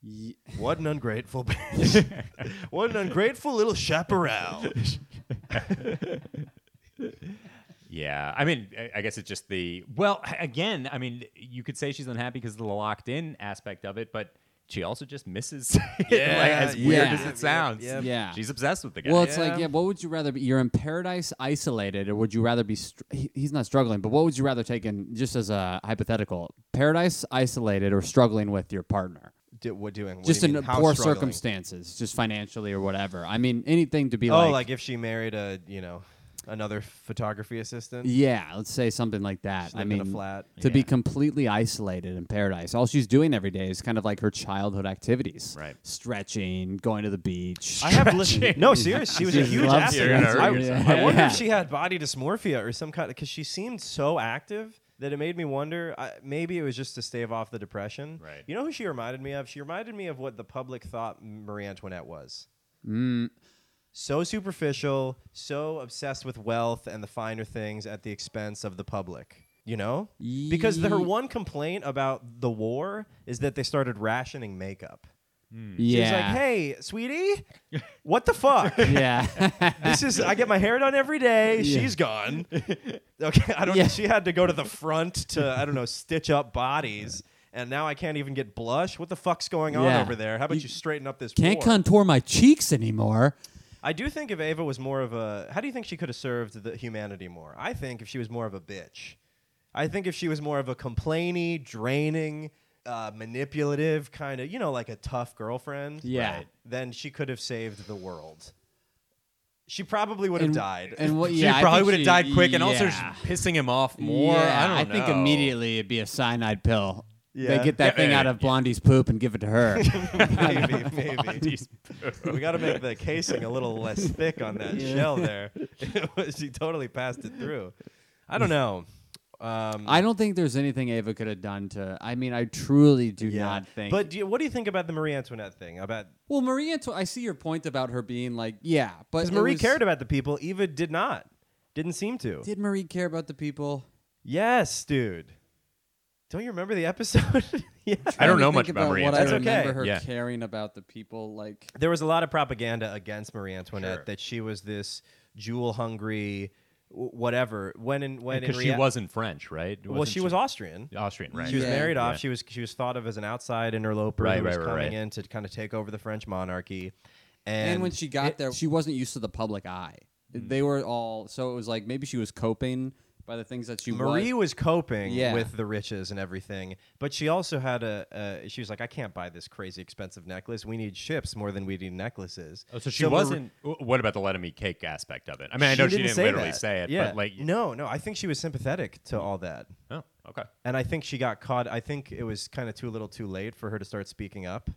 Speaker 2: Ye-
Speaker 1: What an ungrateful bitch.
Speaker 2: (laughs)
Speaker 1: what an ungrateful little chaparral.
Speaker 3: Yeah, I mean, I- I guess it's just the well. h- Again, I mean, you could say she's unhappy because of the locked-in aspect of it, but she also just misses. (laughs) it, like, as
Speaker 1: yeah,
Speaker 3: weird
Speaker 2: yeah,
Speaker 3: as
Speaker 2: yeah,
Speaker 3: it sounds.
Speaker 1: yeah.
Speaker 2: Yeah.
Speaker 3: she's obsessed with the guy.
Speaker 2: Well, it's like,
Speaker 1: Yeah.
Speaker 2: yeah, what would you rather be? You're in paradise isolated, or would you rather be? Str- he- he's not struggling, but what would you rather take in, just as a hypothetical, paradise isolated or struggling with your partner?
Speaker 1: Do, what doing? What do
Speaker 2: just
Speaker 1: you
Speaker 2: in
Speaker 1: mean, how
Speaker 2: poor
Speaker 1: struggling?
Speaker 2: circumstances, just financially or whatever. I mean, anything to be
Speaker 1: Oh,
Speaker 2: like,
Speaker 1: like, if she married a you know another photography assistant.
Speaker 2: yeah, let's say something like that.
Speaker 1: She
Speaker 2: I
Speaker 1: lived in
Speaker 2: mean,
Speaker 1: a flat.
Speaker 2: to be
Speaker 3: Yeah.
Speaker 2: completely isolated in paradise. All she's doing every day is kind of like her childhood activities,
Speaker 3: Right.
Speaker 2: Stretching, going to the beach.
Speaker 1: I have
Speaker 3: Stretching.
Speaker 1: listened. No, serious. She was a
Speaker 2: She
Speaker 1: huge
Speaker 2: loves
Speaker 1: athlete.
Speaker 3: it.
Speaker 1: I,
Speaker 3: Yeah.
Speaker 1: I wonder
Speaker 2: Yeah.
Speaker 1: if she had body dysmorphia or some kind because she seemed so active that it made me wonder. I, maybe it was just to stave off the depression.
Speaker 3: Right.
Speaker 1: You know who she reminded me of? She reminded me of what the public thought Marie Antoinette was.
Speaker 2: Mm.
Speaker 1: So superficial, so obsessed with wealth and the finer things at the expense of the public. You know, because her
Speaker 2: Ye-
Speaker 1: one complaint about the war is that they started rationing makeup. She
Speaker 2: yeah.
Speaker 1: was like, "Hey, sweetie, what the
Speaker 2: (laughs)
Speaker 1: fuck? (laughs)
Speaker 2: Yeah.
Speaker 1: this is I get my hair done every day.
Speaker 2: Yeah.
Speaker 1: She's gone. Okay, I don't.
Speaker 2: Yeah.
Speaker 1: She had to go to the front to I don't know stitch up bodies, and now I can't even get blush. What the fuck's going on
Speaker 2: Yeah.
Speaker 1: over there? How about you,
Speaker 2: You
Speaker 1: straighten up this?
Speaker 2: Can't
Speaker 1: war?
Speaker 2: contour my cheeks anymore.
Speaker 1: I do think if Ava was more of a, how do you think she could have served the humanity more? I think if she was more of a bitch. I think if she was more of a complainy, draining, uh, manipulative kind of, you know, like a tough girlfriend.
Speaker 2: Yeah. Right.
Speaker 1: Then she could have saved the world. She probably would have
Speaker 2: And-
Speaker 1: died.
Speaker 2: And
Speaker 3: (laughs)
Speaker 2: what?
Speaker 3: she
Speaker 2: Yeah, I
Speaker 3: probably
Speaker 2: think
Speaker 3: would have
Speaker 2: she-
Speaker 3: died quick, and also
Speaker 2: yeah.
Speaker 3: she's pissing him off more.
Speaker 2: Yeah,
Speaker 3: I don't know.
Speaker 2: think immediately it'd be a cyanide pill.
Speaker 1: Yeah.
Speaker 2: They get that
Speaker 3: Yeah,
Speaker 2: thing
Speaker 3: yeah,
Speaker 2: out of Blondie's poop and give it to her.
Speaker 3: (laughs)
Speaker 2: (laughs)
Speaker 1: maybe, maybe. we got to make the casing a little less thick on that shell there. (laughs) she totally passed it through. I don't know. Um,
Speaker 2: I don't think there's anything Ava could have done to. I mean, I truly do not think.
Speaker 1: But do you, what do you think about the Marie Antoinette thing? About
Speaker 2: well, Marie Antoinette, I see your point about her being like, yeah, but
Speaker 1: because
Speaker 2: it
Speaker 1: Marie
Speaker 2: was-
Speaker 1: cared about the people, Eva did not. Didn't seem to.
Speaker 2: Did Marie care about the people?
Speaker 1: yes, dude. Don't you remember the episode? (laughs) yeah.
Speaker 3: I don't
Speaker 2: Trying to
Speaker 3: know
Speaker 2: think
Speaker 3: much about
Speaker 2: about
Speaker 3: Marie
Speaker 2: What
Speaker 1: Antoinette.
Speaker 2: I
Speaker 1: That's
Speaker 2: remember
Speaker 1: okay.
Speaker 2: her
Speaker 3: Yeah.
Speaker 2: caring about the people, like
Speaker 1: There was a lot of propaganda against Marie Antoinette
Speaker 3: Sure.
Speaker 1: that she was this jewel hungry, whatever. When in when
Speaker 3: because
Speaker 1: in
Speaker 3: she
Speaker 1: rea-
Speaker 3: wasn't French, right?
Speaker 1: well, she was Austrian.
Speaker 3: Austrian, right?
Speaker 1: She was
Speaker 2: Yeah.
Speaker 1: married off.
Speaker 3: Yeah.
Speaker 1: She was she was thought of as an outside interloper
Speaker 3: Right,
Speaker 1: who was
Speaker 3: right, right,
Speaker 1: coming
Speaker 3: right.
Speaker 1: in to kind of take over the French monarchy.
Speaker 2: and,
Speaker 1: And,
Speaker 2: when she got there, she wasn't used to the public eye.
Speaker 3: Mm.
Speaker 2: They were all so it was like maybe she was coping by the things that she
Speaker 1: Marie
Speaker 2: was.
Speaker 1: was coping
Speaker 2: Yeah.
Speaker 1: with the riches and everything, but she also had a. Uh, she was like, "I can't buy this crazy expensive necklace. We need ships more than we need necklaces."
Speaker 3: Oh, so she
Speaker 1: Mar-
Speaker 3: wasn't. wh- What about the let him eat cake aspect of it? I mean, I know she didn't
Speaker 1: say
Speaker 3: literally
Speaker 1: that.
Speaker 3: say it,
Speaker 1: yeah.
Speaker 3: but like,
Speaker 1: no, no. I think she was sympathetic to all that,
Speaker 3: oh, okay,
Speaker 1: and I think she got caught. I think it was kind of too little, too late for her to start speaking up,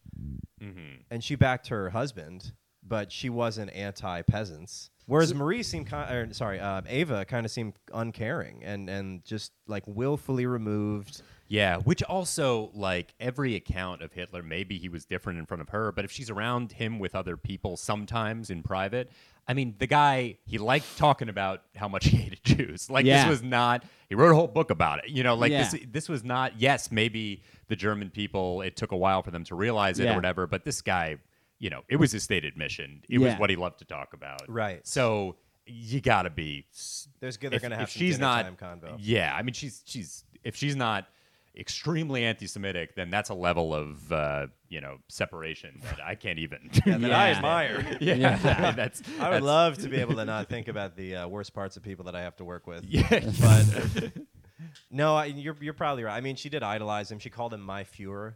Speaker 3: Mm-hmm.
Speaker 1: and she backed her husband, but she wasn't anti peasants. Whereas Marie seemed, kind or, sorry, uh, Ava kind of seemed uncaring and and just like willfully removed.
Speaker 3: yeah. Which also, like, every account of Hitler, maybe he was different in front of her, but if she's around him with other people, sometimes in private, I mean, the guy he liked talking about how much (laughs) he hated Jews. Like,
Speaker 2: Yeah.
Speaker 3: this was not. He wrote a whole book about it. You know, like this.
Speaker 2: Yeah.
Speaker 3: This was not. Yes, maybe the German people. It took a while for them to realize it or
Speaker 2: Yeah.
Speaker 3: whatever. But this guy, you know, it was his stated mission. It was
Speaker 2: Yeah.
Speaker 3: what he loved to talk about.
Speaker 1: Right.
Speaker 3: So you gotta be. s-
Speaker 1: There's good. They're
Speaker 3: if-
Speaker 1: gonna
Speaker 3: if
Speaker 1: have some
Speaker 3: she's
Speaker 1: dinner
Speaker 3: not,
Speaker 1: time convo.
Speaker 3: Yeah, I mean, she's she's if she's not extremely anti-Semitic, then that's a level of uh, you know separation that I can't
Speaker 1: (laughs)
Speaker 3: even. yeah,
Speaker 1: that I
Speaker 2: Yeah.
Speaker 1: admire.
Speaker 3: (laughs) yeah,
Speaker 2: Yeah.
Speaker 3: that's.
Speaker 1: I would
Speaker 3: that's-
Speaker 1: love
Speaker 3: (laughs)
Speaker 1: to be able to not think about the uh, worst parts of people that I have to work with.
Speaker 3: Yeah,
Speaker 1: (laughs)
Speaker 3: (laughs)
Speaker 1: But no, I, you're you're probably right. I mean, she did idolize him. She called him my Fuhrer.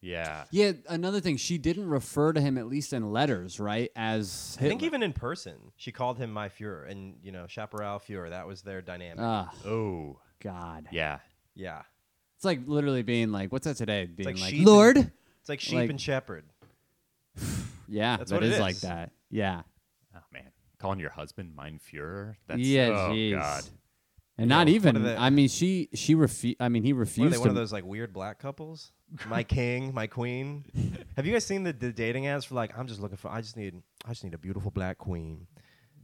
Speaker 3: yeah.
Speaker 2: yeah, another thing, she didn't refer to him at least in letters, right? As
Speaker 1: I
Speaker 2: Hitler.
Speaker 1: think even in person, she called him my Fuhrer, and you know, Chaparral Fuhrer. That was their dynamic.
Speaker 2: Oh
Speaker 3: Oh,
Speaker 2: God,
Speaker 3: yeah.
Speaker 1: yeah,
Speaker 2: it's like literally being like, what's that today? Being
Speaker 1: like
Speaker 2: like,
Speaker 1: sheep and-
Speaker 2: Lord,
Speaker 1: it's like sheep
Speaker 2: Like-
Speaker 1: and shepherd.
Speaker 2: yeah,
Speaker 1: That's
Speaker 2: that
Speaker 1: what it
Speaker 2: is like
Speaker 1: is.
Speaker 2: that, yeah.
Speaker 3: Oh man, calling your husband Mein Führer. That's,
Speaker 2: Yeah,
Speaker 3: Oh
Speaker 2: jeez.
Speaker 3: God.
Speaker 2: And not
Speaker 1: what are
Speaker 2: even.
Speaker 1: the-
Speaker 2: I mean, she she refu- I mean, he
Speaker 1: What are
Speaker 2: refused
Speaker 1: they, one of
Speaker 2: to.
Speaker 1: those like weird black
Speaker 2: (laughs)
Speaker 1: couples? My king, my queen. Have you guys seen the, the dating ads for like I'm just looking for I just need I just need a beautiful black queen.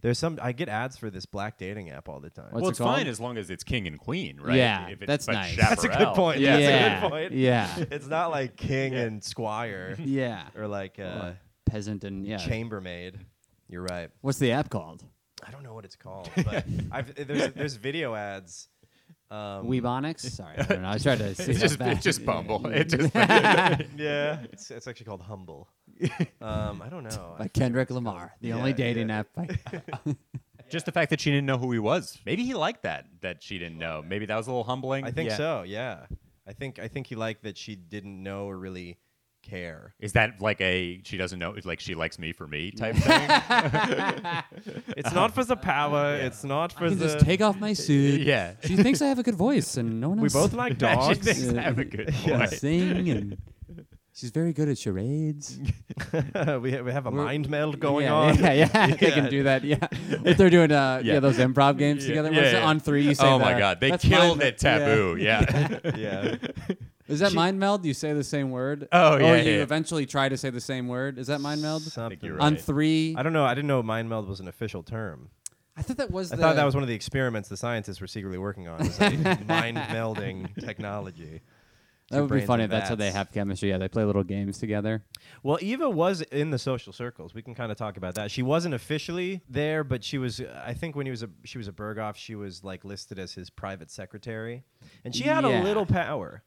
Speaker 1: There's some I get ads for this black dating app all the time.
Speaker 2: What's
Speaker 3: well,
Speaker 2: it
Speaker 3: it's fine
Speaker 2: called?
Speaker 3: as long as it's king and queen, right?
Speaker 2: Yeah,
Speaker 3: If it's,
Speaker 2: that's
Speaker 3: but
Speaker 1: (laughs)
Speaker 2: nice.
Speaker 1: That's a good
Speaker 3: chaparral.
Speaker 1: point.
Speaker 3: Yeah.
Speaker 1: That's a
Speaker 2: Yeah,
Speaker 1: good point.
Speaker 2: yeah.
Speaker 1: It's not like king and squire
Speaker 2: (laughs) yeah.
Speaker 1: or like uh,
Speaker 2: Peasant and yeah.
Speaker 1: chambermaid. You're right.
Speaker 2: What's the app called?
Speaker 1: I don't know what it's
Speaker 2: (laughs)
Speaker 1: called, but I've, there's there's video ads. Um, (laughs)
Speaker 2: Weebonics. Sorry, I don't know. I tried to. see
Speaker 3: (laughs) It's
Speaker 2: how
Speaker 3: just,
Speaker 2: fast-
Speaker 3: it's
Speaker 2: (laughs)
Speaker 3: just Bumble. It just
Speaker 1: yeah, (laughs) it's, it's actually called (laughs) humble. Um, I don't know.
Speaker 2: by
Speaker 1: (laughs)
Speaker 2: Kendrick Lamar, the only
Speaker 1: Yeah,
Speaker 2: dating
Speaker 1: yeah.
Speaker 2: app.
Speaker 1: (laughs)
Speaker 2: By,
Speaker 3: just the fact that she didn't know who he was. Maybe he liked that that she didn't know. Maybe that was a little humbling.
Speaker 1: I think
Speaker 3: Yeah.
Speaker 1: so. Yeah, I think I think he liked that she didn't know or really care.
Speaker 3: Is that like a she doesn't know? Like she likes me for me type thing?
Speaker 1: It's not for the power. It's not for
Speaker 2: I can
Speaker 1: the.
Speaker 2: just take off my (laughs) suit.
Speaker 3: Yeah.
Speaker 2: She thinks I have a good voice, and no one
Speaker 1: we
Speaker 2: else.
Speaker 1: both
Speaker 2: (laughs)
Speaker 1: like
Speaker 3: She
Speaker 1: dogs.
Speaker 3: thinks I have a good
Speaker 2: can
Speaker 3: point.
Speaker 2: sing, and she's very good at
Speaker 3: (laughs)
Speaker 2: charades.
Speaker 1: (laughs) we, ha- we have a
Speaker 2: We're-
Speaker 1: mind meld going
Speaker 2: yeah,
Speaker 1: on. (laughs)
Speaker 2: Yeah, yeah, they
Speaker 1: Yeah.
Speaker 2: can do that.
Speaker 3: (laughs)
Speaker 2: Yeah, if they're doing uh, yeah.
Speaker 3: Yeah.
Speaker 2: those improv games
Speaker 3: Yeah,
Speaker 2: together
Speaker 3: yeah,
Speaker 2: What's it
Speaker 3: yeah.
Speaker 2: on three. You say,
Speaker 3: oh my
Speaker 2: the-
Speaker 3: god, they
Speaker 2: that's
Speaker 3: killed
Speaker 2: mind-
Speaker 3: it taboo. Yeah.
Speaker 1: yeah.
Speaker 2: Yeah. (laughs) Is that mind meld? You say the same word.
Speaker 3: Oh, yeah,
Speaker 2: Or
Speaker 3: yeah,
Speaker 2: you
Speaker 3: yeah.
Speaker 2: eventually try to say the same word. Is that mind meld?
Speaker 1: Something.
Speaker 3: think you're right.
Speaker 2: On three,
Speaker 1: I don't know. I didn't know mind meld was an official term.
Speaker 2: I thought that was.
Speaker 1: I
Speaker 2: the,
Speaker 1: thought that was one of the experiments the scientists were secretly working on. Was
Speaker 2: (laughs)
Speaker 1: like mind melding technology.
Speaker 2: That
Speaker 1: Two
Speaker 2: would be
Speaker 1: brains
Speaker 2: funny if
Speaker 1: and
Speaker 2: that's how they
Speaker 1: vats.
Speaker 2: have chemistry. Yeah, they play little games together.
Speaker 1: Well, Eva was in the social circles. We can kind of talk about that. She wasn't officially there, but she was. I think when he was a she was a Berghoff, she was like listed as his private secretary, and she had
Speaker 2: Yeah.
Speaker 1: a little power,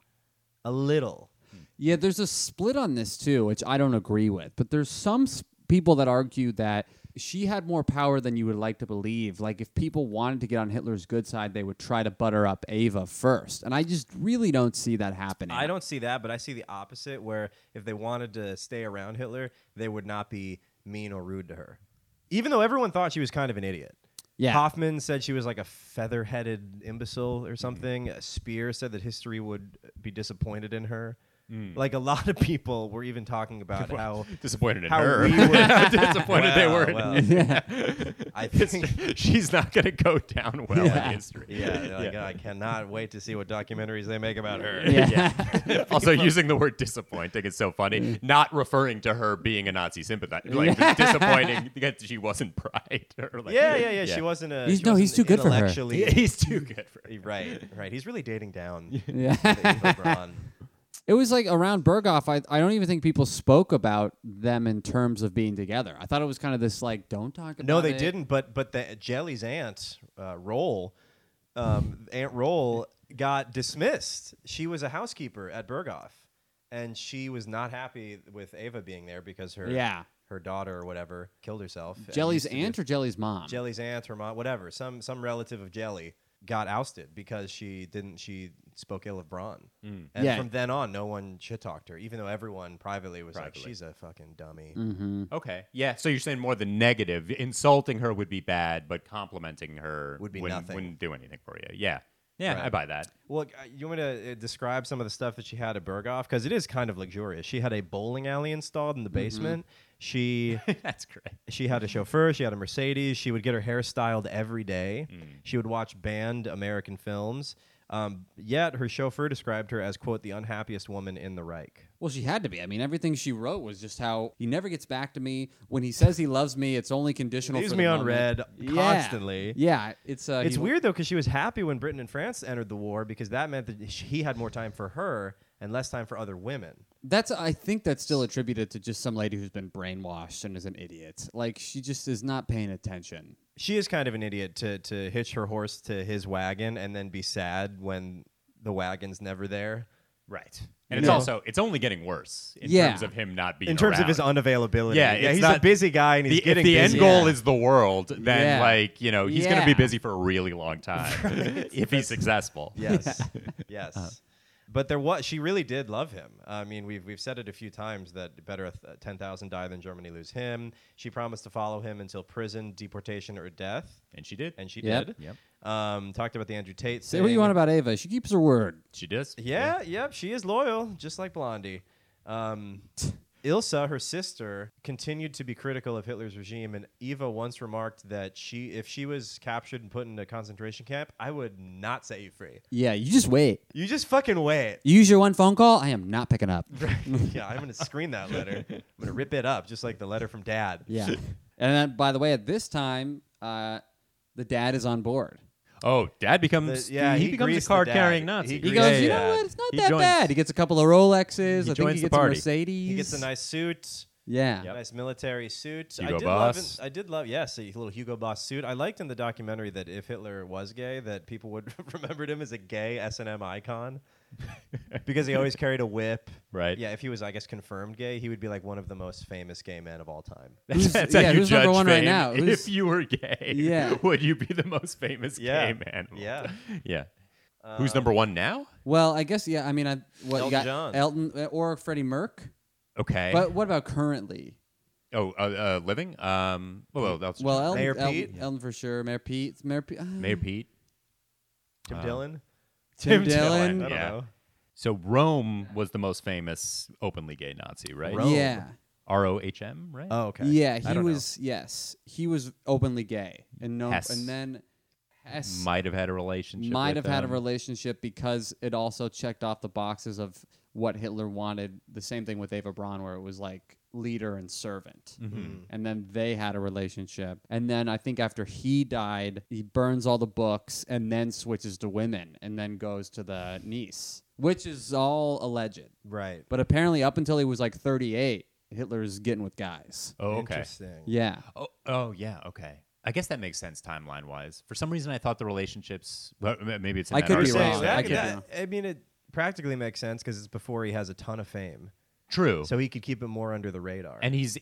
Speaker 1: a little.
Speaker 2: Yeah, there's a split on this too, which I don't agree with. But there's some s- people that argue that she had more power than you would like to believe. Like if people wanted to get on Hitler's good side, they would try to butter up Ava first, and I just really don't see that happening.
Speaker 1: I don't see that, but I see the opposite. Where if they wanted to stay around Hitler, they would not be mean or rude to her, even though everyone thought she was kind of an idiot.
Speaker 2: Yeah.
Speaker 1: Hoffman said she was like a feather-headed imbecile or something. Spear said that history would be disappointed in her. Like a lot of people were even talking (laughs) about how
Speaker 3: disappointed in
Speaker 1: How
Speaker 3: her. (laughs)
Speaker 1: we were-
Speaker 3: How disappointed they
Speaker 1: Well,
Speaker 3: were. in
Speaker 1: well,
Speaker 3: me.
Speaker 1: (laughs) I think
Speaker 3: (laughs) She's not going to go down well
Speaker 2: Yeah.
Speaker 3: in history.
Speaker 1: yeah, they're like,
Speaker 3: Yeah.
Speaker 1: "Oh, I cannot wait to see what documentaries they make about her.
Speaker 2: (laughs)
Speaker 1: (laughs)
Speaker 2: Yeah.
Speaker 3: (laughs) also, using the word disappointing is so funny.
Speaker 1: Mm.
Speaker 3: Not referring to her being a Nazi sympathizer, like (laughs) disappointing that she wasn't (laughs) pride. Or like,
Speaker 1: Yeah, yeah, yeah. She
Speaker 3: (laughs)
Speaker 1: wasn't a.
Speaker 2: He's-
Speaker 1: she
Speaker 2: no, he's
Speaker 1: wasn't
Speaker 2: too good for her.
Speaker 1: intellectually-
Speaker 3: He's too good for it.
Speaker 1: Eh, Right, right. He's really dating down.
Speaker 2: Yeah. (laughs)
Speaker 1: Eva Braun.
Speaker 2: (laughs) It was like around Berghoff, I, I don't even think people spoke about them in terms of being together. I thought it was kind of this like, don't talk about
Speaker 1: No, they
Speaker 2: it.
Speaker 1: didn't. But but the Jelly's aunt, uh, Roll, um, Aunt Roll got dismissed. She was a housekeeper at Berghoff, and she was not happy with Ava being there because her
Speaker 2: Yeah.
Speaker 1: her daughter or whatever killed herself. and
Speaker 2: Jelly's
Speaker 1: used to
Speaker 2: aunt or Jelly's mom?
Speaker 1: Jelly's aunt or mom, whatever, some some relative of Jelly got ousted because she didn't she spoke ill of Braun. And
Speaker 2: Yeah.
Speaker 1: from then on, no one shit talked her, even though everyone privately was like,
Speaker 3: Privately.
Speaker 1: "She's a fucking dummy."
Speaker 3: Okay. Yeah. So you're saying more the negative. Insulting her would be bad, but complimenting her
Speaker 1: Would be
Speaker 3: wouldn't,
Speaker 1: nothing.
Speaker 3: wouldn't do anything for you. Yeah. Yeah.
Speaker 1: Right.
Speaker 3: I buy that. (laughs)
Speaker 1: Well, uh, you want me to uh, describe some of the stuff that she had at Berghoff because it is kind of luxurious. She had a bowling alley installed in the basement. She
Speaker 3: That's great.
Speaker 1: she had a chauffeur. She had a Mercedes. She would get her hair styled every day. She would watch banned American films. Um, yet her chauffeur described her as quote the unhappiest woman in the Reich.
Speaker 2: Well, she had to be. I mean, everything she wrote was just how he never gets back to me. When he says he loves me, it's only conditional.
Speaker 1: Leaves
Speaker 2: for
Speaker 1: me
Speaker 2: the
Speaker 1: on
Speaker 2: moment.
Speaker 1: red constantly.
Speaker 2: Yeah, yeah it's uh,
Speaker 1: It's
Speaker 2: he-
Speaker 1: weird though because she was happy when Britain and France entered the war because that meant that sh- he had more time for her and less time for other women.
Speaker 2: That's I think that's still attributed to just some lady who's been brainwashed and is an idiot. Like she just is not paying attention.
Speaker 1: She is kind of an idiot to to hitch her horse to his wagon and then be sad when the wagon's never there.
Speaker 3: Right. And it's
Speaker 2: No.
Speaker 3: also it's only getting worse in
Speaker 2: Yeah.
Speaker 3: terms of him not being
Speaker 1: In terms
Speaker 3: around.
Speaker 1: of his unavailability,
Speaker 3: Yeah,
Speaker 1: yeah
Speaker 3: it's
Speaker 1: he's a
Speaker 3: not-
Speaker 1: busy guy and he's
Speaker 3: the,
Speaker 1: getting
Speaker 3: if the end
Speaker 1: busy.
Speaker 3: goal is the world, then
Speaker 2: Yeah.
Speaker 3: like you know he's going to be
Speaker 2: Yeah.
Speaker 3: busy for a really long time
Speaker 1: (laughs)
Speaker 3: (laughs) if he's successful.
Speaker 1: Yes, yes. But there was she really did love him. I mean, we've we've said it a few times that better a th- ten thousand die than Germany lose him. She promised to follow him until prison, deportation, or death,
Speaker 3: and she did.
Speaker 1: and she
Speaker 2: Yep.
Speaker 1: did.
Speaker 3: Yep.
Speaker 1: Um, talked about the Andrew Tate.
Speaker 2: Say what you
Speaker 1: thing.
Speaker 2: want about Ava. She keeps her word.
Speaker 3: she does.
Speaker 1: Yeah, yep. She is loyal, just like Blondie. Um, (laughs) Ilsa, her sister, continued to be critical of Hitler's regime, and Eva once remarked that she, if she was captured and put in a concentration camp, I would not set you free.
Speaker 2: Yeah, you just wait.
Speaker 1: You just fucking wait.
Speaker 2: (laughs) You use your one phone call. I am not
Speaker 1: (laughs)
Speaker 2: picking up.
Speaker 1: yeah, I'm gonna screen that letter. I'm gonna rip it up, just like the letter from Dad.
Speaker 2: Yeah. and then, by the way, at this time, uh, the dad is on board.
Speaker 3: Oh, dad becomes
Speaker 1: The- yeah,
Speaker 4: he,
Speaker 1: he
Speaker 4: becomes a
Speaker 1: greased the
Speaker 4: card
Speaker 1: dad.
Speaker 4: carrying Nazi.
Speaker 1: He Yeah,
Speaker 2: He goes,
Speaker 1: yeah,
Speaker 2: you
Speaker 1: yeah.
Speaker 2: know what? It's not
Speaker 4: He
Speaker 2: that
Speaker 4: joins-
Speaker 2: bad. He gets a couple of Rolexes.
Speaker 3: He
Speaker 2: I think
Speaker 3: joins
Speaker 2: he
Speaker 3: the
Speaker 2: gets a
Speaker 3: party.
Speaker 2: Mercedes.
Speaker 1: He gets a nice suit.
Speaker 2: Yeah.
Speaker 1: (laughs) Nice military suit. I
Speaker 3: Hugo
Speaker 1: did
Speaker 3: Boss.
Speaker 1: love. In, I did love. Yes, a little Hugo Boss suit. I liked in the documentary that if Hitler was gay, that people would (laughs) remembered him as a gay S and M icon
Speaker 3: (laughs)
Speaker 1: because he always carried a whip.
Speaker 3: Right.
Speaker 1: Yeah. If he was, I guess, confirmed gay, he would be like one of the most famous gay men of all time.
Speaker 2: Who's-
Speaker 3: (laughs) That's how
Speaker 2: yeah,
Speaker 3: you
Speaker 2: who's number
Speaker 3: judge
Speaker 2: one right
Speaker 3: fame.
Speaker 2: now? Who's-
Speaker 3: If you were gay,
Speaker 2: Yeah.
Speaker 3: (laughs) would you be the most famous
Speaker 1: Yeah.
Speaker 3: gay man? of all
Speaker 1: Yeah. Uh,
Speaker 3: time? (laughs) Yeah. (laughs) who's number one now?
Speaker 2: Well, I guess yeah. I mean, I what
Speaker 1: Elton
Speaker 2: you got
Speaker 1: John.
Speaker 2: Elton uh, or Freddie Merck.
Speaker 3: Okay.
Speaker 2: But what about currently?
Speaker 3: oh, uh, uh, living. Um. Well, that's
Speaker 2: Well, Elton,
Speaker 1: Mayor
Speaker 2: Elton,
Speaker 1: Pete?
Speaker 2: Elton for sure. Mayor Pete. Mayor Pete. Uh,
Speaker 3: Mayor Pete.
Speaker 1: Tim
Speaker 3: Wow.
Speaker 1: Dillon.
Speaker 2: Tim,
Speaker 1: (laughs)
Speaker 3: Tim
Speaker 1: I
Speaker 2: Dillon.
Speaker 3: Dillon.
Speaker 1: don't
Speaker 3: Yeah.
Speaker 1: know.
Speaker 3: So Rome was the most famous openly gay Nazi, right?
Speaker 1: Rome.
Speaker 2: Yeah.
Speaker 3: R O H M, right?
Speaker 1: Oh, okay.
Speaker 2: Yeah.
Speaker 1: I
Speaker 2: He
Speaker 1: don't know.
Speaker 2: was yes. He was openly gay and no.
Speaker 3: Hess.
Speaker 2: And then Hess
Speaker 3: might have had a relationship.
Speaker 2: might
Speaker 3: with
Speaker 2: have had a
Speaker 3: them.
Speaker 2: relationship because it also checked off the boxes of what Hitler wanted. The same thing with Eva Braun, where it was like leader and servant.
Speaker 3: Mm-hmm.
Speaker 2: And then they had a relationship. And then I think after he died, he burns all the books and then switches to women and then goes to the niece, which is all alleged.
Speaker 1: Right.
Speaker 2: But apparently, up until he was like 38, Hitler's getting with guys.
Speaker 3: Oh, okay.
Speaker 1: Interesting.
Speaker 2: Yeah.
Speaker 3: Oh, oh, yeah. Okay. I guess that makes sense timeline wise. For some reason, I thought the relationships. well, m- Maybe it's. In
Speaker 2: I
Speaker 3: that
Speaker 2: could be
Speaker 1: So
Speaker 3: article.
Speaker 2: wrong.
Speaker 1: that-
Speaker 2: I could be
Speaker 1: that-
Speaker 2: wrong.
Speaker 1: I mean, it practically makes sense because it's before he has a ton of fame,
Speaker 3: True.
Speaker 1: so he could keep it more under the radar.
Speaker 3: and he's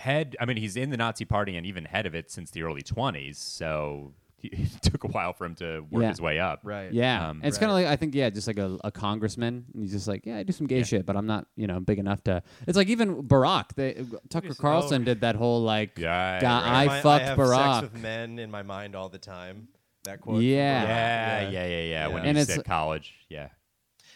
Speaker 3: head. I mean, he's in the Nazi Party and even head of it since the early twenties. So (laughs) it took a while for him to work
Speaker 2: Yeah.
Speaker 3: his way up.
Speaker 1: right.
Speaker 2: Yeah,
Speaker 3: Um,
Speaker 2: And it's kind of like I think yeah, just like a, a congressman. He's just like yeah, I do some gay shit, but I'm not you know big enough to. It's like even Barack, they, uh, Tucker
Speaker 1: Just-
Speaker 2: Carlson
Speaker 1: oh.
Speaker 2: did that whole like
Speaker 3: Yeah,
Speaker 2: guy-
Speaker 3: right.
Speaker 2: I
Speaker 1: My-
Speaker 2: fucked
Speaker 1: have
Speaker 2: Barack.
Speaker 1: Sex with men in my mind all the time. That quote. from
Speaker 2: Yeah.
Speaker 1: Barack.
Speaker 3: Yeah, yeah, yeah, yeah. When
Speaker 1: Yeah.
Speaker 2: And
Speaker 3: he's
Speaker 2: it's-
Speaker 3: at college, yeah.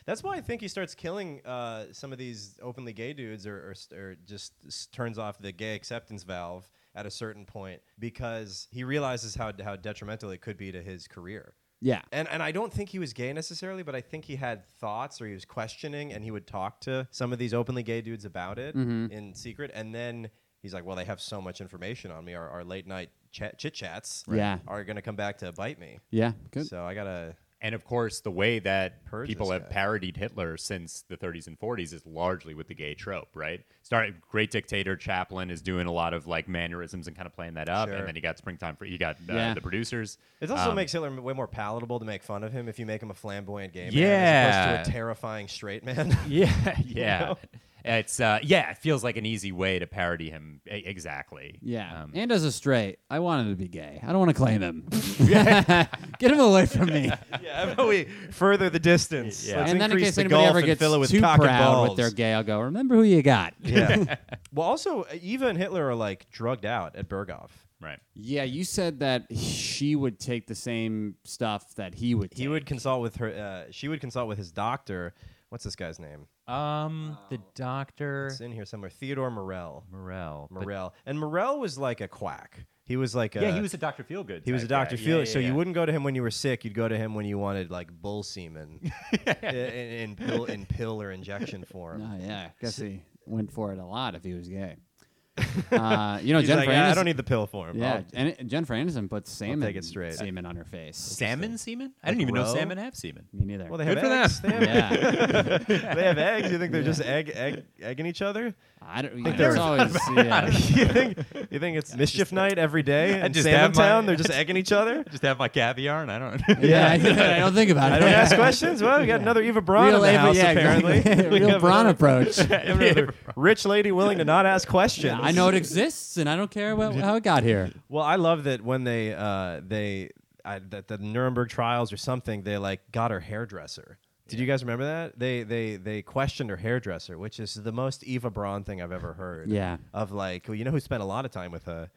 Speaker 1: That's why I think he starts killing uh, some of these openly gay dudes, or, or, s- or just s- turns off the gay acceptance valve at a certain point because he realizes how how detrimental it could be to his career.
Speaker 2: yeah,
Speaker 1: And and I don't think he was gay necessarily, but I think he had thoughts or he was questioning, and he would talk to some of these openly gay dudes about it
Speaker 2: Mm-hmm.
Speaker 1: in secret, and then he's like, "Well, they have so much information on me. Our, our late night chat chit chats,
Speaker 2: Yeah.
Speaker 1: are going to come back to bite me.
Speaker 2: yeah, good.
Speaker 1: So I gotta."
Speaker 3: And of course, the way that
Speaker 1: Purge
Speaker 3: people
Speaker 1: this
Speaker 3: have
Speaker 1: guy.
Speaker 3: parodied Hitler since the 30s and 40s is largely with the gay trope, right? Start Great Dictator Chaplin is doing a lot of like mannerisms and kind of playing that up,
Speaker 1: Sure.
Speaker 3: and then you got Springtime for you got uh,
Speaker 2: Yeah.
Speaker 3: the producers.
Speaker 1: It also
Speaker 3: Um,
Speaker 1: makes Hitler m- way more palatable to make fun of him if you make him a flamboyant gay man as
Speaker 3: Yeah.
Speaker 1: opposed to a terrifying straight man.
Speaker 3: (laughs)
Speaker 2: (laughs)
Speaker 3: yeah,
Speaker 1: (laughs)
Speaker 3: yeah. It's uh, yeah, it feels like an easy way to parody him E- exactly.
Speaker 2: yeah,
Speaker 3: Um,
Speaker 2: and as a straight, I want him to be gay. I don't want to claim him. (laughs) Get him away from me.
Speaker 1: yeah, how about we further the distance? (laughs)
Speaker 3: Yeah.
Speaker 1: Let's
Speaker 2: and then in
Speaker 1: increase
Speaker 2: case
Speaker 1: the
Speaker 2: anybody
Speaker 1: gulf
Speaker 2: ever
Speaker 1: and
Speaker 2: gets
Speaker 1: fill it with
Speaker 2: too
Speaker 1: cock and
Speaker 2: proud
Speaker 1: balls.
Speaker 2: with their gay, I'll go. Remember who you got.
Speaker 3: (laughs)
Speaker 1: Yeah. well, also uh, Eva and Hitler are like drugged out at Berghoff.
Speaker 3: right.
Speaker 2: Yeah, you said that she would take the same stuff that he would. Take.
Speaker 1: He would consult with her. Uh, she would consult with his doctor. What's this guy's name?
Speaker 3: Um, the doctor
Speaker 1: It's in here somewhere. Theodore Morell.
Speaker 3: Morel. but-
Speaker 1: Morell. And Morell was like a quack. He was like a.
Speaker 3: Yeah, he was a Doctor Feelgood.
Speaker 1: He was a
Speaker 3: type guy.
Speaker 1: doctor.
Speaker 3: Yeah,
Speaker 1: Feel
Speaker 3: yeah,
Speaker 1: so
Speaker 3: yeah.
Speaker 1: you wouldn't go to him when you were sick. You'd go to him when you wanted like bull
Speaker 3: (laughs)
Speaker 1: semen, in, in, in pill, in pill or injection form.
Speaker 2: Oh yeah, guess he went for it a lot if he was
Speaker 1: (laughs)
Speaker 2: gay. uh, you know,
Speaker 1: He's
Speaker 2: Jennifer
Speaker 1: like, "Yeah, I
Speaker 2: Aniston-
Speaker 1: don't need the pill form.
Speaker 2: Yeah,
Speaker 1: I'll-
Speaker 2: and it- Jennifer Aniston puts salmon
Speaker 1: it straight.
Speaker 2: semen on her face.
Speaker 3: salmon semen. I didn't even know
Speaker 1: roe?
Speaker 3: salmon have semen.
Speaker 2: Me neither.
Speaker 1: well, they have
Speaker 3: Good for
Speaker 1: eggs. They have,
Speaker 2: yeah,
Speaker 1: they have eggs. (laughs) You think they're just egg, egg, egging each other?
Speaker 2: I don't.
Speaker 1: think (laughs)
Speaker 2: It's
Speaker 1: they're-
Speaker 2: always
Speaker 1: (laughs)
Speaker 2: yeah.
Speaker 1: you think you think it's mischief night every
Speaker 2: (laughs)
Speaker 1: day in
Speaker 3: just have
Speaker 1: Salmon
Speaker 3: my-
Speaker 1: Town? They're just egging each other.
Speaker 3: Just have my caviar, and
Speaker 1: (laughs)
Speaker 3: I don't. (laughs)
Speaker 2: yeah. I, I don't think about it.
Speaker 1: I don't ask
Speaker 2: (laughs)
Speaker 1: questions. Well, we got another Eva Braun
Speaker 2: Real
Speaker 1: in the
Speaker 2: Ava-
Speaker 1: house,
Speaker 2: yeah,
Speaker 1: apparently. (laughs)
Speaker 2: exactly.
Speaker 1: We
Speaker 2: (laughs) Real
Speaker 1: have
Speaker 2: Braun
Speaker 1: another-
Speaker 2: approach.
Speaker 1: (laughs) we have another rich lady willing to not ask questions.
Speaker 2: I know it exists, and I don't care what, how it
Speaker 1: (laughs)
Speaker 2: got here.
Speaker 1: Well, I love that when they uh, they I, that the Nuremberg trials or something, they like got her hairdresser. Did you guys remember that? They they they questioned her hairdresser, which is the most Eva Braun thing I've ever heard.
Speaker 2: Yeah.
Speaker 1: Of like, well, you know who spent a lot of time with her?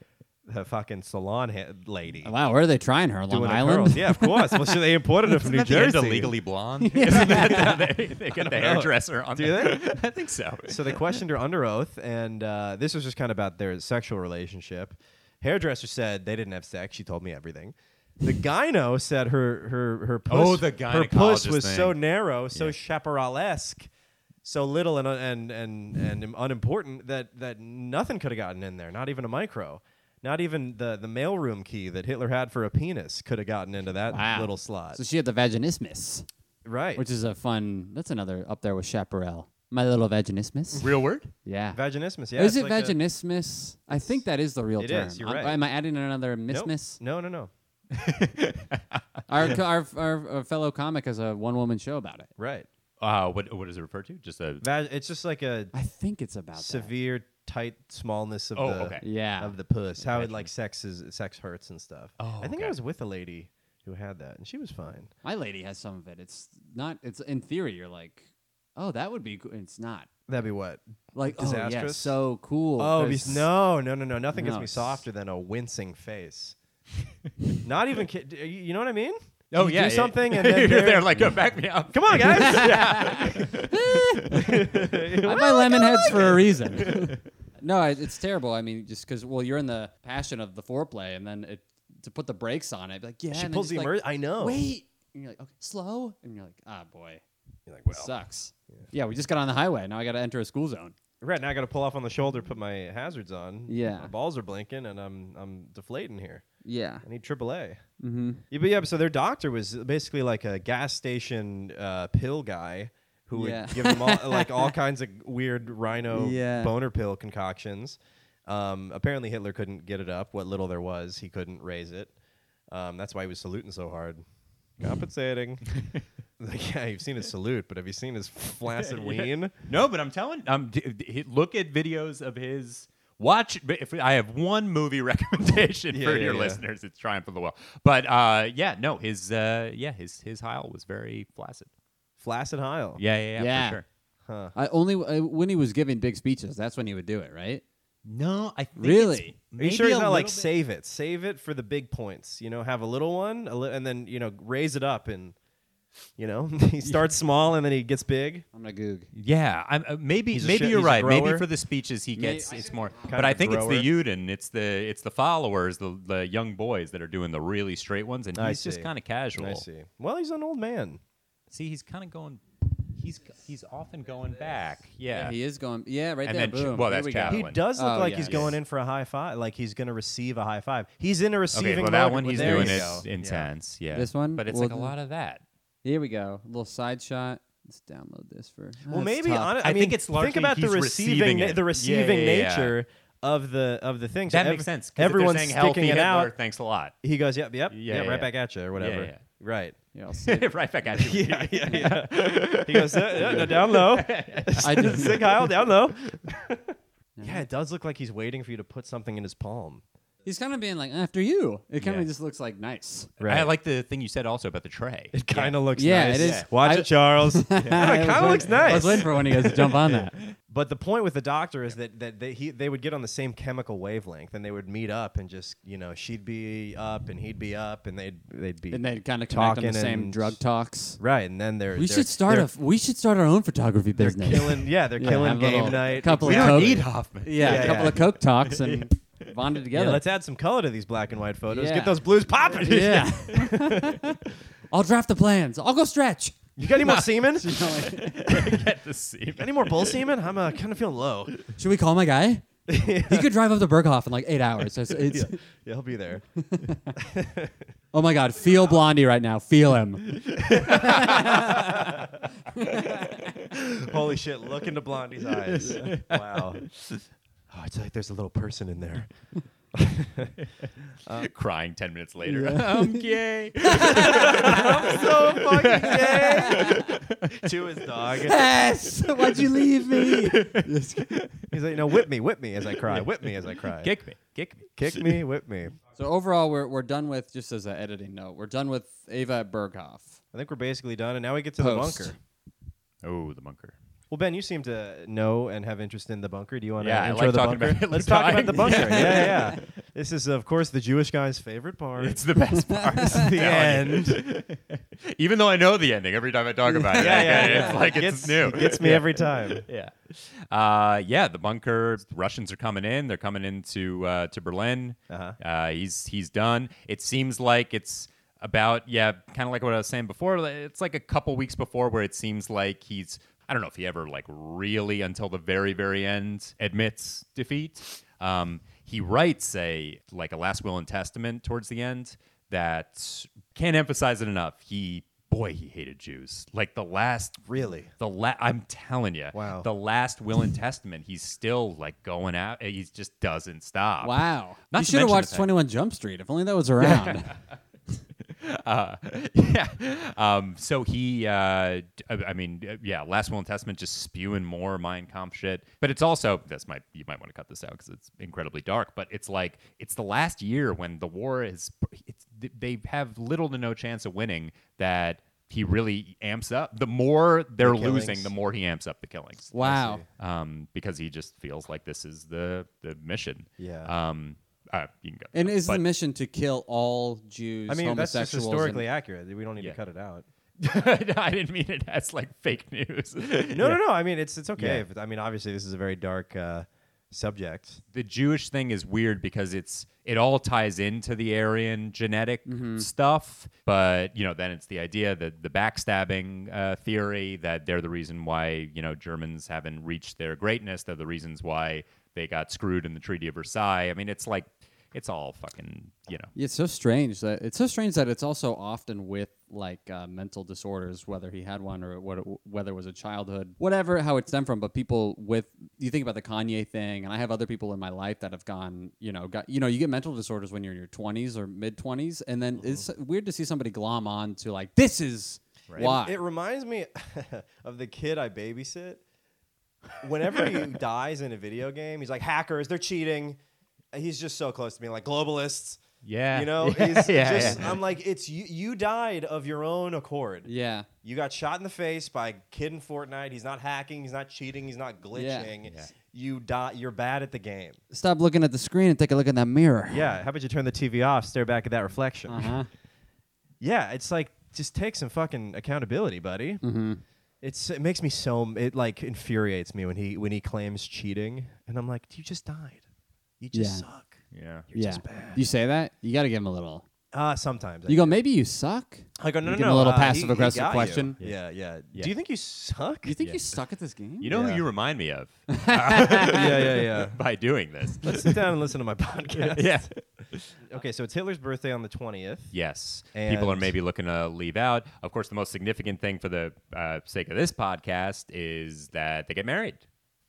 Speaker 1: the fucking salon ha- lady.
Speaker 2: Wow, where are they trying her? Long
Speaker 1: doing her
Speaker 2: Island?
Speaker 1: curls. Yeah, of course. Well, she, they imported her from New
Speaker 3: Isn't that the end
Speaker 1: Jersey.
Speaker 3: of
Speaker 1: (laughs)
Speaker 3: Legally Blonde. Isn't that- they, they got
Speaker 1: know.
Speaker 3: the hairdresser on.
Speaker 1: Do
Speaker 3: there. (laughs) I
Speaker 1: (laughs)
Speaker 3: think so.
Speaker 1: So they questioned her under oath, and uh, this was just kind of about their sexual relationship. Hairdresser said they didn't have sex. She told me everything. The gyno said her her her puss,
Speaker 3: Oh, the
Speaker 1: her puss
Speaker 3: gynecologist
Speaker 1: was so
Speaker 3: thing.
Speaker 1: narrow, so chaparral-esque, so little and and and and unimportant that that nothing could have gotten in there, not even a micro. Not even the, the mailroom key that Hitler had for a penis could have gotten into that
Speaker 2: Wow.
Speaker 1: little slot.
Speaker 2: So she had the vaginismus,
Speaker 1: right.
Speaker 2: which is a fun. That's another up there with chaparral. My little
Speaker 1: (laughs)
Speaker 2: vaginismus.
Speaker 3: Real word?
Speaker 2: Yeah.
Speaker 1: vaginismus, yeah.
Speaker 2: is
Speaker 1: it's
Speaker 2: it
Speaker 1: like a-
Speaker 2: vaginismus? I think that is the real
Speaker 1: It
Speaker 2: term.
Speaker 1: is, you're
Speaker 2: I-
Speaker 1: right.
Speaker 2: Am I adding another
Speaker 1: Nope. (laughs)
Speaker 2: mismus?
Speaker 1: No, no, no.
Speaker 2: Our, co- our, our, our fellow comic has a one woman show about it.
Speaker 1: Right.
Speaker 3: Uh, what what is it referred to? Just a
Speaker 1: Vag- it's just like a
Speaker 2: I think it's about that.
Speaker 1: severe tight smallness of
Speaker 3: Oh,
Speaker 1: the
Speaker 3: okay.
Speaker 2: Yeah.
Speaker 1: of the puss. How it like sex is sex hurts and stuff.
Speaker 3: Oh,
Speaker 1: I think I
Speaker 3: okay.
Speaker 1: was with a lady who had that and she was fine.
Speaker 2: My lady has some of it. It's not. It's in theory. You're like, oh, that would be. Go-. It's not.
Speaker 1: That'd be what?
Speaker 2: Like, oh yeah,
Speaker 1: Disastrous?
Speaker 2: so cool.
Speaker 1: Oh, be-
Speaker 2: 'cause-
Speaker 1: no, no, no, no. Nothing
Speaker 2: No,
Speaker 1: gets me
Speaker 2: it's-
Speaker 1: softer than a wincing
Speaker 2: (laughs)
Speaker 1: face. Not even kid. You you know what I mean?
Speaker 3: oh
Speaker 1: You
Speaker 3: yeah,
Speaker 1: do
Speaker 3: yeah. (laughs)
Speaker 1: something and then
Speaker 3: you're
Speaker 1: they're-
Speaker 3: there like go back me up.
Speaker 1: Come on,
Speaker 3: (laughs)
Speaker 1: guys.
Speaker 2: (laughs) I buy lemon heads for a reason.
Speaker 1: (laughs)
Speaker 2: (laughs) no, it, it's terrible. I mean, just because well, you're in the passion of the foreplay, and then it, to put the brakes on it, be like
Speaker 1: (laughs)
Speaker 2: yeah.
Speaker 1: she
Speaker 2: and then
Speaker 1: pulls the
Speaker 2: just like,
Speaker 1: emer- I know.
Speaker 2: Wait, and you're like okay, slow, and you're like ah boy,
Speaker 1: You're like, well.
Speaker 2: sucks. Yeah. we just got on the highway. Now I got to enter a school zone.
Speaker 1: Right now, I got to pull off on the shoulder, put my hazards on.
Speaker 2: Yeah.
Speaker 1: My balls are blinking, and I'm I'm deflating here.
Speaker 2: Yeah.
Speaker 1: I need AAA.
Speaker 2: Mm-hmm.
Speaker 1: Yeah, but yeah, so their doctor was basically like a gas station uh, pill guy who
Speaker 2: Yeah.
Speaker 1: would give them all,
Speaker 2: (laughs)
Speaker 1: like all kinds of weird rhino
Speaker 2: Yeah.
Speaker 1: boner pill concoctions. Um, apparently, Hitler couldn't get it up. What little there was, he couldn't raise it. Um, that's why he was saluting so hard,
Speaker 2: (laughs)
Speaker 1: compensating. (laughs) like, yeah, you've seen his salute, but have you seen his flaccid ween?
Speaker 3: No, but I'm telling. Um, d- d- hit- look at videos of his. Watch. but If I have one movie (laughs) recommendation
Speaker 1: Yeah,
Speaker 3: for
Speaker 1: yeah,
Speaker 3: your
Speaker 1: yeah.
Speaker 3: listeners, it's Triumph of the Will. But uh, yeah, no, his uh, yeah, his his Heil was very flaccid.
Speaker 1: Flaccid Heil.
Speaker 3: Yeah, yeah, yeah,
Speaker 2: Yeah.
Speaker 3: for sure.
Speaker 1: Huh.
Speaker 2: I only I, when he was giving big speeches, that's when he would do it, right?
Speaker 3: No, I think
Speaker 2: Really? Are you
Speaker 1: Are you sure it's not like save it? Save it for the big points. You know, have a little one, a li- and then you know raise it up, and you know (laughs) he starts small and then he gets big.
Speaker 2: I'm gonna goog.
Speaker 3: Yeah, I'm, uh, maybe
Speaker 1: He's a
Speaker 3: maybe
Speaker 1: shit-
Speaker 3: you're
Speaker 1: he's a
Speaker 3: right. Maybe
Speaker 1: grower.
Speaker 3: for the speeches he
Speaker 2: May-
Speaker 3: gets,
Speaker 2: I
Speaker 3: it's
Speaker 2: think
Speaker 3: more.
Speaker 2: you're
Speaker 1: Kind
Speaker 3: But
Speaker 1: of
Speaker 3: I
Speaker 1: a
Speaker 3: think it's the
Speaker 1: grower.
Speaker 3: Yuden, it's the it's the followers, the the young boys that are doing the really straight ones, and
Speaker 1: I
Speaker 3: he's
Speaker 1: see.
Speaker 3: just kind of casual.
Speaker 1: I see. Well, he's an old man.
Speaker 3: See, he's kind of going. He's he's often going back. Yeah.
Speaker 2: He is going. Yeah, right
Speaker 3: And
Speaker 2: there.
Speaker 3: then ch-
Speaker 2: boom.
Speaker 3: well,
Speaker 2: There
Speaker 3: that's
Speaker 2: we go.
Speaker 3: Chad.
Speaker 1: He
Speaker 3: one.
Speaker 1: does look
Speaker 2: Oh,
Speaker 1: like
Speaker 2: yeah,
Speaker 1: he's
Speaker 2: yeah.
Speaker 1: going in for a high five. Like he's going to receive a high five. He's in a receiving
Speaker 3: okay, well,
Speaker 1: mode.
Speaker 3: that one
Speaker 1: Well,
Speaker 3: he's
Speaker 1: there
Speaker 3: doing
Speaker 1: you
Speaker 3: it
Speaker 1: go.
Speaker 3: intense. Yeah.
Speaker 2: This one?
Speaker 3: But it's
Speaker 2: Well,
Speaker 3: like a
Speaker 2: th-
Speaker 3: lot of that.
Speaker 2: Here we go. A little side shot. Let's download this for.
Speaker 1: Well,
Speaker 2: That's
Speaker 1: maybe
Speaker 2: tough.
Speaker 1: hon- I,
Speaker 3: I
Speaker 1: mean,
Speaker 3: think it's largely
Speaker 1: think about the
Speaker 3: he's
Speaker 1: receiving,
Speaker 3: receiving
Speaker 1: na-
Speaker 3: it.
Speaker 1: the
Speaker 3: Yeah,
Speaker 1: receiving
Speaker 3: yeah, yeah.
Speaker 1: nature of the of the thing. So
Speaker 3: That
Speaker 1: ev-
Speaker 3: makes sense. 'cause if they're
Speaker 1: Everyone's
Speaker 3: saying
Speaker 1: sticking
Speaker 3: healthy
Speaker 1: it
Speaker 3: Hitler,
Speaker 1: out.
Speaker 3: Thanks
Speaker 1: (laughs)
Speaker 3: a lot.
Speaker 1: He goes, yep, yep,
Speaker 3: Yeah,
Speaker 1: yep,
Speaker 3: yeah,
Speaker 1: right
Speaker 3: yeah.
Speaker 1: back at you or whatever.
Speaker 3: yeah.
Speaker 1: Right.
Speaker 2: Here,
Speaker 1: (laughs)
Speaker 2: I'll save it.
Speaker 3: right back at you. yeah, yeah,
Speaker 1: He goes, uh, uh, no, down (laughs) low.
Speaker 2: I did-
Speaker 1: Sig Heil, down low. (laughs) yeah, it does look like he's waiting for you to put something in his palm.
Speaker 2: He's kind of being like after you. It kind of
Speaker 3: Yeah.
Speaker 2: just looks like nice.
Speaker 3: I like the thing you said also about the tray.
Speaker 1: It kind of looks
Speaker 2: Yeah,
Speaker 1: nice.
Speaker 2: it is.
Speaker 1: Watch
Speaker 2: I-
Speaker 1: it, Charles. Yeah,
Speaker 2: (laughs) I
Speaker 1: it
Speaker 2: was
Speaker 1: kind of looks
Speaker 2: waiting- I
Speaker 1: nice.
Speaker 2: was waiting for one of you guys to jump on
Speaker 1: (laughs)
Speaker 2: that.
Speaker 1: But the point with the doctor is that, that they, he, they would get on the same chemical wavelength and they would meet up and just, you know, she'd be up and he'd be up and they'd, they'd be.
Speaker 2: And they kind of connect on
Speaker 1: Talking
Speaker 2: the same
Speaker 1: and-
Speaker 2: drug talks.
Speaker 1: right. And then they're.
Speaker 2: We
Speaker 1: they're-
Speaker 2: should start
Speaker 1: they're
Speaker 2: a. We should start our own photography business. (laughs)
Speaker 1: Killing, yeah, they're
Speaker 2: Yeah,
Speaker 1: killing
Speaker 2: have a
Speaker 1: game
Speaker 2: little
Speaker 1: night.
Speaker 2: couple
Speaker 3: We
Speaker 2: of
Speaker 3: don't
Speaker 2: Coke.
Speaker 3: need Hoffman.
Speaker 2: yeah,
Speaker 1: Yeah,
Speaker 2: a couple
Speaker 1: yeah.
Speaker 2: of coke talks and
Speaker 1: (laughs)
Speaker 2: bonded
Speaker 1: Yeah,
Speaker 2: together.
Speaker 1: let's add some color to these black and white photos.
Speaker 2: Yeah.
Speaker 1: Get those blues popping.
Speaker 2: (laughs) yeah. (laughs) I'll draft the plans. I'll go stretch.
Speaker 1: (laughs) You got any (laughs) more semen? (laughs)
Speaker 3: Get the scene.
Speaker 1: Any more
Speaker 3: (laughs)
Speaker 1: bull semen? I'm uh, kind of feeling low.
Speaker 2: Should we call my guy? He could drive up to Berghoff in like eight
Speaker 1: (laughs)
Speaker 2: hours. It's- it's-
Speaker 1: Yeah, he'll be there. (laughs)
Speaker 2: Oh my God, feel Blondie right now. Feel
Speaker 1: (laughs)
Speaker 2: him. (laughs)
Speaker 1: Holy shit! Look into Blondie's eyes. Wow. Oh, it's like there's a little person in there. Uh,
Speaker 3: Crying 10 minutes later. (laughs) I'm gay.
Speaker 1: So fucking gay. to his dog.
Speaker 2: (laughs) Yes. Why'd you
Speaker 1: (laughs)
Speaker 2: leave me?
Speaker 1: He's like, no, whip me, whip me as I cry, whip me as I cry.
Speaker 3: Kick me. Kick me.
Speaker 1: kick me, whip me.
Speaker 2: So overall, we're we're done with just as an editing note. We're done with Ava at Berghoff.
Speaker 1: I think we're basically done, and now we get to
Speaker 2: Post.
Speaker 1: the bunker.
Speaker 3: Oh, the bunker.
Speaker 1: Well, Ben, you seem to know and have interest in the bunker. Do you want to
Speaker 3: Yeah, I
Speaker 1: intro
Speaker 3: like
Speaker 1: the
Speaker 3: talking
Speaker 1: bunker?
Speaker 3: about (laughs) Hitler
Speaker 1: Let's talk about
Speaker 3: dying.
Speaker 1: the bunker. yeah,
Speaker 3: Yeah.
Speaker 1: yeah.
Speaker 3: (laughs)
Speaker 1: yeah. This is, of course, the Jewish guy's favorite part.
Speaker 3: It's the
Speaker 1: (laughs)
Speaker 3: best part. (laughs)
Speaker 1: the end.
Speaker 3: Even though I know the ending every time I talk about it,
Speaker 1: Yeah, yeah,
Speaker 3: okay,
Speaker 1: yeah.
Speaker 3: (laughs) it's like
Speaker 1: It
Speaker 3: it's
Speaker 1: gets-
Speaker 3: new.
Speaker 1: It gets me every time.
Speaker 3: yeah. Uh, yeah, the bunker. Russians are coming in. They're coming into uh, to Berlin.
Speaker 1: Uh-huh.
Speaker 3: Uh, he's he's done. It seems like it's about yeah, kind of like what I was saying before. like, It's like a couple weeks before where it seems like he's. I don't know if he ever like really until the very very end admits defeat. Um, he writes a like a last will and testament towards the end that can't emphasize it enough. He boy he hated Jews like the last
Speaker 1: Really?
Speaker 3: the la- I'm telling you,
Speaker 1: Wow.
Speaker 3: the last will and testament, he's still like going out. eh, He just doesn't stop.
Speaker 2: Wow.
Speaker 3: Not
Speaker 2: you
Speaker 3: to
Speaker 2: should have
Speaker 3: mention
Speaker 2: watched
Speaker 3: the fact-
Speaker 2: 21 Jump Street. If only that was around.
Speaker 3: Uh, (laughs) yeah. Um, so he, uh, d- I I mean, uh, yeah, last will and testament, just spewing more Mein Kampf shit. But it's also this might you might want to cut this out because it's incredibly dark. But it's like it's the last year when the war is. It's, they have little to no chance of winning. That he really amps up. The more they're losing,
Speaker 1: killings.
Speaker 3: the more he amps up the killings.
Speaker 2: (laughs) wow.
Speaker 3: um, because he just feels like this is the the mission.
Speaker 1: Yeah.
Speaker 3: Um, uh, you can go.
Speaker 2: And is the
Speaker 3: But-
Speaker 2: mission to kill all Jews,
Speaker 1: I mean, that's just
Speaker 2: homosexuals, and-
Speaker 1: historically accurate. We don't need
Speaker 3: Yeah.
Speaker 1: to cut it out.
Speaker 3: (laughs) I didn't mean it as like fake news.
Speaker 1: (laughs) No, no, no. I mean, it's it's okay.
Speaker 3: Yeah.
Speaker 1: If, I mean, obviously, this is a very dark uh, subject.
Speaker 3: The Jewish thing is weird because it's it all ties into the Aryan genetic
Speaker 1: Mm-hmm.
Speaker 3: stuff, but you know then it's the idea that the backstabbing uh, theory that they're the reason why you know Germans haven't reached their greatness. They're the reasons why they got screwed in the Treaty of Versailles. I mean, it's like it's all fucking you know.
Speaker 2: Yeah, It's so strange that it's so strange that it's also often with like uh, mental disorders, whether he had one or what, whether it was a childhood, whatever, how it stemmed from. But people with you think about the Kanye thing, and I have other people in my life that have gone, you know, got you know, you get mental disorders when you're in your 20s or mid 20s, and then it's
Speaker 1: Mm-hmm.
Speaker 2: weird to see somebody glom on to like this is
Speaker 1: It-
Speaker 2: why.
Speaker 1: It, reminds me (laughs) of the kid I babysit. Whenever (laughs) he dies in a video game, he's like, hackers, they're cheating. And He's just so close to me, like globalists.
Speaker 3: Yeah.
Speaker 1: You know,
Speaker 3: (laughs) Yeah,
Speaker 1: he's
Speaker 3: yeah,
Speaker 1: just,
Speaker 3: yeah.
Speaker 1: I'm like, it's you, you died of your own accord.
Speaker 2: yeah.
Speaker 1: You got shot in the face by a kid in Fortnite. He's not hacking, he's not cheating, he's not glitching.
Speaker 3: Yeah.
Speaker 1: You die, you're bad at the game.
Speaker 2: Stop looking at the screen and take a look in that mirror.
Speaker 1: Yeah, how about you turn the TV off, stare back at that reflection?
Speaker 2: Uh-huh.
Speaker 1: Yeah, it's like just take some fucking accountability, buddy.
Speaker 2: Mm-hmm.
Speaker 1: It's it makes me so it like infuriates me when he when he claims cheating, and I'm like, you just died, you just
Speaker 2: Yeah.
Speaker 1: suck.
Speaker 3: Yeah.
Speaker 1: You're
Speaker 2: yeah.
Speaker 1: just bad.
Speaker 2: You say that? You got to give him a little.
Speaker 1: Uh, sometimes I
Speaker 2: You go,
Speaker 1: do.
Speaker 2: maybe you suck?
Speaker 1: I go, no,
Speaker 2: you
Speaker 1: no,
Speaker 2: give
Speaker 1: no.
Speaker 2: him a little
Speaker 1: uh, he- he
Speaker 2: passive-aggressive
Speaker 1: got you."
Speaker 2: question.
Speaker 1: Yeah, yeah,
Speaker 3: Yeah.
Speaker 1: Do you think you suck?
Speaker 2: You think
Speaker 3: Yeah.
Speaker 2: you suck at this game?
Speaker 3: You know
Speaker 1: Yeah.
Speaker 3: who you remind me of
Speaker 1: (laughs) yeah, yeah, yeah.
Speaker 3: (laughs) by
Speaker 1: (laughs)
Speaker 3: doing this.
Speaker 1: Let's sit down and listen to
Speaker 2: (laughs)
Speaker 1: my podcast.
Speaker 3: yeah.
Speaker 1: Okay, so it's Hitler's birthday on the twentieth.
Speaker 3: Yes.
Speaker 1: And-
Speaker 3: People are maybe looking to leave out. Of course, the most significant thing for the uh, sake of this podcast is that they get married.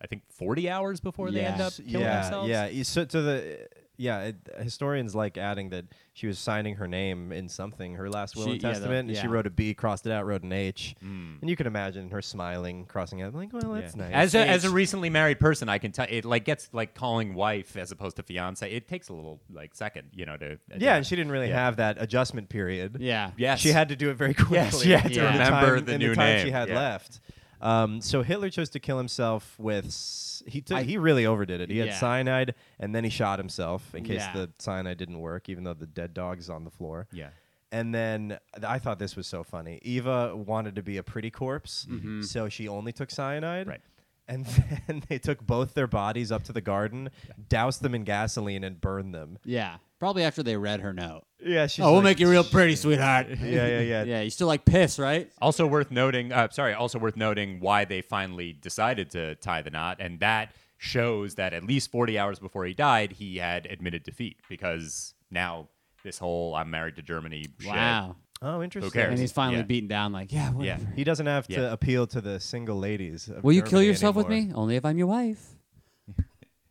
Speaker 3: I think 40 hours before they end up
Speaker 2: Yes.
Speaker 3: killing
Speaker 1: yeah,
Speaker 3: themselves.
Speaker 1: Yeah, y- so to the yeah, it, historians like adding that she was signing her name in something, her last will
Speaker 2: She-
Speaker 1: and
Speaker 2: yeah, the-
Speaker 1: testament, and she
Speaker 2: yeah.
Speaker 1: wrote a B, crossed it out, wrote an H, and you can imagine her smiling, crossing out, like, well, that's
Speaker 3: Yeah.
Speaker 1: nice.
Speaker 3: As a, as a
Speaker 1: H.
Speaker 3: recently married person, I can tell it like gets like calling wife as opposed to fiance. It takes a little like second, you know, to uh,
Speaker 1: yeah, and she didn't really
Speaker 3: Yeah.
Speaker 1: have that adjustment period.
Speaker 2: (laughs) Yeah.
Speaker 3: Yes.
Speaker 1: She had to do it very (laughs) quickly.
Speaker 3: Yes, she had to
Speaker 1: in
Speaker 3: remember
Speaker 1: time,
Speaker 3: the
Speaker 1: in
Speaker 3: new
Speaker 1: time
Speaker 3: name.
Speaker 1: she had
Speaker 3: Yeah.
Speaker 1: left. Um, so Hitler chose to kill himself with s- he took, he really overdid it. He had
Speaker 2: Yeah.
Speaker 1: cyanide and then he shot himself in case
Speaker 2: Yeah.
Speaker 1: the cyanide didn't work, even though the dead dog is on the floor.
Speaker 3: Yeah.
Speaker 1: And then th- I thought this was so funny. Eva wanted to be a pretty corpse, so she only took cyanide.
Speaker 3: Mm-hmm. Right.
Speaker 1: And (laughs) then they took both their bodies up to the garden, doused them in gasoline, and burned them.
Speaker 2: Yeah. Probably after they read her note.
Speaker 1: Yeah, she's
Speaker 2: oh, we'll
Speaker 1: like,
Speaker 2: make you real pretty,
Speaker 3: (laughs)
Speaker 2: sweetheart.
Speaker 1: Yeah, yeah, yeah.
Speaker 2: yeah, you still like piss, right?
Speaker 3: Also worth noting, uh, sorry, also worth noting why they finally decided to tie the knot, and that shows that at least 40 hours before he died, he had admitted defeat because now this whole "I'm married to Germany" shit.
Speaker 2: Wow.
Speaker 1: Oh, interesting.
Speaker 3: cares?
Speaker 2: And he's finally
Speaker 3: Yeah.
Speaker 2: beaten down, like, yeah, (laughs)
Speaker 3: Yeah.
Speaker 2: whatever.
Speaker 1: He doesn't have
Speaker 3: Yeah.
Speaker 1: to appeal to the single ladies. of
Speaker 2: Will you kill
Speaker 1: Germany
Speaker 2: yourself with
Speaker 1: anymore.
Speaker 2: me? Only if I'm your wife.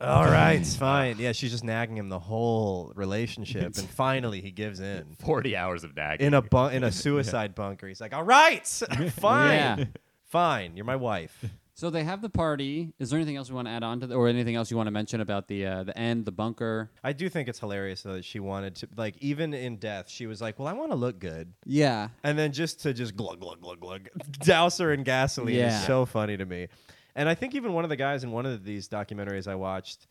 Speaker 1: All right, fine. Yeah, she's just nagging him the whole relationship,
Speaker 2: (laughs)
Speaker 1: and finally he gives in
Speaker 3: 40 hours of nagging.
Speaker 1: in a bu- in a suicide bunker. He's like, "All right, (laughs) fine,
Speaker 2: Yeah.
Speaker 1: fine. You're my wife."
Speaker 2: So they have the party. Is there anything else we want to add on to, the, or anything else you want to mention about the uh, the end, the bunker?
Speaker 1: I do think it's hilarious though that she wanted to like even in death she was like, "Well, I want to look good,"
Speaker 2: Yeah.
Speaker 1: and then just to just glug glug glug glug douse her in gasoline
Speaker 2: Yeah.
Speaker 1: is so funny to me. And I think even one of the guys in one of these documentaries I watched,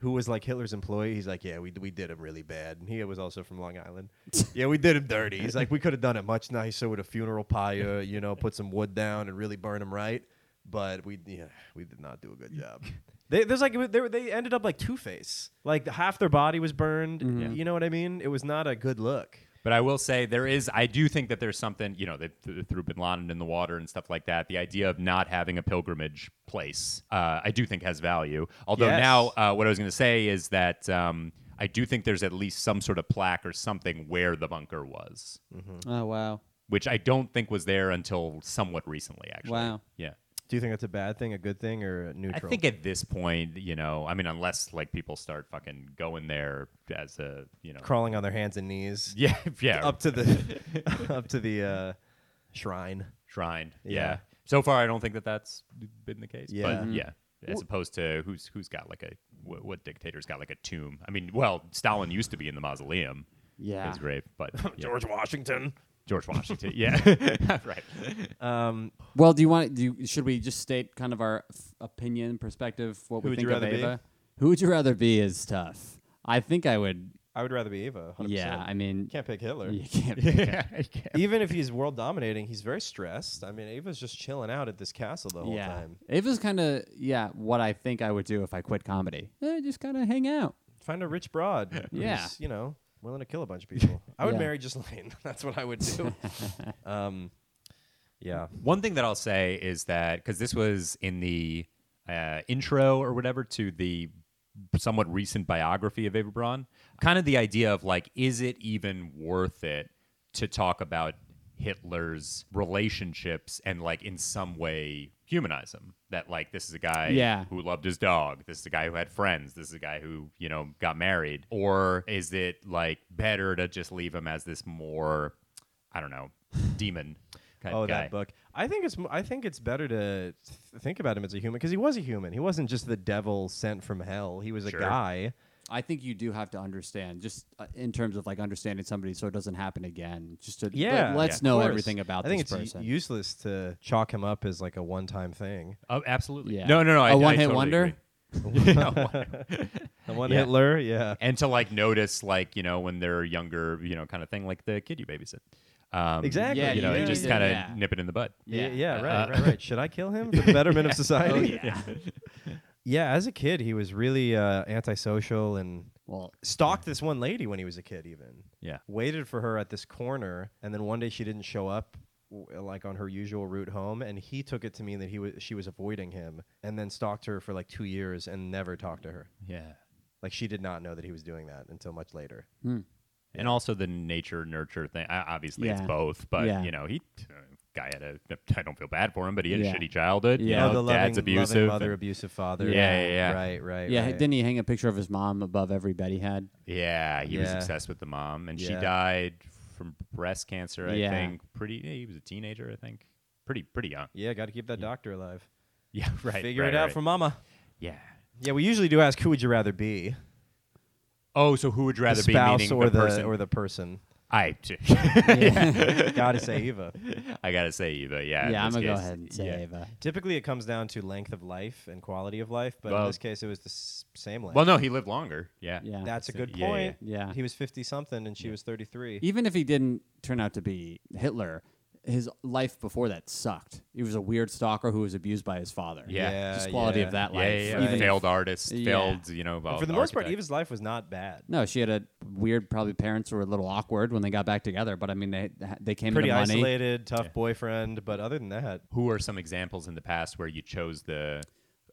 Speaker 1: who was like Hitler's employee, he's like, yeah, we we did him really bad. And he was also from Long (laughs) Island. yeah, we did him dirty. He's like, we could have done it much nicer with a funeral pyre, you know, put some wood down and really burn him right. But we yeah, we did not do a good job. (laughs) They, there's like they, were- they ended up like Two Face. Like half their body was burned. You know what I mean? It was not a good look.
Speaker 3: But I will say there is. I do think that there's something. You know, they th- threw Bin Laden in the water and stuff like that. The idea of not having a pilgrimage place, uh, I do think has value. Although
Speaker 1: Yes.
Speaker 3: now, uh, what I was going to say is that um, I do think there's at least some sort of plaque or something where the bunker was,
Speaker 2: Oh wow,
Speaker 3: which I don't think was there until somewhat recently. Actually,
Speaker 2: Wow.
Speaker 3: yeah.
Speaker 1: Do you think that's a bad thing, a good thing, or a neutral?
Speaker 3: I think at this point, you know, I mean, unless like people start fucking going there as a, you know,
Speaker 1: crawling on their hands and knees
Speaker 3: (laughs) yeah, yeah,
Speaker 1: up to (laughs) the up to the uh, shrine.
Speaker 3: shrine. Yeah.
Speaker 1: Yeah.
Speaker 3: So far, I don't think that that's been the case.
Speaker 1: Yeah.
Speaker 3: But
Speaker 1: Mhm.
Speaker 3: yeah. Mm-hmm. As opposed to who's who's got like a what, what dictator's got like a tomb? I mean, well, Stalin used to be in the mausoleum,
Speaker 2: yeah.
Speaker 3: his grave, but (laughs) yeah.
Speaker 1: George Washington.
Speaker 3: George Washington, yeah, (laughs) right.
Speaker 2: Well, do you want? Do you, should we just state kind of our f- opinion, perspective, what
Speaker 1: Who
Speaker 2: we
Speaker 1: would
Speaker 2: think
Speaker 1: you
Speaker 2: of
Speaker 1: rather be?
Speaker 2: Ava? Who would you rather be? Is tough. I think I would.
Speaker 1: I would rather be Eva. 100%.
Speaker 2: Yeah, I mean,
Speaker 1: can't pick Hitler. (laughs)
Speaker 2: you can't.
Speaker 3: Yeah,
Speaker 1: Even if he's world dominating, he's very stressed. I mean, Ava's just chilling out at this castle the whole
Speaker 2: yeah,
Speaker 1: time.
Speaker 2: Ava's kind of yeah. What I think I would do if I quit comedy, eh, just kind of hang out.
Speaker 1: Find a rich broad.
Speaker 2: Yeah.
Speaker 1: who's, you know, willing to kill a bunch of people. I would
Speaker 2: Yeah.
Speaker 1: marry Ghislaine. (laughs) That's what I would (laughs) do. um, yeah.
Speaker 3: One thing that I'll say is that because this was in the uh, intro or whatever to the somewhat recent biography of Eva Braun, kind of the idea of like, is it even worth it to talk about Hitler's relationships and like in some way humanize him? That like this is a guy
Speaker 2: Yeah.
Speaker 3: who loved his dog. This is a guy who had friends. This is a guy who, you know, got married. Or is it like better to just leave him as this more, I don't know, demon kind
Speaker 1: oh,
Speaker 3: of guy?
Speaker 1: that book. I think it's m- I think it's better to th- think about him as a human because he was a human. He wasn't just the devil sent from hell. He was a
Speaker 3: Sure.
Speaker 1: guy.
Speaker 2: I think you do have to understand, just uh, in terms of like understanding somebody, so it doesn't happen again. Just to let-
Speaker 1: Yeah,
Speaker 2: let's
Speaker 1: yeah, of
Speaker 2: know
Speaker 1: course.
Speaker 2: everything about
Speaker 1: I think
Speaker 2: this
Speaker 1: it's u-
Speaker 2: person.
Speaker 1: useless to chalk him up as like a one-time thing.
Speaker 3: Oh, absolutely.
Speaker 2: Yeah.
Speaker 3: No, no, no. I-
Speaker 2: A
Speaker 3: I
Speaker 2: one-hit
Speaker 3: totally
Speaker 2: wonder?
Speaker 3: agree. (laughs)
Speaker 1: The one
Speaker 3: Yeah.
Speaker 1: Hitler, yeah.
Speaker 3: and to like notice, like you know, when they're younger, you know, kind of thing, like the kid you babysit. Um,
Speaker 1: Exactly.
Speaker 2: Yeah,
Speaker 3: You know,
Speaker 2: you
Speaker 3: and
Speaker 2: really
Speaker 3: just
Speaker 2: did,
Speaker 3: kind of
Speaker 2: yeah.
Speaker 3: nip it in the bud.
Speaker 1: Yeah, Oh,
Speaker 2: Yeah.
Speaker 1: yeah,
Speaker 3: Uh, Oh,
Speaker 1: right, right, right. Should I kill him for the betterment of society?
Speaker 2: yeah.
Speaker 1: Yeah, as a kid, he was really uh, antisocial and
Speaker 2: well,
Speaker 1: stalked this one lady when he was a kid even
Speaker 3: (laughs) Yeah.
Speaker 1: waited for her at this corner and then one day she didn't show up w- uh, like on her usual route home and he took it to mean that he was she was avoiding him and then stalked her for like 2 years and never talked to her
Speaker 3: Yeah.
Speaker 1: like she did not know that he was doing that until much later
Speaker 2: hmm.
Speaker 3: And also the nature nurture thing. I, obviously, it's
Speaker 2: Yeah.
Speaker 3: both, but
Speaker 2: Yeah.
Speaker 3: you know, he uh, guy had a. I don't feel bad for him, but he had
Speaker 2: Yeah.
Speaker 3: a shitty childhood. you
Speaker 2: Yeah.
Speaker 1: Oh,
Speaker 3: know,
Speaker 1: the
Speaker 3: dad's
Speaker 1: loving,
Speaker 3: abusive.
Speaker 1: loving mother
Speaker 3: and-
Speaker 1: abusive father
Speaker 3: Yeah, yeah, yeah.
Speaker 1: right right
Speaker 2: yeah.
Speaker 1: right.
Speaker 2: Didn't he hang a picture of his mom above every bed he had?
Speaker 3: yeah, he was
Speaker 1: Yeah.
Speaker 3: obsessed with the mom, and she
Speaker 1: Yeah.
Speaker 3: died from breast cancer. I
Speaker 2: Yeah.
Speaker 3: think pretty. Yeah, he was a teenager. I think pretty pretty young.
Speaker 1: yeah got to keep that doctor alive
Speaker 3: Yeah, right.
Speaker 1: figure
Speaker 3: right,
Speaker 1: it out
Speaker 3: right.
Speaker 1: for mama
Speaker 3: yeah.
Speaker 1: yeah we usually do ask who would you rather be
Speaker 3: Oh, so who would you rather
Speaker 1: the spouse
Speaker 3: be meaning
Speaker 1: or
Speaker 3: the, person?
Speaker 1: or the
Speaker 3: (laughs)
Speaker 1: person
Speaker 3: I, t-
Speaker 1: got to say eva
Speaker 3: I gotta say Eva. Yeah. in
Speaker 2: yeah, I'm
Speaker 3: this
Speaker 2: gonna go
Speaker 3: case,
Speaker 2: ahead and say
Speaker 3: yeah.
Speaker 2: Ava.
Speaker 1: Typically, it comes down to length of life and quality of life, but in
Speaker 3: Well-
Speaker 1: this case, it was the s- same length.
Speaker 3: Well, no, he lived longer. Yeah.
Speaker 2: Yeah.
Speaker 1: that's a good
Speaker 3: Yeah, yeah,
Speaker 1: point.
Speaker 2: yeah.
Speaker 1: he was fifty something, and she was thirty three.
Speaker 2: even if he didn't turn out to be Hitler, his life before that sucked. He was a weird stalker who was abused by his father.
Speaker 3: Yeah.
Speaker 2: just quality of that
Speaker 3: Yeah,
Speaker 2: life.
Speaker 3: yeah, yeah.
Speaker 2: Even if-
Speaker 3: failed artist,
Speaker 2: Yeah.
Speaker 3: failed, you know.
Speaker 1: For the most part, Eva's life was not bad.
Speaker 2: no, she had a weird. Probably parents were a little awkward when they got back together, but I mean they they came
Speaker 1: Pretty
Speaker 2: into money.
Speaker 1: isolated, tough boyfriend, but other than that,
Speaker 3: who are some examples in the past where you chose the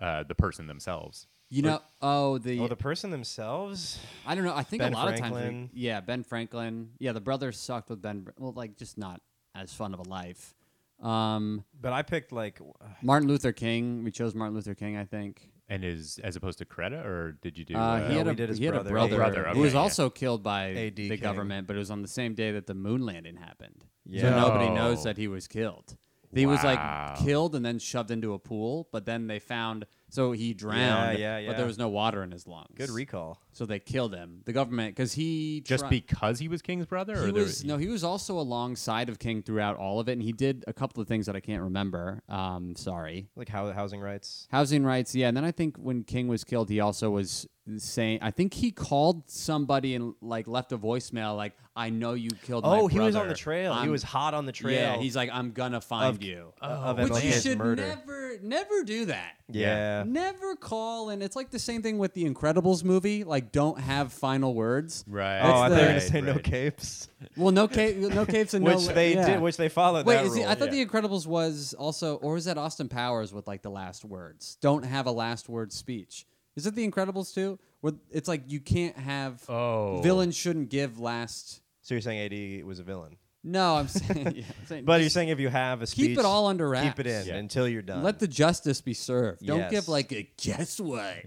Speaker 3: uh, the person themselves?
Speaker 2: You know, oh the,
Speaker 1: oh, the person themselves.
Speaker 2: I don't know. I think
Speaker 1: Ben
Speaker 2: a lot of
Speaker 1: Franklin.
Speaker 2: times, we, yeah, Ben Franklin, yeah, the brothers sucked with Ben. Well, like just not as fun of a life. Um,
Speaker 1: But I picked like uh,
Speaker 2: Martin Luther King. We chose Martin Luther King. I think.
Speaker 3: And is as opposed to Creta, or did you do?
Speaker 2: Uh, he
Speaker 1: No,
Speaker 2: had,
Speaker 1: we
Speaker 2: a,
Speaker 1: did his
Speaker 2: he had
Speaker 1: brother.
Speaker 2: a brother,
Speaker 3: Brother,
Speaker 2: who
Speaker 3: okay,
Speaker 2: was
Speaker 3: yeah.
Speaker 2: also killed by
Speaker 1: A.D.
Speaker 2: the
Speaker 1: King.
Speaker 2: government, but it was on the same day that the moon landing happened.
Speaker 1: Yeah.
Speaker 2: So nobody knows
Speaker 3: Oh.
Speaker 2: that he was killed. He was
Speaker 3: Wow.
Speaker 2: like killed and then shoved into a pool, but then they found So he drowned,
Speaker 1: yeah, yeah.
Speaker 2: but there was no water in his lungs.
Speaker 1: Good recall.
Speaker 2: So they killed him. The government, because he
Speaker 3: Just
Speaker 2: tri-
Speaker 3: because he was King's brother, or
Speaker 2: he
Speaker 3: there
Speaker 2: was no, he was also alongside of King throughout all of it, and he did a couple of things that I can't remember. Um, sorry.
Speaker 1: Like how housing rights.
Speaker 2: Housing rights, yeah. And then I think when King was killed, he also was saying, I think he called somebody and like left a voicemail, like, "I know you killed." my
Speaker 1: Oh, he was on
Speaker 2: brother.
Speaker 1: the trail. he
Speaker 2: I'm-
Speaker 1: was hot on the trail.
Speaker 2: Yeah, he's like, "I'm gonna find you,"
Speaker 1: of
Speaker 2: which you
Speaker 1: MLK's
Speaker 2: should
Speaker 1: murder.
Speaker 2: never, never do that.
Speaker 1: yeah.
Speaker 2: Never call, and it's like the same thing with the Incredibles movie. Like, don't have final words.
Speaker 3: Right.
Speaker 1: Oh, I
Speaker 2: It's
Speaker 1: thought you were gonna
Speaker 2: the-
Speaker 1: say no
Speaker 3: right.
Speaker 1: capes,
Speaker 2: Well, no cave, no caves,
Speaker 1: (laughs)
Speaker 2: and
Speaker 1: which
Speaker 2: no.
Speaker 1: they
Speaker 2: yeah.
Speaker 1: did, which they followed.
Speaker 2: Wait,
Speaker 1: that
Speaker 2: is it,
Speaker 1: rule,
Speaker 2: I thought
Speaker 1: yeah.
Speaker 2: The Incredibles was also, or was that Austin Powers with like the last words? Don't have a last word speech. Is it The Incredibles too? Where it's like you can't have
Speaker 3: Oh.
Speaker 2: villains shouldn't give last.
Speaker 1: So you're saying AD was a villain,
Speaker 2: No, I'm (laughs) saying, yeah, I'm saying
Speaker 1: but you're
Speaker 2: just
Speaker 1: saying if you have a speech,
Speaker 2: keep it all under wraps.
Speaker 1: keep it in
Speaker 3: Yeah.
Speaker 1: until you're done.
Speaker 2: Let the justice be served. Don't
Speaker 1: Yes.
Speaker 2: give like a guess what.
Speaker 1: (laughs)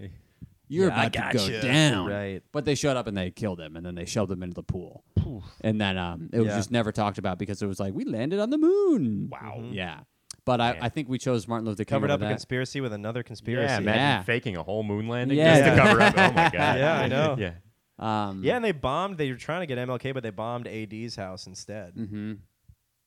Speaker 2: You're
Speaker 3: Yeah, I
Speaker 2: about to go
Speaker 3: gotcha.
Speaker 2: down.
Speaker 1: Right.
Speaker 2: But they showed up and they killed him and then they shoved him into the pool. And then um, it was
Speaker 1: Yeah.
Speaker 2: just never talked about because it was like, we landed on the moon. Mm-hmm.
Speaker 3: Wow.
Speaker 2: Yeah. But I, I think we chose Martin Luther King.
Speaker 1: covered
Speaker 2: over
Speaker 1: up a
Speaker 2: that.
Speaker 1: conspiracy with another conspiracy.
Speaker 3: Yeah, imagine
Speaker 2: Yeah.
Speaker 3: faking a whole moon landing
Speaker 2: Yeah.
Speaker 3: just to
Speaker 2: Yeah.
Speaker 3: cover up. Oh my god.
Speaker 1: Yeah, I know.
Speaker 3: Yeah.
Speaker 2: Um,
Speaker 1: Yeah, and they bombed. They were trying to get MLK, but they bombed AD's house instead
Speaker 2: Mm. mm-hmm.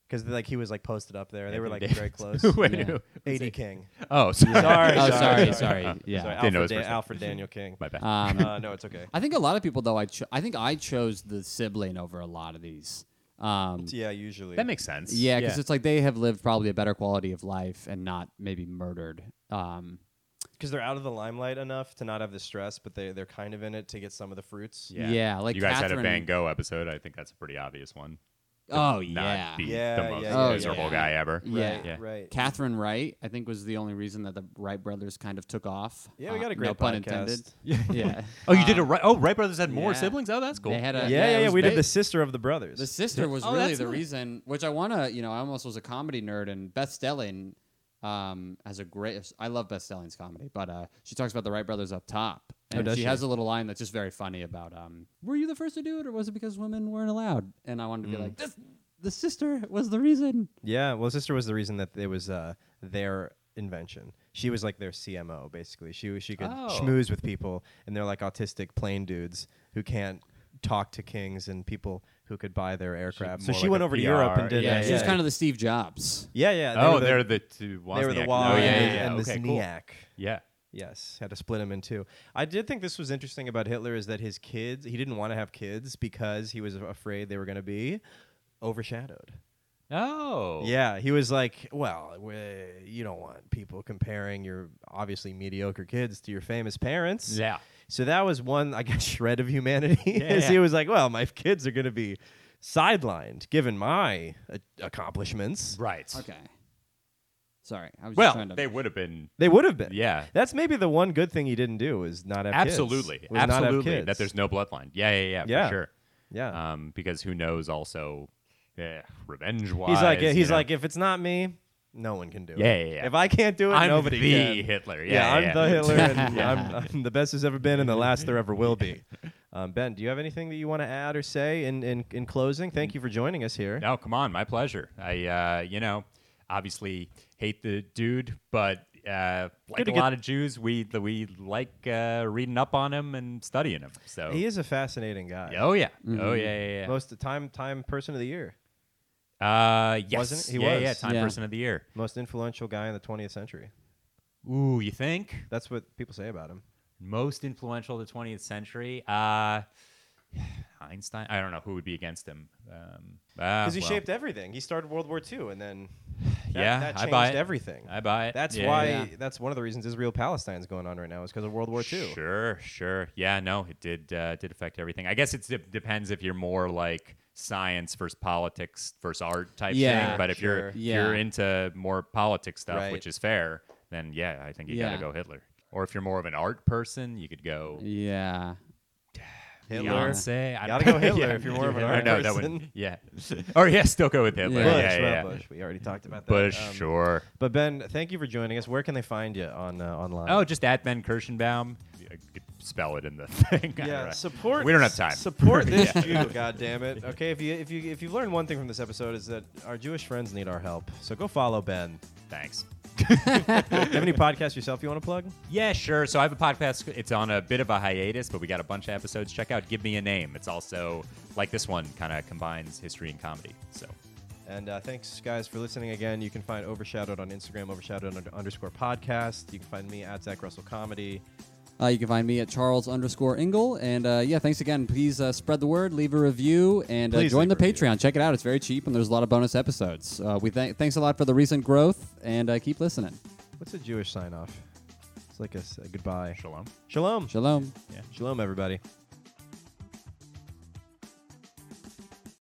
Speaker 1: because like he was like posted up there. They were like
Speaker 3: Anthony
Speaker 1: very close.
Speaker 2: (laughs)
Speaker 1: (laughs)
Speaker 3: Davis. Wait,
Speaker 2: Yeah.
Speaker 3: (laughs) who-
Speaker 1: AD King.
Speaker 3: (laughs) Oh, sorry.
Speaker 1: Sorry,
Speaker 2: Oh,
Speaker 1: sorry, (laughs)
Speaker 2: sorry,
Speaker 1: sorry.
Speaker 2: sorry.
Speaker 3: (laughs)
Speaker 1: Yeah,
Speaker 2: Yeah.
Speaker 1: Sorry,
Speaker 3: Didn't know
Speaker 1: Alfred,
Speaker 3: his
Speaker 1: Dan-
Speaker 3: first name.
Speaker 1: Alfred Daniel
Speaker 2: (laughs)
Speaker 1: King.
Speaker 3: My bad.
Speaker 2: Um,
Speaker 1: Uh, no, it's
Speaker 2: (laughs)
Speaker 1: okay.
Speaker 2: I think a lot of people though. I cho- I think I chose the sibling over a lot of these. Um,
Speaker 1: Yeah, usually.
Speaker 3: that makes sense.
Speaker 2: yeah, because it's like they have lived probably a better quality of life and not maybe murdered. Um,
Speaker 1: because they're out of the limelight enough to not have the stress, but they they're kind of in it to get some of the fruits.
Speaker 2: yeah. like
Speaker 3: you guys had a
Speaker 2: Catherine-
Speaker 3: Van Gogh episode. I think that's a pretty obvious one.
Speaker 2: Oh
Speaker 3: Not
Speaker 2: yeah,
Speaker 3: be
Speaker 1: Yeah,
Speaker 3: the most
Speaker 1: yeah,
Speaker 2: yeah,
Speaker 3: miserable
Speaker 2: yeah.
Speaker 3: guy ever.
Speaker 2: Yeah.
Speaker 1: Right,
Speaker 3: Yeah.
Speaker 1: right.
Speaker 2: Catherine Wright. I think was the only reason that the Wright brothers kind of took off.
Speaker 1: Yeah, we
Speaker 2: Uh,
Speaker 1: got a great
Speaker 2: no pun
Speaker 1: podcast.
Speaker 2: intended.
Speaker 1: (laughs)
Speaker 2: (laughs) yeah.
Speaker 3: Oh, you did
Speaker 2: Um,
Speaker 3: a right. Oh, Wright brothers had more
Speaker 2: yeah.
Speaker 3: siblings. Oh, that's cool.
Speaker 2: They had a
Speaker 1: yeah,
Speaker 2: it
Speaker 1: yeah, yeah.
Speaker 2: was
Speaker 1: We did
Speaker 2: big.
Speaker 1: the sister of the brothers.
Speaker 2: The sister was
Speaker 3: Oh,
Speaker 2: really
Speaker 3: that's
Speaker 2: the
Speaker 3: nice.
Speaker 2: reason, which I want to, you know, I almost was a comedy nerd, and Beth Stelling um, has a great, I love Beth Stelling's comedy, but uh, she talks about the Wright brothers up top.
Speaker 1: Oh,
Speaker 2: And
Speaker 1: does
Speaker 2: she,
Speaker 1: she?
Speaker 2: has a little line that's just very funny about, um, were you the first to do it, or was it because women weren't allowed? And I wanted to be
Speaker 3: Mm.
Speaker 2: like, this, the sister was the reason.
Speaker 1: yeah, well, sister was the reason that it was uh, their invention. She was like their CMO, basically. She was she could
Speaker 3: Oh.
Speaker 1: schmooze with people, and they're like autistic plane dudes who can't talk to kings and people who could buy their aircraft. so
Speaker 3: more
Speaker 1: she
Speaker 3: like
Speaker 1: went
Speaker 3: a
Speaker 1: over to Europe
Speaker 3: PR,
Speaker 1: and did.
Speaker 2: Yeah,
Speaker 1: that,
Speaker 2: she was kind of the Steve Jobs.
Speaker 1: Yeah, yeah.
Speaker 3: Oh,
Speaker 1: were the-
Speaker 3: they're the two. Wozniak.
Speaker 1: they were the
Speaker 3: oh,
Speaker 1: Y
Speaker 3: yeah, yeah,
Speaker 1: and,
Speaker 3: yeah.
Speaker 1: and the
Speaker 3: okay, cool.
Speaker 1: Zniak.
Speaker 3: Yeah.
Speaker 1: Yes, had to split him in two. I did think this was interesting about Hitler is that his kids, he didn't want to have kids because he was afraid they were going to be overshadowed.
Speaker 3: Oh.
Speaker 1: Yeah, he was like, well, w- you don't want people comparing your obviously mediocre kids to your famous parents.
Speaker 3: Yeah.
Speaker 1: So that was one, I guess, (laughs) shred of humanity. (laughs) is
Speaker 3: yeah.
Speaker 1: He was like, well, my kids are going to be sidelined given my uh, accomplishments.
Speaker 3: Right.
Speaker 2: Okay. Sorry. I was just
Speaker 3: Well,
Speaker 2: trying to.
Speaker 3: they would have been.
Speaker 1: They would have been.
Speaker 3: Yeah.
Speaker 1: That's maybe the one good thing he didn't do is not have
Speaker 3: Absolutely.
Speaker 1: kids. was not have
Speaker 3: Absolutely.
Speaker 1: kids.
Speaker 3: That there's no bloodline. Yeah, yeah, yeah. For
Speaker 1: Yeah.
Speaker 3: sure.
Speaker 1: (laughs) Yeah.
Speaker 3: Um, because who knows? Also, eh, revenge wise.
Speaker 1: he's like he's like if it's not me, no one can do
Speaker 3: Yeah,
Speaker 1: it.
Speaker 3: yeah, yeah.
Speaker 1: If I can't do it,
Speaker 3: I'm
Speaker 1: nobody
Speaker 3: the
Speaker 1: can.
Speaker 3: Hitler.
Speaker 1: Yeah,
Speaker 3: Yeah, yeah,
Speaker 1: I'm
Speaker 3: yeah.
Speaker 1: the Hitler, and I'm, I'm the best there's ever been, and the last there ever will be. Um, ben, do you have anything that you want to add or say in, in, in closing? Thank you for joining us here.
Speaker 3: (laughs) No, come on, my pleasure. I, uh, you know, obviously hate the dude, but uh,
Speaker 1: Good
Speaker 3: like
Speaker 1: to
Speaker 3: a
Speaker 1: get-
Speaker 3: lot of Jews, we we like uh, reading up on him and studying him. So,
Speaker 1: He is a fascinating guy.
Speaker 3: oh yeah, oh yeah, yeah, yeah.
Speaker 1: Most of the time, time person of the year,
Speaker 3: Uh, yes,
Speaker 1: Wasn't it? He
Speaker 3: yeah,
Speaker 1: was.
Speaker 3: yeah, time
Speaker 2: Yeah.
Speaker 3: person of the year.
Speaker 1: most influential guy in the 20th century.
Speaker 3: Ooh, you think
Speaker 1: That's what people say about him.
Speaker 3: most influential of the 20th century? Uh, (sighs) Einstein. I don't know who would be against him. Um,
Speaker 1: Because he shaped everything. He started World War II, and
Speaker 3: (sighs)
Speaker 1: then that,
Speaker 3: Yeah,
Speaker 1: that
Speaker 3: I
Speaker 1: changed
Speaker 3: buy it.
Speaker 1: everything.
Speaker 3: I buy it.
Speaker 1: That's
Speaker 3: Yeah,
Speaker 1: why.
Speaker 3: yeah.
Speaker 1: That's one of the reasons Israel Palestine's going on right now is because of World War II.
Speaker 3: Sure, sure. Yeah, no, it did uh, did affect everything. I guess it depends if you're more like science versus politics versus art type
Speaker 2: Yeah,
Speaker 3: thing. But if
Speaker 1: sure.
Speaker 3: you're if you're
Speaker 2: Yeah.
Speaker 3: into more politics stuff,
Speaker 1: Right.
Speaker 3: which is fair, then yeah, I think you
Speaker 2: Yeah.
Speaker 3: gotta go Hitler. Or if you're more of an art person, you could go
Speaker 2: yeah.
Speaker 1: Hitler.
Speaker 3: Beyonce. I
Speaker 1: Gotta
Speaker 3: (laughs)
Speaker 1: go
Speaker 3: don't-
Speaker 1: Hitler if you're more of an
Speaker 3: I
Speaker 1: art
Speaker 3: know,
Speaker 1: (laughs)
Speaker 3: that
Speaker 1: person.
Speaker 3: would- yeah. or yeah, still go with Hitler.
Speaker 1: Bush,
Speaker 3: Yeah, yeah,
Speaker 1: not
Speaker 3: yeah.
Speaker 1: Bush. We already talked about that.
Speaker 3: Bush,
Speaker 1: Um,
Speaker 3: sure.
Speaker 1: But Ben, thank you for joining us. Where can they find you on uh, online?
Speaker 3: Oh, just at Ben Kirschenbaum. Yeah, I could Spell it in the (laughs) thing. I don't
Speaker 1: yeah.
Speaker 3: know.
Speaker 1: Support.
Speaker 3: We don't have time.
Speaker 1: Support this Jew. God damn it. Okay. If you if
Speaker 3: (laughs)
Speaker 1: you if you've learned one thing from this episode is that our Jewish friends need our help. So go follow Ben.
Speaker 3: (laughs) Thanks.
Speaker 1: Do you have any podcasts yourself you want to plug?
Speaker 3: Yeah, sure. So I have a podcast. It's on a bit of a hiatus, but we got a bunch of episodes. Check out Give Me a Name. It's also like this one, kind of combines history and comedy. So
Speaker 1: And uh, thanks, guys, for listening again. You can find Overshadowed on Instagram, Overshadowed under- underscore podcast. You can find me at Zach Russell Comedy.
Speaker 2: Uh, you can find me at Charles underscore Ingle. And uh, yeah, thanks again. Please uh, spread the word, leave a review, and uh,
Speaker 1: Please
Speaker 2: join the
Speaker 1: leave a
Speaker 2: Patreon.
Speaker 1: review.
Speaker 2: Check it out; it's very cheap, and there's a lot of bonus episodes. Uh, we thank thanks a lot for the recent growth, and uh, keep listening.
Speaker 1: What's a Jewish sign off? It's like a, s- a goodbye.
Speaker 3: shalom.
Speaker 1: Shalom.
Speaker 2: Shalom.
Speaker 1: Shalom, everybody.